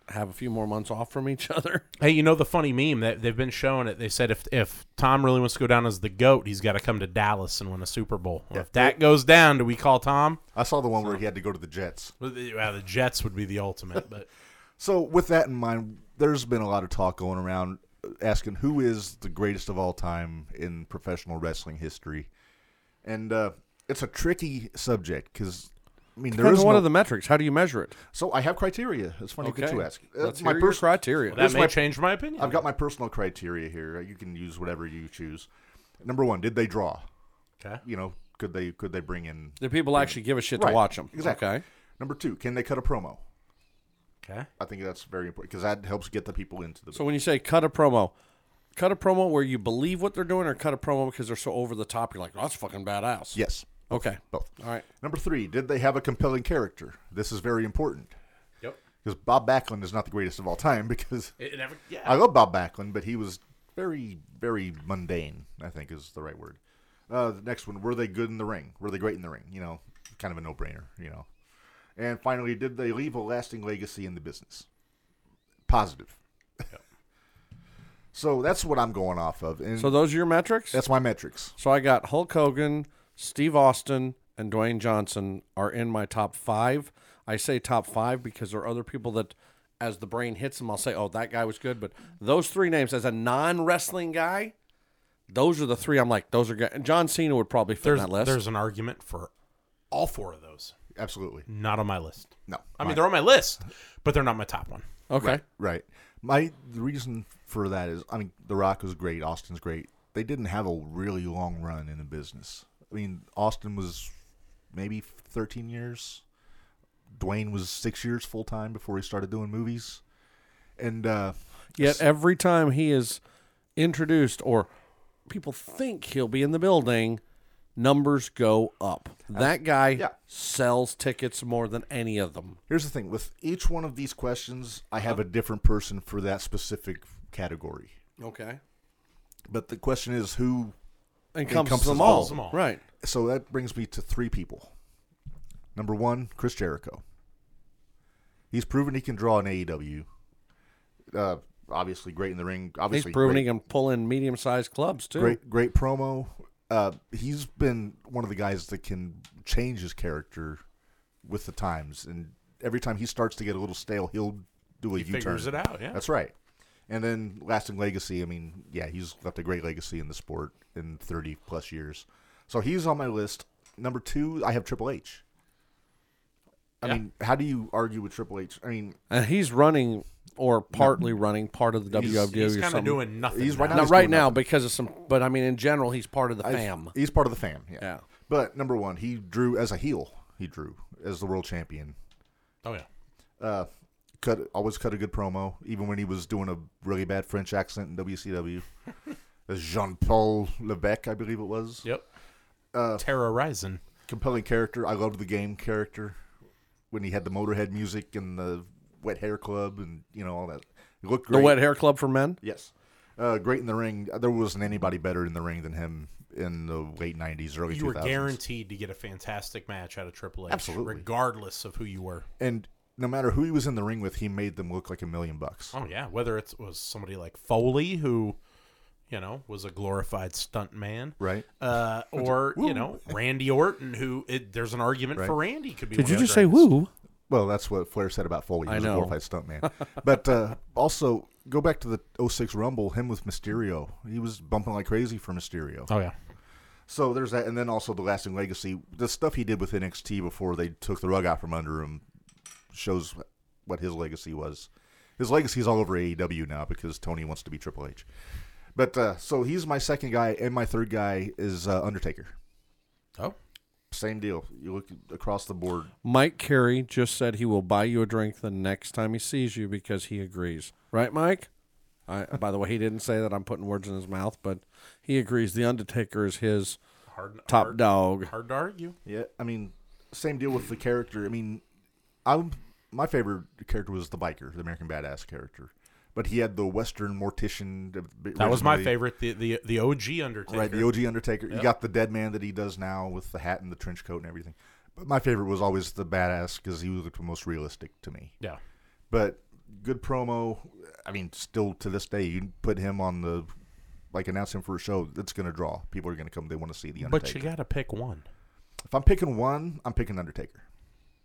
S5: have a few more months off from each other?
S3: Hey, you know the funny meme that they've been showing it. They said if if Tom really wants to go down as the goat, he's got to come to Dallas and win a Super Bowl. Well, If that goes down, do we call Tom?
S2: I saw the one where he had to go to the Jets.
S3: Well, the well, the Jets would be the ultimate, but
S2: So with that in mind, there's been a lot of talk going around uh, asking who is the greatest of all time in professional wrestling history, and uh, it's a tricky subject because I mean there
S5: Depends
S2: is
S5: on one
S2: no-
S5: of the metrics. How do you measure it?
S2: So I have criteria. It's funny that you ask. Uh,
S5: Let's
S2: my
S5: hear your
S2: pers-
S5: criteria.
S3: that
S2: Here's
S3: may
S2: my-
S3: change my opinion.
S2: I've got my personal criteria here. Uh, You can use whatever you choose. Number one, did they draw?
S3: okay.
S2: You know, could they could they bring in
S5: Do people actually give a shit
S2: Right,
S5: to watch them?
S2: Exactly.
S5: Okay.
S2: Number two, can they cut a promo?
S3: Okay.
S2: I think that's very important because that helps get the people into the.
S5: So when you say cut a promo, cut a promo where you believe what they're doing, or cut a promo because they're so over the top, you're like, oh, that's fucking badass.
S2: yes,
S5: Okay.
S2: both.
S5: All right.
S2: Number three, did they have a compelling character? This is very important
S3: Yep.
S2: because Bob Backlund is not the greatest of all time because
S3: It, it never, yeah.
S2: I love Bob Backlund, but he was very, very mundane. I think is the right word. Uh, the next one: Were they good in the ring? Were they great in the ring? You know, kind of a no-brainer. You know, and finally, did they leave a lasting legacy in the business? Positive. so that's what I'm going off of, and
S5: So those are your metrics.
S2: that's my metrics.
S5: so I got Hulk Hogan, Steve Austin, and Dwayne Johnson are in my top five. I say top five because there are other people that, as the brain hits them, I'll say, oh, that guy was good. But those three names, as a non wrestling guy, those are the three I'm like, those are guys. John Cena would probably fit
S3: there's
S5: in that list.
S3: there's an argument for all four of those.
S2: Absolutely.
S3: Not on my list.
S2: No.
S3: I mean, they're on my list, but they're not my top one.
S5: okay.
S2: Right. My the reason for that is I mean The Rock was great, Austin's great. They didn't have a really long run in the business. I mean Austin was maybe 13 years. Dwayne was 6 years full time before he started doing movies. And uh
S5: Yet every time he is introduced or people think he'll be in the building, numbers go up. That guy
S2: yeah.
S5: sells tickets more than any of them.
S2: here's the thing with each one of these questions, I have a different person for that specific category.
S5: Okay.
S2: But the question is who
S5: And comes,
S2: comes
S5: them,
S2: to
S5: all.
S3: them all.
S5: Right.
S2: so that brings me to three people. Number one, Chris Jericho. He's proven he can draw in AEW. Uh, obviously, great in the ring.
S5: He's
S2: Obviously,
S5: proven
S2: great,
S5: he can pull in medium sized clubs too.
S2: great, great promo. Uh, he's been one of the guys that can change his character with the times, and every time he starts to get a little stale, he'll do a U-turn.
S3: Figures it out. Yeah.
S2: That's right. And then lasting legacy. I mean, yeah, he's left a great legacy in the sport in 30 plus years. So he's on my list. Number two, I have Triple H. I
S3: Yeah.
S2: mean, how do you argue with Triple H? I mean,
S5: And he's running or partly running part of the WWW
S3: He's
S5: or
S3: kind
S5: something.
S3: of doing nothing.
S2: He's
S3: now.
S2: right now-
S5: Not
S2: he's
S5: right
S2: doing
S5: now
S2: nothing.
S5: because of some but I mean in general he's part of the
S2: I-
S5: fam.
S2: he's part of the fam. Yeah.
S5: Yeah.
S2: But number one, he drew as a heel. He drew as the world champion.
S3: Oh yeah.
S2: Uh, cut always cut a good promo, even when he was doing a really bad French accent in WCW. As Jean Paul Levesque, I believe it was.
S3: Yep. Uh, Terrorizing.
S2: compelling character. I loved the game character when he had the Motorhead music and the Wet Hair Club and you know all that. He looked great.
S5: The wet hair club for men?
S2: yes, uh, great in the ring. There wasn't anybody better in the ring than him in the late '90s, early
S3: you were
S2: 2000s.
S3: guaranteed to get a fantastic match out of Triple H,
S2: Absolutely.
S3: regardless of who you were.
S2: and no matter who he was in the ring with, he made them look like a million bucks.
S3: Oh yeah, whether it was somebody like Foley, who you know was a glorified stunt man,
S2: Right?
S3: Uh, or you know Randy Orton, who it, there's an argument for Randy could be. one of the greatest.
S5: woo?
S2: Well, that's what Flair said about Foley. He
S5: I
S2: was a
S5: know.
S2: glorified stuntman. but uh, also, go back to the 06 Rumble, him with Mysterio. He was bumping like crazy for Mysterio.
S3: Oh yeah,
S2: So there's that, and then also the lasting legacy, the stuff he did with NXT before they took the rug out from under him, shows E what his legacy was. His legacy's all over AEW now because Tony wants to be Triple H. But uh, so he's my second guy, and my third guy is uh, Undertaker.
S3: Oh,
S2: Same deal. You look across the board.
S5: Mike Carey just said he will buy you a drink the next time he sees you because he agrees. Right, Mike? I, by the way, he didn't say that I'm putting words in his mouth, but he agrees. The Undertaker is his
S3: hard
S5: top
S3: hard,
S5: dog.
S3: Hard to argue.
S2: Yeah, I mean, same deal with the character. I mean, I'm my favorite character was the biker, the American badass character, but he had the Western mortician.
S3: That was my
S2: originally.
S3: favorite. The the the OG Undertaker.
S2: Right, the OG Undertaker. You got the dead man that he does now with the hat and the trench coat and everything. But my favorite was always the badass because he looked the most realistic to me.
S3: Yeah.
S2: But good promo. I mean, still to this day, you put him on the like announce him for a show. That's going to draw. People are going to come. They want to see the Undertaker.
S3: But you got to pick one.
S2: if I'm picking one, I'm picking Undertaker.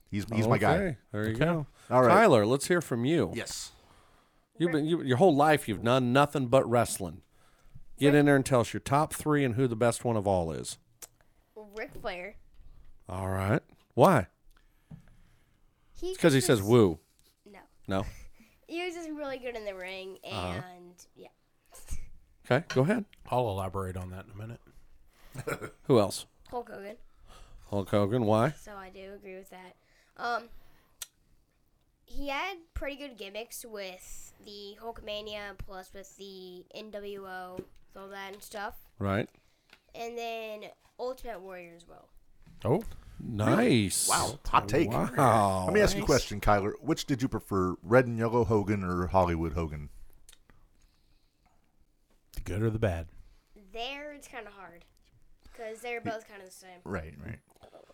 S2: He's he's my guy.
S5: Okay, There you go.
S2: All right.
S5: Tyler, let's hear from you.
S2: Yes.
S5: You've been you, your whole life. You've done nothing but wrestling. Get in there and tell us your top three and who the best one of all is.
S4: Ric Flair.
S5: All right. Why?
S4: He
S5: It's because he
S4: just-
S5: says woo.
S4: No.
S5: No.
S4: He was just really good in the ring, and
S3: Uh-huh.
S4: yeah.
S5: Okay. Go ahead.
S3: I'll elaborate on that in a minute.
S5: Who else?
S4: Hulk Hogan.
S5: Hulk Hogan. Why?
S4: So I do agree with that. Um, he had pretty good gimmicks with the Hulkmania, plus with the NWO, with all that and stuff,
S5: Right.
S4: and then Ultimate Warrior as well.
S3: Oh,
S5: Nice. Oh. Wow.
S2: Hot take.
S5: Wow.
S2: Let me ask you a question, Kyler. Which did you prefer, red and yellow Hogan or Hollywood Hogan?
S3: the good or the bad?
S4: There, it's kind of hard because they're both kind of the same.
S2: Right, right.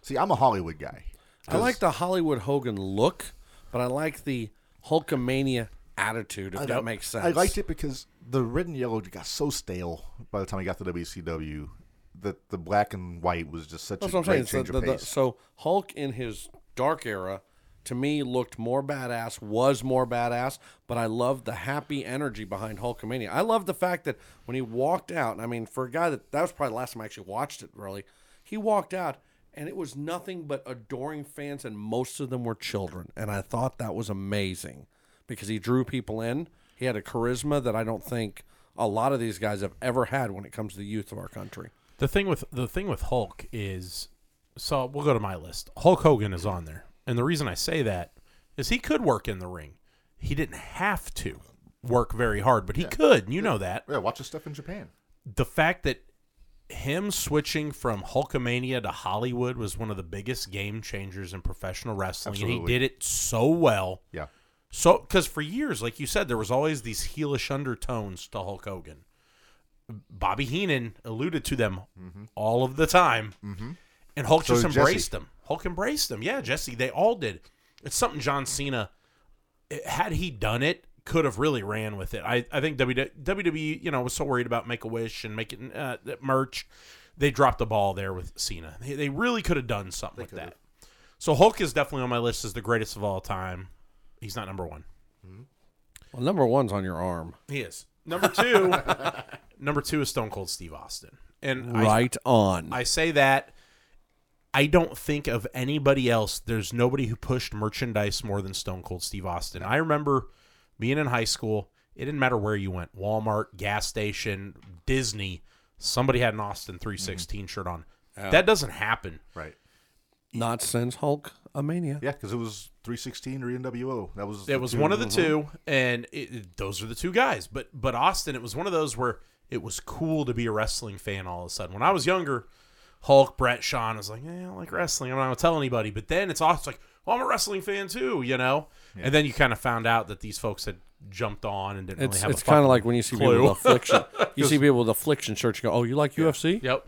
S2: See, I'm a Hollywood guy.
S5: I like the Hollywood Hogan look, but I like the Hulkamania attitude. If that makes sense.
S2: I liked it because the red and yellow got so stale by the time I got to WCW that the black and white was just such
S5: That's
S2: a
S5: what I'm saying.
S2: great
S5: So,
S2: change
S5: the,
S2: of
S5: the-
S2: pace.
S5: so Hulk in his dark era, to me, looked more badass, was more badass, but I loved the happy energy behind Hulkamania. I loved the fact that when he walked out, and I mean, for a guy that that was probably the last time I actually watched it, really, he walked out and it was nothing but adoring fans, and most of them were children. And I thought that was amazing because he drew people in. He had a charisma that I don't think a lot of these guys have ever had when it comes to the youth of our country.
S3: The thing with the thing with Hulk is, so we'll go to my list. Hulk Hogan is on there, and the reason I say that is he could work in the ring. He didn't have to work very hard, but he could. and You know that.
S2: yeah, watch his stuff in Japan.
S3: the fact that him switching from Hulkamania to Hollywood was one of the biggest game changers in professional wrestling, and
S2: Absolutely.
S3: he did it so well.
S2: Yeah.
S3: So, because for years, like you said, there was always these heelish undertones to Hulk Hogan. Bobby Heenan alluded to them all of the time, and Hulk
S2: Mm-hmm. So
S3: just
S2: did
S3: embraced them. Hulk embraced them. Yeah, Jesse, they all did. It's something John Cena, it- had he done it, could have really ran with it. I, I think E, WW WWE, you know, was so worried about Make a Wish and making uh, that merch, they dropped the ball there with Cena. They, they really could have done something with that. So Hulk is definitely on my list as the greatest of all time. He's not number one.
S5: Well, number one's on your arm.
S3: He is number two. number two is Stone Cold Steve Austin, and I
S5: right on.
S3: I say that I don't think of anybody else. There's nobody who pushed merchandise more than Stone Cold Steve Austin. I remember being in high school. It didn't matter where you went Walmart, gas station, Disney. Somebody had an Austin 316 shirt on. That doesn't happen.
S2: Right.
S5: Not since Hulk a mania.
S2: Yeah, because it was 316 or NWO. That was
S3: It was
S2: two-
S3: one of the two, and it, it- those are the two guys. But but Austin, it was one of those where it was cool to be a wrestling fan all of a sudden. When I was younger, Hulk, Brett, Sean, I was like, eh, I don't like wrestling. I'm not gonna tell anybody. But then it's also like, well, I'm a wrestling fan too, you know. And then you kind of found out that these folks had jumped on and didn't
S5: It's
S3: really have.
S5: it's kind of like when you see people
S3: clue.
S5: with affliction. You see people with affliction shirts. You go, oh, you like UFC?
S3: yep.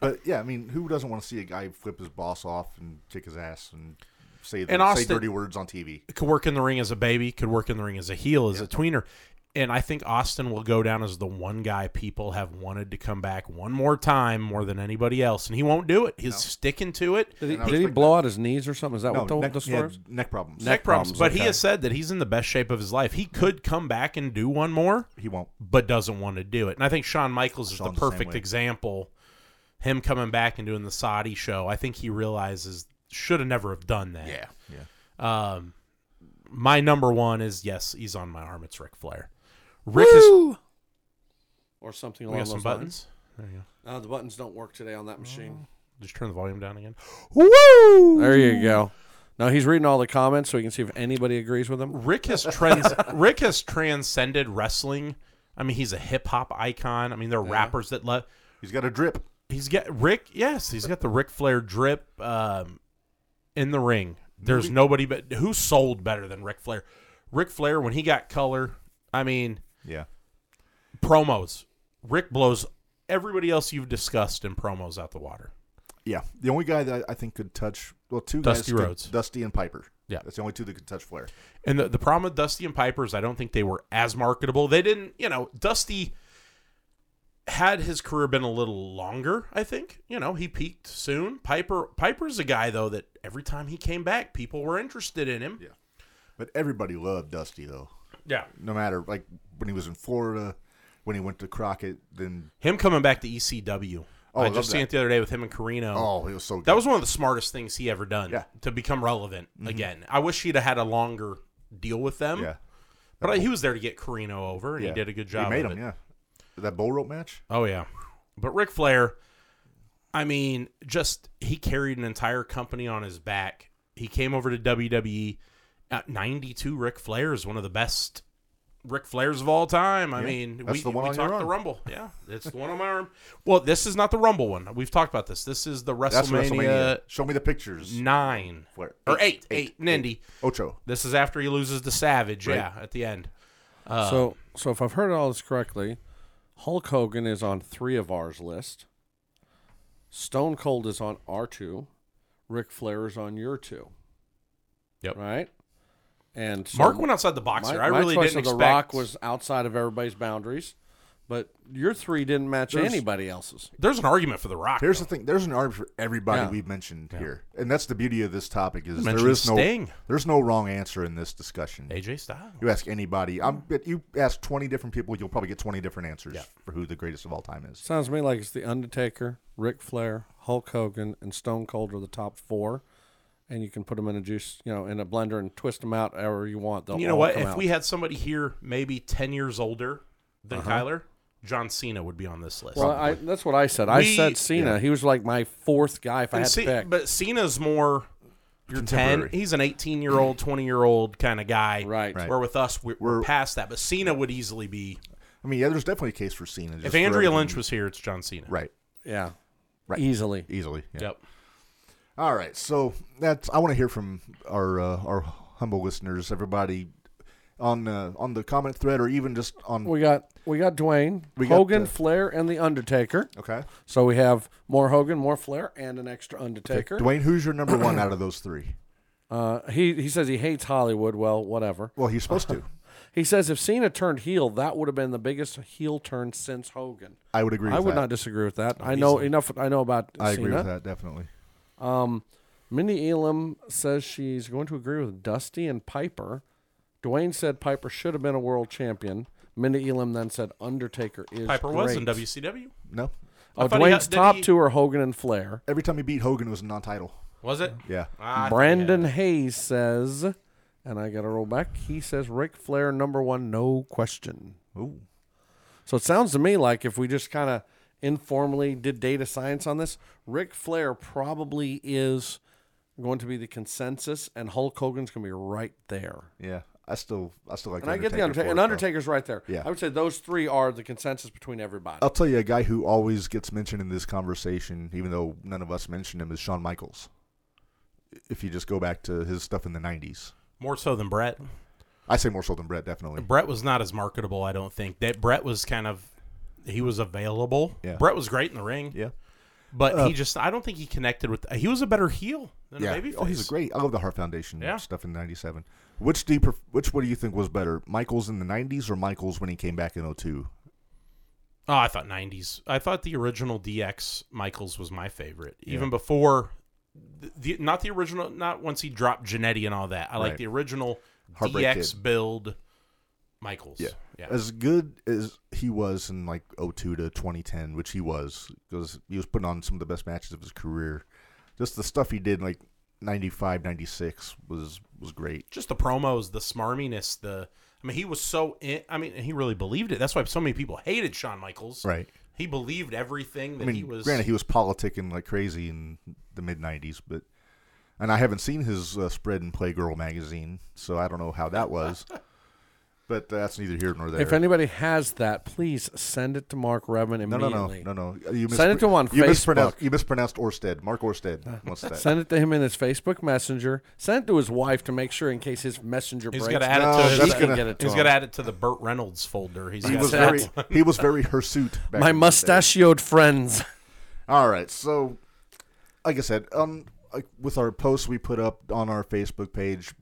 S2: But yeah, I mean, who doesn't want to see a guy flip his boss off and kick his ass and say,
S3: And
S2: say
S3: Austin-
S2: dirty words on TV?
S3: could work in the ring as a baby, could work in the ring as a heel, as a tweener. And I think Austin will go down as the one guy people have wanted to come back one more time more than anybody else, and he won't do it. He's sticking to it.
S5: Did he, did he blow out his knees or something? Is that what the,
S2: neck,
S5: the
S2: he had
S5: story is?
S2: neck problems.
S3: Neck problems,
S5: problems,
S3: but he
S5: okay.
S3: has said that he's in the best shape of his life. He could come back and do one more,
S2: He won't.
S3: but doesn't want to do it. And I think Shawn Michaels is
S2: Shawn's
S3: the
S2: the same
S3: perfect
S2: way.
S3: example. Him coming back and doing the Saudi show, I think he realizes should have never have done that. Yeah,
S2: Yeah.
S3: Um, my number one is yes, he's on my arm. It's Ric Flair. Rick is
S5: or something
S3: We
S5: along
S3: got
S5: those
S3: some buttons.
S5: buttons.
S3: There you go.
S5: Uh, the buttons don't work today on that machine.
S3: Just turn the volume down again. Woo!
S5: There you go. Now he's reading all the comments so he can see if anybody agrees with him.
S3: Rick has trans Rick has transcended wrestling. I mean, he's a hip hop icon. I mean, there are rappers that love.
S2: He's got a drip.
S3: He's got Rick. Yes, he's got the Ric Flair drip um, in the ring. There's nobody but who sold better than Ric Flair. Ric Flair when he got color. I mean,
S2: Yeah.
S3: promos. Rick blows everybody else you've discussed in promos out the water.
S2: Yeah. The only guy that I think could touch, well, two
S3: Dusty
S2: guys. could-
S3: Rhodes.
S2: Dusty and Piper.
S3: Yeah.
S2: That's the only two that could touch Flair.
S3: And the, the problem with Dusty and Piper is I don't think they were as marketable. They didn't, you know, Dusty had his career been a little longer, I think. You know, he peaked soon. Piper Piper's a guy though that every time he came back, people were interested in him.
S2: Yeah. But everybody loved Dusty, though.
S3: Yeah.
S2: No matter, like, when he was in Florida, when he went to Crockett, then,
S3: Him coming back to ECW.
S2: Oh, I
S3: I
S2: love
S3: just
S2: that.
S3: seen it the other day with him and Carino.
S2: oh, he was so good.
S3: That was one of the smartest things he ever done
S2: Yeah. Mm-hmm.
S3: to become relevant again. I wish he'd have had a longer deal with them.
S2: Yeah.
S3: But I, he was there to get Carino over and
S2: yeah.
S3: he did a good job.
S2: He made
S3: of
S2: him,
S3: it.
S2: yeah. That bull rope match?
S3: Oh yeah, but Ric Flair, I mean, just he carried an entire company on his back. He came over to WWE at 92. Ric Flair is one of the best Ric Flairs of all time. I
S2: Yeah,
S3: mean,
S2: that's
S3: we,
S2: the one
S3: we
S2: on your
S3: talked the
S2: arm.
S3: Rumble. Yeah, it's the one on my arm. Well, this is not the Rumble one. We've talked about this. This is the
S2: That's WrestleMania.
S3: WrestleMania,
S2: Show me the pictures.
S3: nine
S2: Flair.
S3: or eight, eight,
S2: eight,
S3: Nindy.
S2: Ocho.
S3: This is after he loses to Savage. Yeah, at the end. Uh,
S5: so, so if I've heard all this correctly, Hulk Hogan is on three of ours list. Stone Cold is on our two. Ric Flair is on your two.
S3: Yep.
S5: Right. And so
S3: Mark went outside the box here. I really
S5: choice
S3: didn't
S5: of
S3: expect
S5: The Rock was outside of everybody's boundaries, but your three didn't match
S2: There's-
S5: anybody else's.
S3: There's an argument for the Rock.
S2: Here's the thing. There's an arm for everybody
S5: Yeah.
S2: we've mentioned here, and that's the beauty of this topic is there
S3: mentioned
S2: is no
S3: Sting.
S2: there's no wrong answer in this discussion.
S3: AJ Styles.
S2: You ask anybody. I'm bet you ask 20 different people, you'll probably get 20 different answers for who the greatest of all time is.
S5: Sounds to me like it's the Undertaker, Ric Flair, Hulk Hogan, and Stone Cold are the top four, and you can put them in a juice, you know, in a blender and twist them out however you want. They'll
S3: You know
S5: all
S3: what?
S5: come
S3: If
S5: out.
S3: we had somebody here, maybe ten years older than Kyler, John Cena would be on this list.
S5: Uh-huh. well, I, that's what I said. I
S3: We-
S5: said Cena. He was like my fourth guy if I
S3: And
S5: had
S3: Ce-
S5: to pick.
S3: but Cena's more your ten.
S2: Contemporary.
S3: He's an eighteen-year-old, twenty-year-old kind of guy.
S5: Right. Right.
S3: Where with us, we're, we're
S2: We're-
S3: past that. But Cena would easily be.
S2: I mean, yeah, there's definitely a case for Cena. just
S3: If
S2: for
S3: Andrea
S2: everything.
S3: Lynch was here, it's John Cena.
S2: right,
S5: yeah,
S2: Right.
S5: easily.
S2: easily. yeah.
S3: Yep.
S2: All right, so that's I want to hear from our uh, our humble listeners, everybody on uh, on the comment thread or even just on.
S5: We got we got Dwayne,
S2: We got
S5: Hogan,
S2: the-
S5: Flair, and the Undertaker.
S2: okay,
S5: So we have more Hogan, more Flair, and an extra Undertaker.
S2: Dwayne, who's your number one out of those three?
S5: Uh, he he says he hates Hollywood. Well, whatever.
S2: Well, he's supposed to.
S5: He says if Cena turned heel, that would have been the biggest heel turn since Hogan.
S2: I would agree.
S5: I
S2: with
S5: would
S2: that.
S5: not disagree with that. I know enough. I know about
S2: I
S5: Cena.
S2: agree with that definitely.
S5: Um, Mindy Elam says she's going to agree with Dusty and Piper. Dwayne said Piper should have been a world champion. Mindy Elam then said Undertaker is
S3: Piper
S5: great.
S3: was in WCW.
S2: No,
S5: Oh,
S3: thought he had-
S5: Dwayne's
S3: did
S5: top
S3: he-
S5: two are Hogan and Flair.
S2: every time he beat Hogan, it was a non-title.
S3: Was it?
S2: Yeah,
S3: Ah,
S5: Brandon Hayes says, and I got to roll back. He says Ric Flair number one, no question.
S2: Ooh.
S5: So it sounds to me like if we just kind of informally did data science on this, Ric Flair probably is going to be the consensus, and Hulk Hogan's going to be right there.
S2: yeah. I still, I still like.
S5: And I get the Undertaker,
S2: for
S5: and
S2: it, though.
S5: Undertaker's right there.
S2: Yeah.
S5: I would say those three are the consensus between everybody.
S2: I'll tell you a guy who always gets mentioned in this conversation, even though none of us mentioned him, is Shawn Michaels. If you just go back to his stuff in the '90s,
S3: More so than Brett.
S2: I say more so than Brett, definitely.
S3: Brett was not as marketable, I don't think. That Brett was kind of he was available.
S2: Yeah.
S3: Brett was great in the ring.
S2: Yeah,
S3: But he just, I don't think he connected with. He was a better heel than
S2: Uh, yeah.
S3: Babyface.
S2: Oh, he's great. I love the Heart Foundation
S3: Yeah.
S2: stuff in '97. Which do you pref- which what do you think was better, Michaels in the '90s or Michaels when he came back in 02?
S3: Oh, I thought 90s. I thought the original DX Michaels was my favorite, even before. The, the, not the original, not once he dropped Janetti and all that. I like
S2: Right.
S3: the original
S2: Heartbreak
S3: DX
S2: Kid.
S3: build Michaels. yeah.
S2: As good as he was in like 02 to 2010, which he was, because he was putting on some of the best matches of his career. Just the stuff he did in like 95, 96 was, was great.
S3: Just the promos, the smarminess, the I mean, he was so. In, I mean, he really believed it. That's why so many people hated Shawn Michaels.
S2: Right.
S3: He believed everything that
S2: I mean,
S3: he was.
S2: granted, he was politicking like crazy in the mid '90s, but and I haven't seen his uh, spread in Playgirl magazine, so I don't know how that was. but that's neither here nor there.
S5: If anybody has that, please send it to Mark Redmond
S2: no, no, no,
S5: immediately.
S2: no, no. You
S5: Send it to him on
S2: you Mispronounced,
S5: Facebook.
S2: you mispronounced Orsted. Mark Orsted wants that.
S5: Send it to him in his Facebook Messenger. Send it to his wife to make sure in case his messenger
S3: He's
S5: breaks.
S3: got to add
S2: No,
S3: it to.
S5: she
S3: His,
S2: that's
S5: can
S2: gonna-
S5: get it to
S3: he's
S5: him.
S3: got to add it to the Burt Reynolds folder. He's
S2: he
S3: got
S2: was
S3: that.
S2: very he was very hirsute. Back
S5: My
S2: in the day.
S5: mustachioed friends.
S2: All right. So, like I said, um, like with our posts we put up on our Facebook page,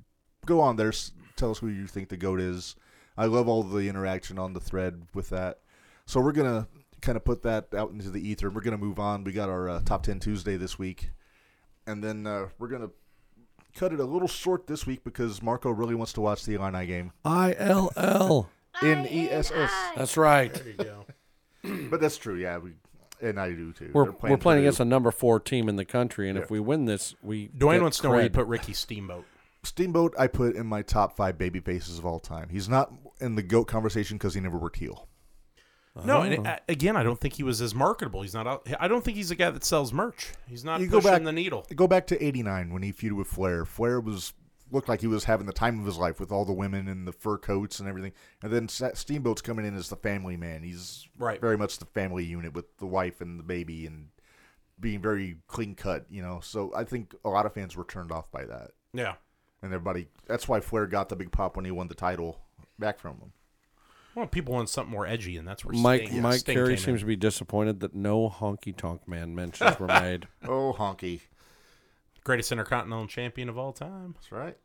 S2: go on there. s- Tell us who you think the goat is. I love all the interaction on the thread with that. So we're gonna kind of put that out into the ether. We're gonna move on. We got our uh, top ten Tuesday this week, and then uh, we're gonna cut it a little short this week because Marco really wants to watch the Illini game
S5: I L L.
S2: in ESS.
S5: That's right.
S3: There you go.
S2: But that's true. Yeah, we and I do too.
S5: We're,
S2: They're
S5: we're playing
S2: Purdue.
S5: against a number four team in the country, and if we win this, we
S3: Dwayne
S5: get
S3: wants to know where you
S5: cred.
S3: put Ricky Steamboat.
S2: Steamboat, I put in my top five baby faces of all time. He's not in the goat conversation because he never worked heel.
S3: No, and uh, again, I don't think he was as marketable. He's not. out- I don't think he's a guy that sells merch. He's not
S2: You go
S3: pushing
S2: back-
S3: the needle.
S2: Go back to '89 when he feuded with Flair. Flair was looked like he was having the time of his life with all the women and the fur coats and everything. And then Sa- Steamboat's coming in as the family man. He's
S3: Right.
S2: very much the family unit with the wife and the baby and being very clean cut. You know, so I think a lot of fans were turned off by that.
S3: Yeah.
S2: And everybody, that's why Flair got the big pop when he won the title back from him.
S3: Well, people want something more edgy, and that's where
S5: Mike
S3: Sting,
S5: Mike
S3: Sting
S5: Carey
S3: came
S5: seems
S3: in.
S5: to be disappointed that no honky tonk man mentions were made.
S2: Oh, honky.
S3: greatest intercontinental champion of all time.
S2: That's right.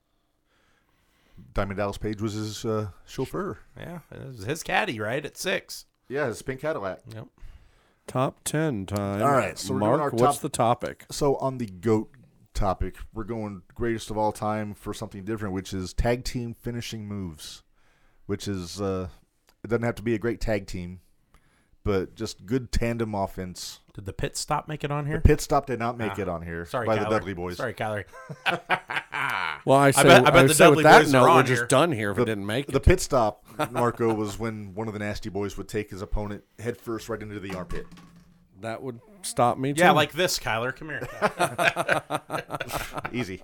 S2: Diamond Dallas Page was his uh, chauffeur.
S3: Yeah, it was his caddy, right? At six.
S2: Yeah, his pink Cadillac.
S3: Yep.
S5: Top ten time.
S2: All right, so we're doing
S5: Mark,
S2: our
S5: what's
S2: top-
S5: the topic?
S2: So on the goat topic, we're going greatest of all time for something different, which is tag team finishing moves, which is uh, it doesn't have to be a great tag team, but just good tandem offense.
S3: Did the pit stop make it on
S2: The
S3: here? Ah,
S2: pit stop did not make it on here
S3: Sorry,
S2: by
S3: Kyler.
S2: the Dudley Boys.
S3: Sorry, Kyler.
S5: Well, I say, I
S3: bet- I
S5: bet,
S3: bet the
S5: say
S3: Dudley
S5: with that
S3: boys
S5: note,
S3: are
S5: we're
S3: on
S5: just
S3: here.
S5: done here if it didn't make
S2: The
S5: it.
S2: pit stop, Marco, was when one of the nasty boys would take his opponent headfirst right into the armpit.
S5: That would stop me.
S3: Yeah,
S5: too.
S3: like this, Kyler. Come here.
S2: easy.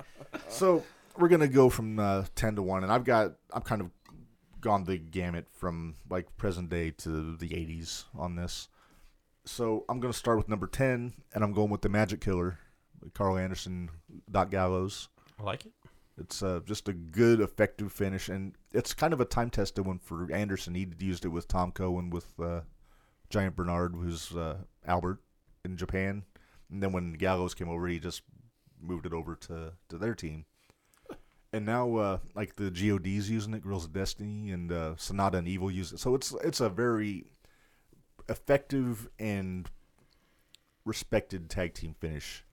S2: So we're gonna go from uh, ten to one, and I've got I've kind of gone the gamut from like present day to the '80s on this. So I'm gonna start with number ten, and I'm going with the Magic Killer, Carl Anderson, Doc Gallows.
S3: I like it.
S2: It's uh, just a good, effective finish, and it's kind of a time tested one for Anderson. He used it with Tom Cohen, with uh, Giant Bernard, who's uh, Albert in Japan, and then when Gallows came over, he just moved it over to, to their team. And now, uh, like the God's using it, Girls of Destiny and uh, Sonata and Evil use it. So it's it's a very effective and respected tag team finish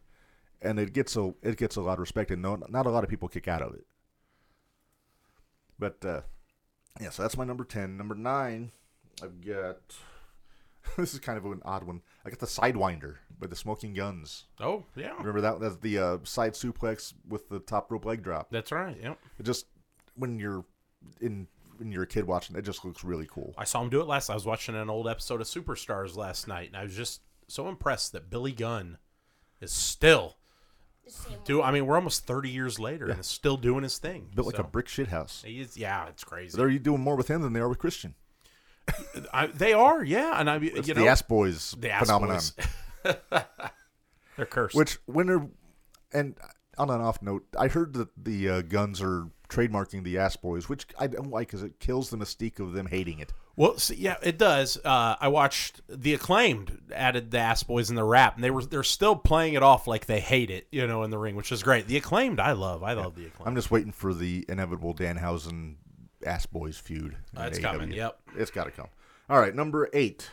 S2: and it gets a it gets a lot of respect, and no, not a lot of people kick out of it. But uh, yeah, so that's my number ten. Number nine, I've got. This is kind of an odd one. I got the Sidewinder by the Smoking Guns.
S3: Oh, yeah.
S2: Remember that? That's the uh, side suplex with the top rope leg drop.
S3: That's right. Yep.
S2: It just when you're in when you're a kid watching, it just looks really cool.
S3: I saw him do it last. I was watching an old episode of Superstars last night, and I was just so impressed that Billy Gunn is still. Do I mean we're almost thirty years later and is still doing his thing?
S2: Built like
S3: so.
S2: a brick shit house.
S3: He is- yeah, it's crazy.
S2: They're doing more with him than they are with Christian.
S3: I, they are, yeah, and I mean,
S2: It's
S3: you
S2: the
S3: know,
S2: Ass Boys
S3: the ass
S2: phenomenon.
S3: boys. They're cursed.
S2: Which winter and on an off note, I heard that the uh, guns are trademarking the Ass Boys, which I don't like because it kills the mystique of them hating it.
S3: Well, see, yeah, it does. Uh, I watched the acclaimed added the Ass Boys in the rap, and they were they're still playing it off like they hate it, you know, in the ring, which is great. The acclaimed, I love, I love the acclaimed.
S2: I'm just waiting for the inevitable Danhausen Ass Boys feud. in
S3: Uh, it's
S2: AEW.
S3: coming, yep.
S2: it's got to come. All right, number eight.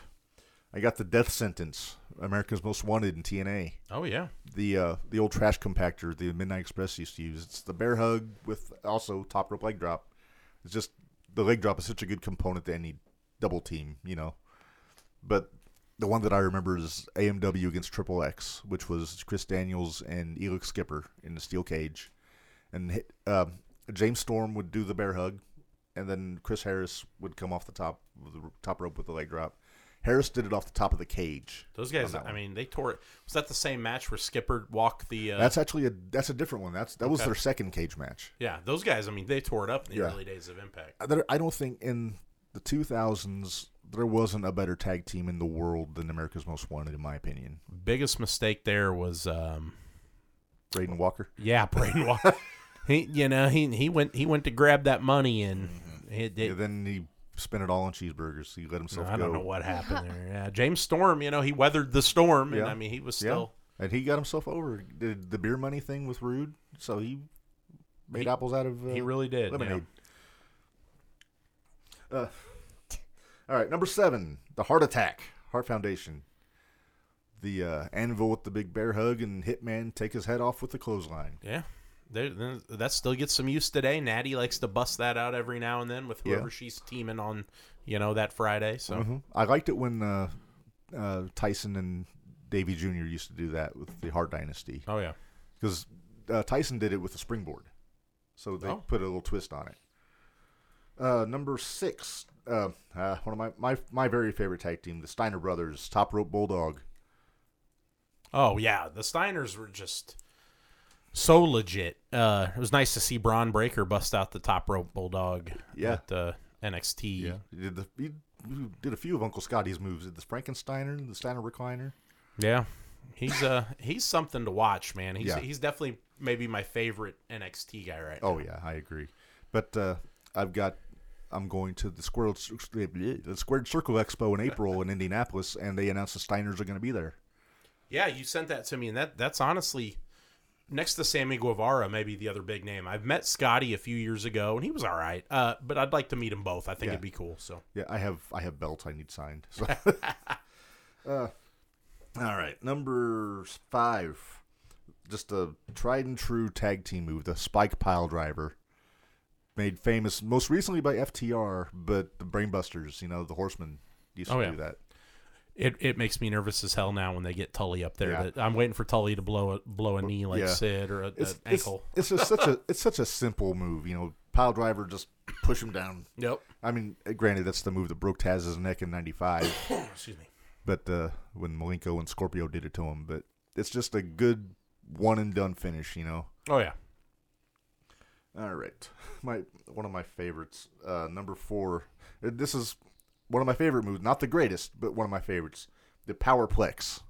S2: I got the death sentence, America's Most Wanted in TNA.
S3: Oh yeah,
S2: The uh, the old trash compactor, the Midnight Express used to use. It's the bear hug with also top rope leg drop. It's just the leg drop is such a good component to any double team, you know. But the one that I remember is AMW against Triple X, which was Chris Daniels and Elix Skipper in the steel cage, and hit, um James Storm would do the bear hug, and then Chris Harris would come off the top of the r- top rope with the leg drop. Harris did it off the top of the cage.
S3: Those
S2: on
S3: guys,
S2: that
S3: I
S2: one.
S3: mean, they tore it. Was that the same match where Skipper walked the? Uh,
S2: that's actually a that's a different one. That's that was
S3: Okay.
S2: their second cage match.
S3: yeah, those guys. I mean, they tore it up in the
S2: Yeah.
S3: early days of Impact.
S2: I- There, I don't think in the 2000s there wasn't a better tag team in the world than America's Most Wanted, in my opinion.
S3: Biggest mistake there was, um,
S2: Braden Walker.
S3: yeah, Braden Walker. he, you know, he he went he went to grab that money and it, it,
S2: Yeah, then he spent it all on cheeseburgers. He let himself
S3: I
S2: go.
S3: don't know what happened there. Yeah, James Storm, you know, he weathered the storm, and
S2: Yeah.
S3: I mean, he was
S2: Yeah,
S3: still.
S2: and he got himself over. Did the beer money thing with Rude, so he made
S3: He-
S2: apples out of. Uh,
S3: He really did. yeah.
S2: lemonade. Uh, all right, number seven, the Heart Attack Heart Foundation. The uh, anvil with the big bear hug and Hitman take his head off with the clothesline.
S3: Yeah. There, there- that still gets some use today. Natty likes to bust that out every now and then with
S2: Yeah. Mm-hmm.
S3: whoever she's teaming on, you know, that Friday. So
S2: I liked it when uh, uh, Tyson and Davey Jr. used to do that with the Heart Dynasty
S3: Oh yeah.
S2: because uh, Tyson did it with a springboard, so they
S3: Oh.
S2: put a little twist on it. Uh, number six, uh, uh, one of my, my my very favorite tag team, the Steiner Brothers, Top Rope Bulldog.
S3: Oh yeah. The Steiners were just so legit. Uh it was nice to see Braun Breaker bust out the top rope bulldog
S2: Yeah.
S3: at uh, NXT.
S2: Yeah, he did the he did a few of Uncle Scotty's moves. Did the Frankensteiner, the Steiner recliner.
S3: Yeah. He's uh he's something to watch, man. He's
S2: Yeah.
S3: he's definitely maybe my favorite NXT guy right
S2: Oh yeah, I agree. But uh, I've got I'm going to the Squared Cir- the Squared Circle Expo in April in Indianapolis, and they announced the Steiners are going to be there.
S3: Yeah, you sent that to me, and that that's honestly next to Sammy Guevara, maybe the other big name. I've met Scotty a few years ago, and he was all right. Uh, but I'd like to meet them both. I think
S2: Yeah.
S3: it'd be cool. So
S2: Yeah, I have I have belts I need signed. So. uh, all right, number five, just a tried and true tag team move, the spike pile driver, made famous most recently by FTR, but the Brainbusters, you know, the Horsemen used to
S3: Oh, yeah.
S2: do that.
S3: it, it makes me nervous as hell now when they get Tully up there.
S2: Yeah.
S3: That I'm waiting for Tully to blow a blow a knee like
S2: Yeah.
S3: Sid or an
S2: It's it's,
S3: ankle.
S2: it's just such a it's such a simple move, you know. Pile driver, just push him down.
S3: Yep.
S2: I mean, granted, that's the move that broke Taz's neck in '95.
S3: Oh, Excuse me.
S2: but uh, when Malenko and Scorpio did it to him. But it's just a good one and done finish, you know.
S3: Oh yeah.
S2: All right, my one of my favorites, uh, number four. Uh, This is one of my favorite moves, not the greatest, but one of my favorites. The Powerplex,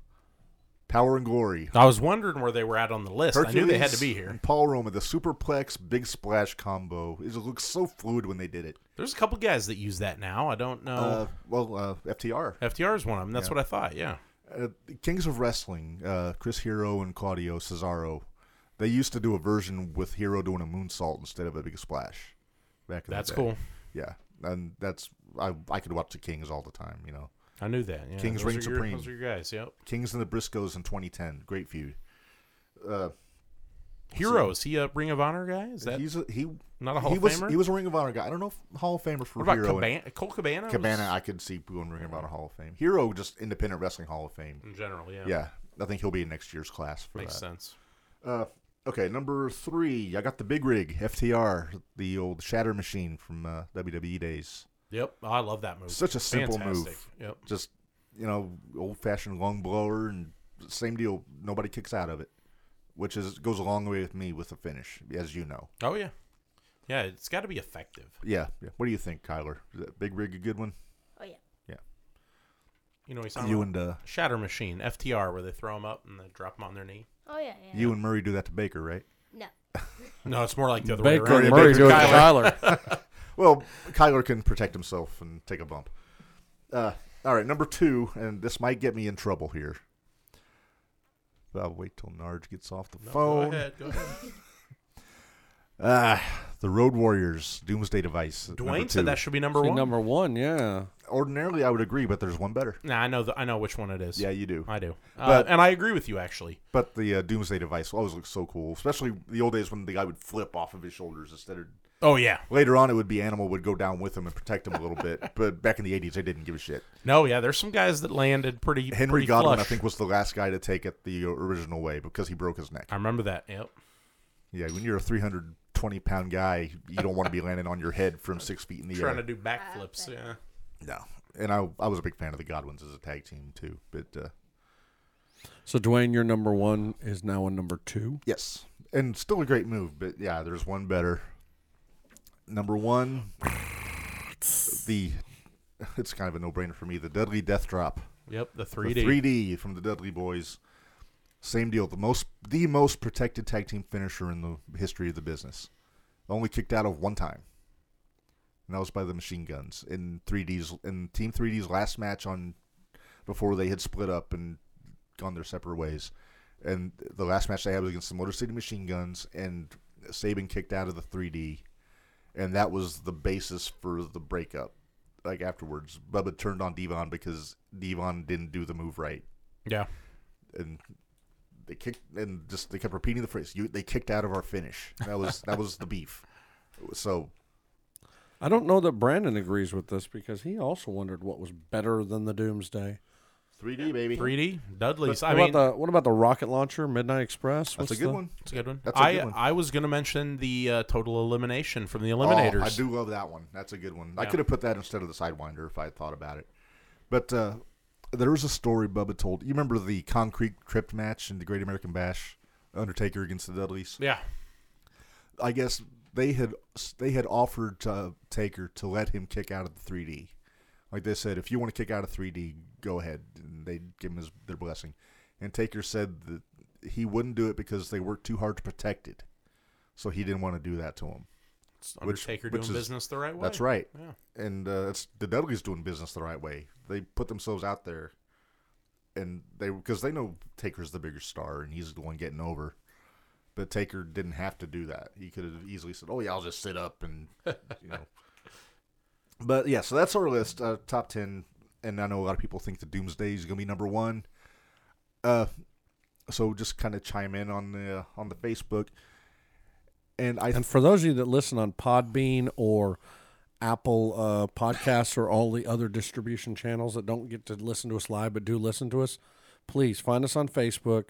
S2: Power and Glory.
S3: I was wondering where they were at on the list. I knew they had to
S2: Hercules
S3: be here.
S2: and Paul Roma, the Superplex Big Splash combo. It just looks so fluid when they did it.
S3: There's a couple guys that use that now. I don't know.
S2: Uh, well, uh, FTR.
S3: FTR is one of them. That's
S2: yeah.
S3: what I thought. Yeah.
S2: uh, Kings of Wrestling, uh, Chris Hero and Claudio Cesaro, they used to do a version with Hero doing a moonsault instead of a big splash. Back in the
S3: That's
S2: day.
S3: cool.
S2: Yeah, and that's I I could watch the Kings all the time. You know,
S3: I knew that. Yeah.
S2: Kings
S3: Those
S2: reign
S3: are your-
S2: supreme.
S3: Those are your guys. Yep.
S2: Kings and the Briscoes in 2010, great feud. Uh,
S3: Hero is he a Ring of Honor guy? Is that
S2: he's a, he
S3: Not a Hall
S2: he
S3: of
S2: was,
S3: Famer?
S2: He was a Ring of Honor guy. I don't know if Hall of Famer for
S3: What about
S2: Hero and
S3: Cabana? Cole Cabana? was-
S2: Cabana. I could see going Ring of Honor Hall of Fame. Hero just independent wrestling Hall of Fame.
S3: in general, yeah.
S2: Yeah, I think he'll be in next year's class for
S3: Makes
S2: that.
S3: sense.
S2: Uh, okay, number three, I got the big rig FTR, the old shatter machine from uh, WWE days.
S3: Yep. Oh, I love that move.
S2: Such a simple
S3: Fantastic.
S2: move.
S3: Yep.
S2: Just you know, old fashioned lung blower and same deal. Nobody kicks out of it, which is goes a long way with me with the finish, as you know.
S3: Oh yeah. Yeah, it's got to be effective.
S2: Yeah. yeah. What do you think, Kyler? Is that big rig a good one?
S4: Oh yeah.
S3: You know, he's on
S2: you and uh,
S3: Shatter Machine FTR, where they throw them up and they drop them on their knee.
S4: Oh yeah. yeah.
S2: you and Murray do that to Baker, right?
S4: No.
S3: No, it's more like the other way
S5: Baker
S3: around.
S5: and Murray
S2: Baker
S5: doing it to
S2: Kyler.
S5: Tyler.
S2: Well, Kyler can protect himself and take a bump. Uh, all right, number two, and this might get me in trouble here. But I'll wait till Narge gets off the
S3: Go
S2: phone.
S3: ahead, go ahead.
S2: Ah, the Road Warriors Doomsday Device. at number
S3: Dwayne said
S2: two.
S3: that should be number one.
S5: Number one, yeah.
S2: Ordinarily, I would agree, but there's one better.
S3: Nah, I know the, I know which one it is.
S2: Yeah, you do.
S3: I do.
S2: But-
S3: uh, and I agree with you actually.
S2: But the uh, Doomsday Device always looks so cool, especially the old days when the guy would flip off of his shoulders instead of.
S3: Oh yeah.
S2: Later on, it would be Animal would go down with him and protect him a little bit. But back in the 80s, they didn't give a shit.
S3: No, yeah. There's some guys that landed pretty.
S2: Henry
S3: pretty
S2: Godwin, I
S3: flush.
S2: think, was the last guy to take it the original way because he broke his neck.
S3: I remember that. Yep.
S2: Yeah, when you're a 300 twenty pound guy, you don't want to be landing on your head from six feet in the
S3: Trying
S2: air.
S3: to do backflips. Yeah.
S2: no, and I I was a big fan of the Godwins as a tag team too. But uh,
S5: So Dwayne, your number one is now a number two.
S2: yes, and still a great move. But yeah, there's one better. Number one, the it's kind of a no brainer for me. The Dudley Death Drop.
S3: Yep. The
S2: The
S3: 3D.
S2: 3D from the Dudley Boys. Same deal. The most the most protected tag team finisher in the history of the business. Only kicked out of one time. And that was by the machine guns in 3D's in Team 3D's last match on before they had split up and gone their separate ways. And the last match they had was against the Motor City Machine Guns and Saban kicked out of the 3D and that was the basis for the breakup. Like afterwards, Bubba turned on Devon because Devon didn't do the move right,
S3: Yeah.
S2: and they kicked and just they kept repeating the phrase. You, they kicked out of our finish. That was that was the beef. So
S5: I don't know that Brandon agrees with this because he also wondered what was better than the Doomsday.
S2: 3D baby,
S3: 3D. Dudley's. I
S5: what
S3: mean,
S5: about the what about the rocket launcher, Midnight Express?
S2: that's
S5: What's
S2: a good
S5: the-
S2: one.
S3: that's a good one.
S2: That's a
S3: I
S2: good one.
S3: I was gonna mention the uh, total elimination from the Eliminators.
S2: Oh, I do love that one. That's a good one. I
S3: Yeah.
S2: could have put that instead of the Sidewinder if I had thought about it. But uh, there was a story Bubba told. You remember the concrete crypt match in the Great American Bash, Undertaker against the Dudleys.
S3: Yeah.
S2: I guess they had they had offered to Taker to let him kick out of the 3D. Like they said, if you want to kick out of 3D, go ahead. And they give him his, their blessing. And Taker said that he wouldn't do it because they worked too hard to protect it. So he didn't want to do that to him.
S3: It's
S2: Which-
S3: Undertaker
S2: which
S3: doing
S2: is-
S3: business the right way.
S2: That's right.
S3: Yeah.
S2: And uh, it's the Dudleys doing business the right way. They put themselves out there, and they because they know Taker's the bigger star and he's the one getting over. But Taker didn't have to do that. He could have easily said, "Oh yeah, I'll just sit up and you know." But yeah, so that's our list, uh, top ten. And I know a lot of people think the Doomsday is gonna be number one. Uh, so just kind of chime in on the uh, on the Facebook. And I
S5: And for those of you that listen on Podbean or Apple uh, podcasts or all the other distribution channels that don't get to listen to us live but do listen to us, please find us on Facebook,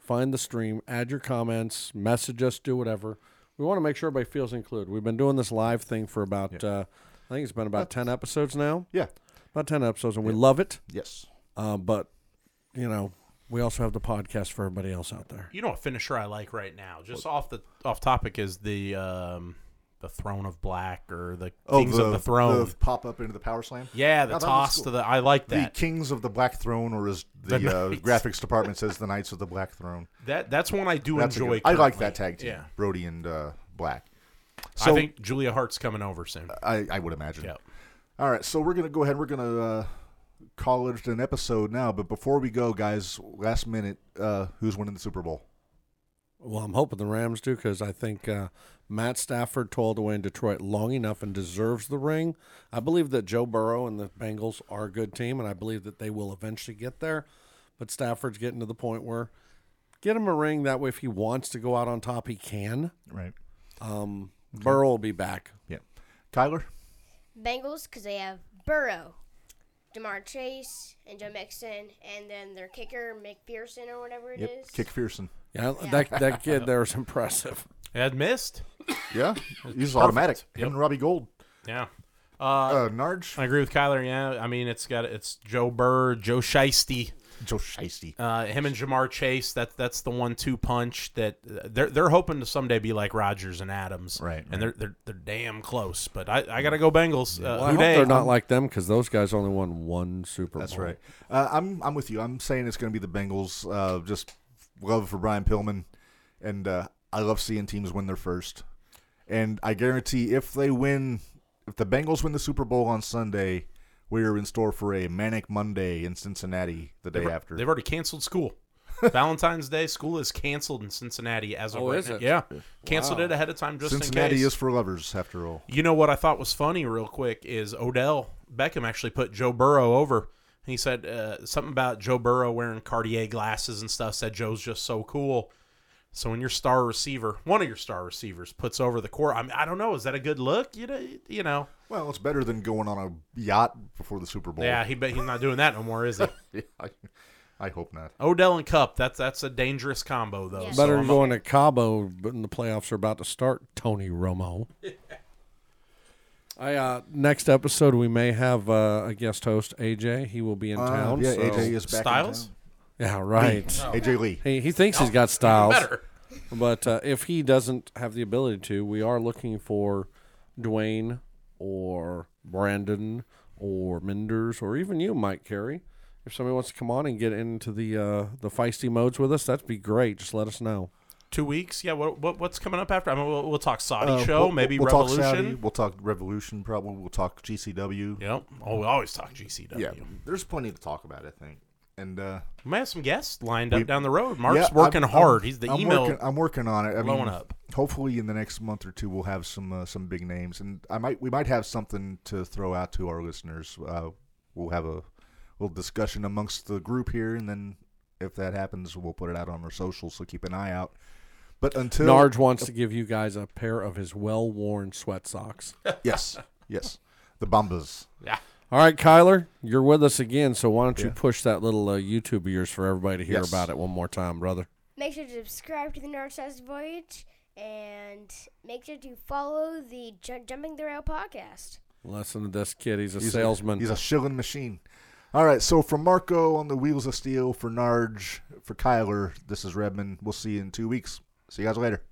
S5: find the stream, add your comments, message us, do whatever. We want to make sure everybody feels included. We've been doing this live thing for about, uh, I think it's been about 10 episodes now.
S2: yeah,
S5: About 10 episodes, and we love it.
S2: yes,
S5: Uh, but, you know, we also have the podcast for everybody else out there.
S3: You know what finisher I like right now, just off the off topic, is the um, the Throne of Black or the Kings of the Throne.
S2: Oh, pop up into the power slam.
S3: yeah, the
S2: No, that was
S3: toss
S2: cool.
S3: to the. I like
S2: the
S3: that.
S2: Kings of the Black Throne, or as the,
S3: The
S2: uh,
S3: Knights.
S2: graphics department says, the Knights of the Black Throne.
S3: that that's one I do
S2: That's a
S3: enjoy.
S2: good- I like
S3: currently.
S2: that tag team,
S3: Yeah,
S2: Brody and uh, Black.
S3: I
S2: So Uh, I,
S3: think Julia Hart's coming over soon.
S2: I, would imagine.
S3: Yep.
S2: All right, so we're gonna go ahead. We're gonna uh, call it an episode now. But before we go, guys, last minute, uh, who's winning the Super Bowl?
S5: Well, I'm hoping the Rams do because I think uh, Matt Stafford toiled away in Detroit long enough and deserves the ring. I believe that Joe Burrow and the Bengals are a good team, and I believe that they will eventually get there. But Stafford's getting to the point where get him a ring. That way, if he wants to go out on top, he can.
S2: Right.
S5: Um, Burrow will be back.
S2: Yeah. Kyler.
S4: Bengals because they have Burrow, Demar Chase, and Joe Mixon, and then their kicker McPherson or whatever it is.
S2: Kickpherson.
S5: Yeah, that that kid there is impressive.
S3: Had missed.
S2: Yeah. He's automatic. Him
S3: Yep.
S2: and Robbie Gold.
S3: Yeah,
S2: Uh, Narge.
S3: I agree with Kyler. Yeah, I mean it's got it's Joe Burr, Joe Shiesty.
S2: Joe Shiesty.
S3: Uh, him and Jamar Chase, that that's the one-two punch that uh, they're they're hoping to someday be like Rodgers and Adams,
S2: Right,
S3: And they're they're, they're damn close, but I, I gotta go Bengals. Uh,
S5: Well, I hope
S3: Houdet,
S5: they're not like them because those guys only won one Super
S2: That's
S5: Bowl.
S2: right. Uh, I'm I'm with you. I'm saying it's going to be the Bengals. Uh, just love for Brian Pillman, and uh, I love seeing teams win their first. And I guarantee if they win, if the Bengals win the Super Bowl on Sunday, we are in store for a manic Monday in Cincinnati the day after.
S3: They've already canceled school. Valentine's Day school is canceled in Cincinnati as of
S5: Oh,
S3: right
S5: is
S3: now.
S5: it?
S3: Yeah, canceled it ahead of time just in
S2: Cincinnati
S3: case.
S2: is for lovers, after all.
S3: you know what I thought was funny, real quick, is Odell Beckham actually put Joe Burrow over. He said uh, something about Joe Burrow wearing Cartier glasses and stuff. Said Joe's just so cool. So when your star receiver, one of your star receivers, puts over the core, I, mean, I don't know, is that a good look? You know, you know.
S2: Well, it's better than going on a yacht before the Super Bowl.
S3: Yeah, he bet he's not doing that no more, is he?
S2: I I hope not.
S3: Odell and Cup. That's that's a dangerous combo though.
S4: Yeah.
S3: So
S5: Better
S3: I'm-
S5: than going to Cabo, but in the playoffs are about to start. Tony Romo. I uh, next episode we may have uh, a guest host AJ. He will be in
S2: Uh,
S5: town.
S2: yeah,
S5: so-
S2: AJ is back. in
S3: Styles? Oh.
S2: town.
S5: Yeah, right.
S2: AJ Lee.
S5: He, he thinks he's got styles,
S3: better.
S5: but uh, if he doesn't have the ability to, we are looking for Dwayne or Brandon or Menders or even you, Mike Carey. If somebody wants to come on and get into the uh, the feisty modes with us, that'd be great. Just let us know.
S3: Two weeks. Yeah. What, what what's coming up after? I mean, we'll, we'll talk Saudi
S2: Uh,
S3: show.
S2: we'll-
S3: maybe
S2: we'll
S3: Revolution.
S2: Talk Saudi, we'll talk Revolution. Probably we'll talk GCW.
S3: Yep. Oh, we always talk GCW.
S2: Yeah, there's plenty to talk about. I think. And uh,
S3: We might have some guests lined up
S2: We-
S3: down the road. Mark's
S2: yeah,
S3: working
S2: I'm-
S3: hard.
S2: I'm-
S3: He's the
S2: I'm
S3: email.
S2: Working, I'm working on it. I
S3: blowing
S2: mean,
S3: up.
S2: Hopefully, in the next month or two, we'll have some uh, some big names, and I might we might have something to throw out to our listeners. Uh, we'll have a little discussion amongst the group here, and then if that happens, we'll put it out on our socials. So keep an eye out. But until
S5: Narge wants to give you guys a pair of his well worn sweat socks.
S2: yes, yes, the Bombas.
S3: Yeah.
S5: All right, Kyler, you're with us again, so why don't you
S2: Yeah.
S5: push that little uh, YouTube of yours for everybody to hear
S2: Yes.
S5: about it one more time, brother?
S4: Make sure to subscribe to the Narcissist Voyage and make sure to follow the Ju- Jumping the Rail podcast.
S5: Listen to this kid. He's a
S2: He's a-
S5: salesman.
S2: he's a shilling machine. All right, so for Marco on the Wheels of Steel, for Narge, for Kyler, this is Redman. We'll see you in two weeks. See you guys later.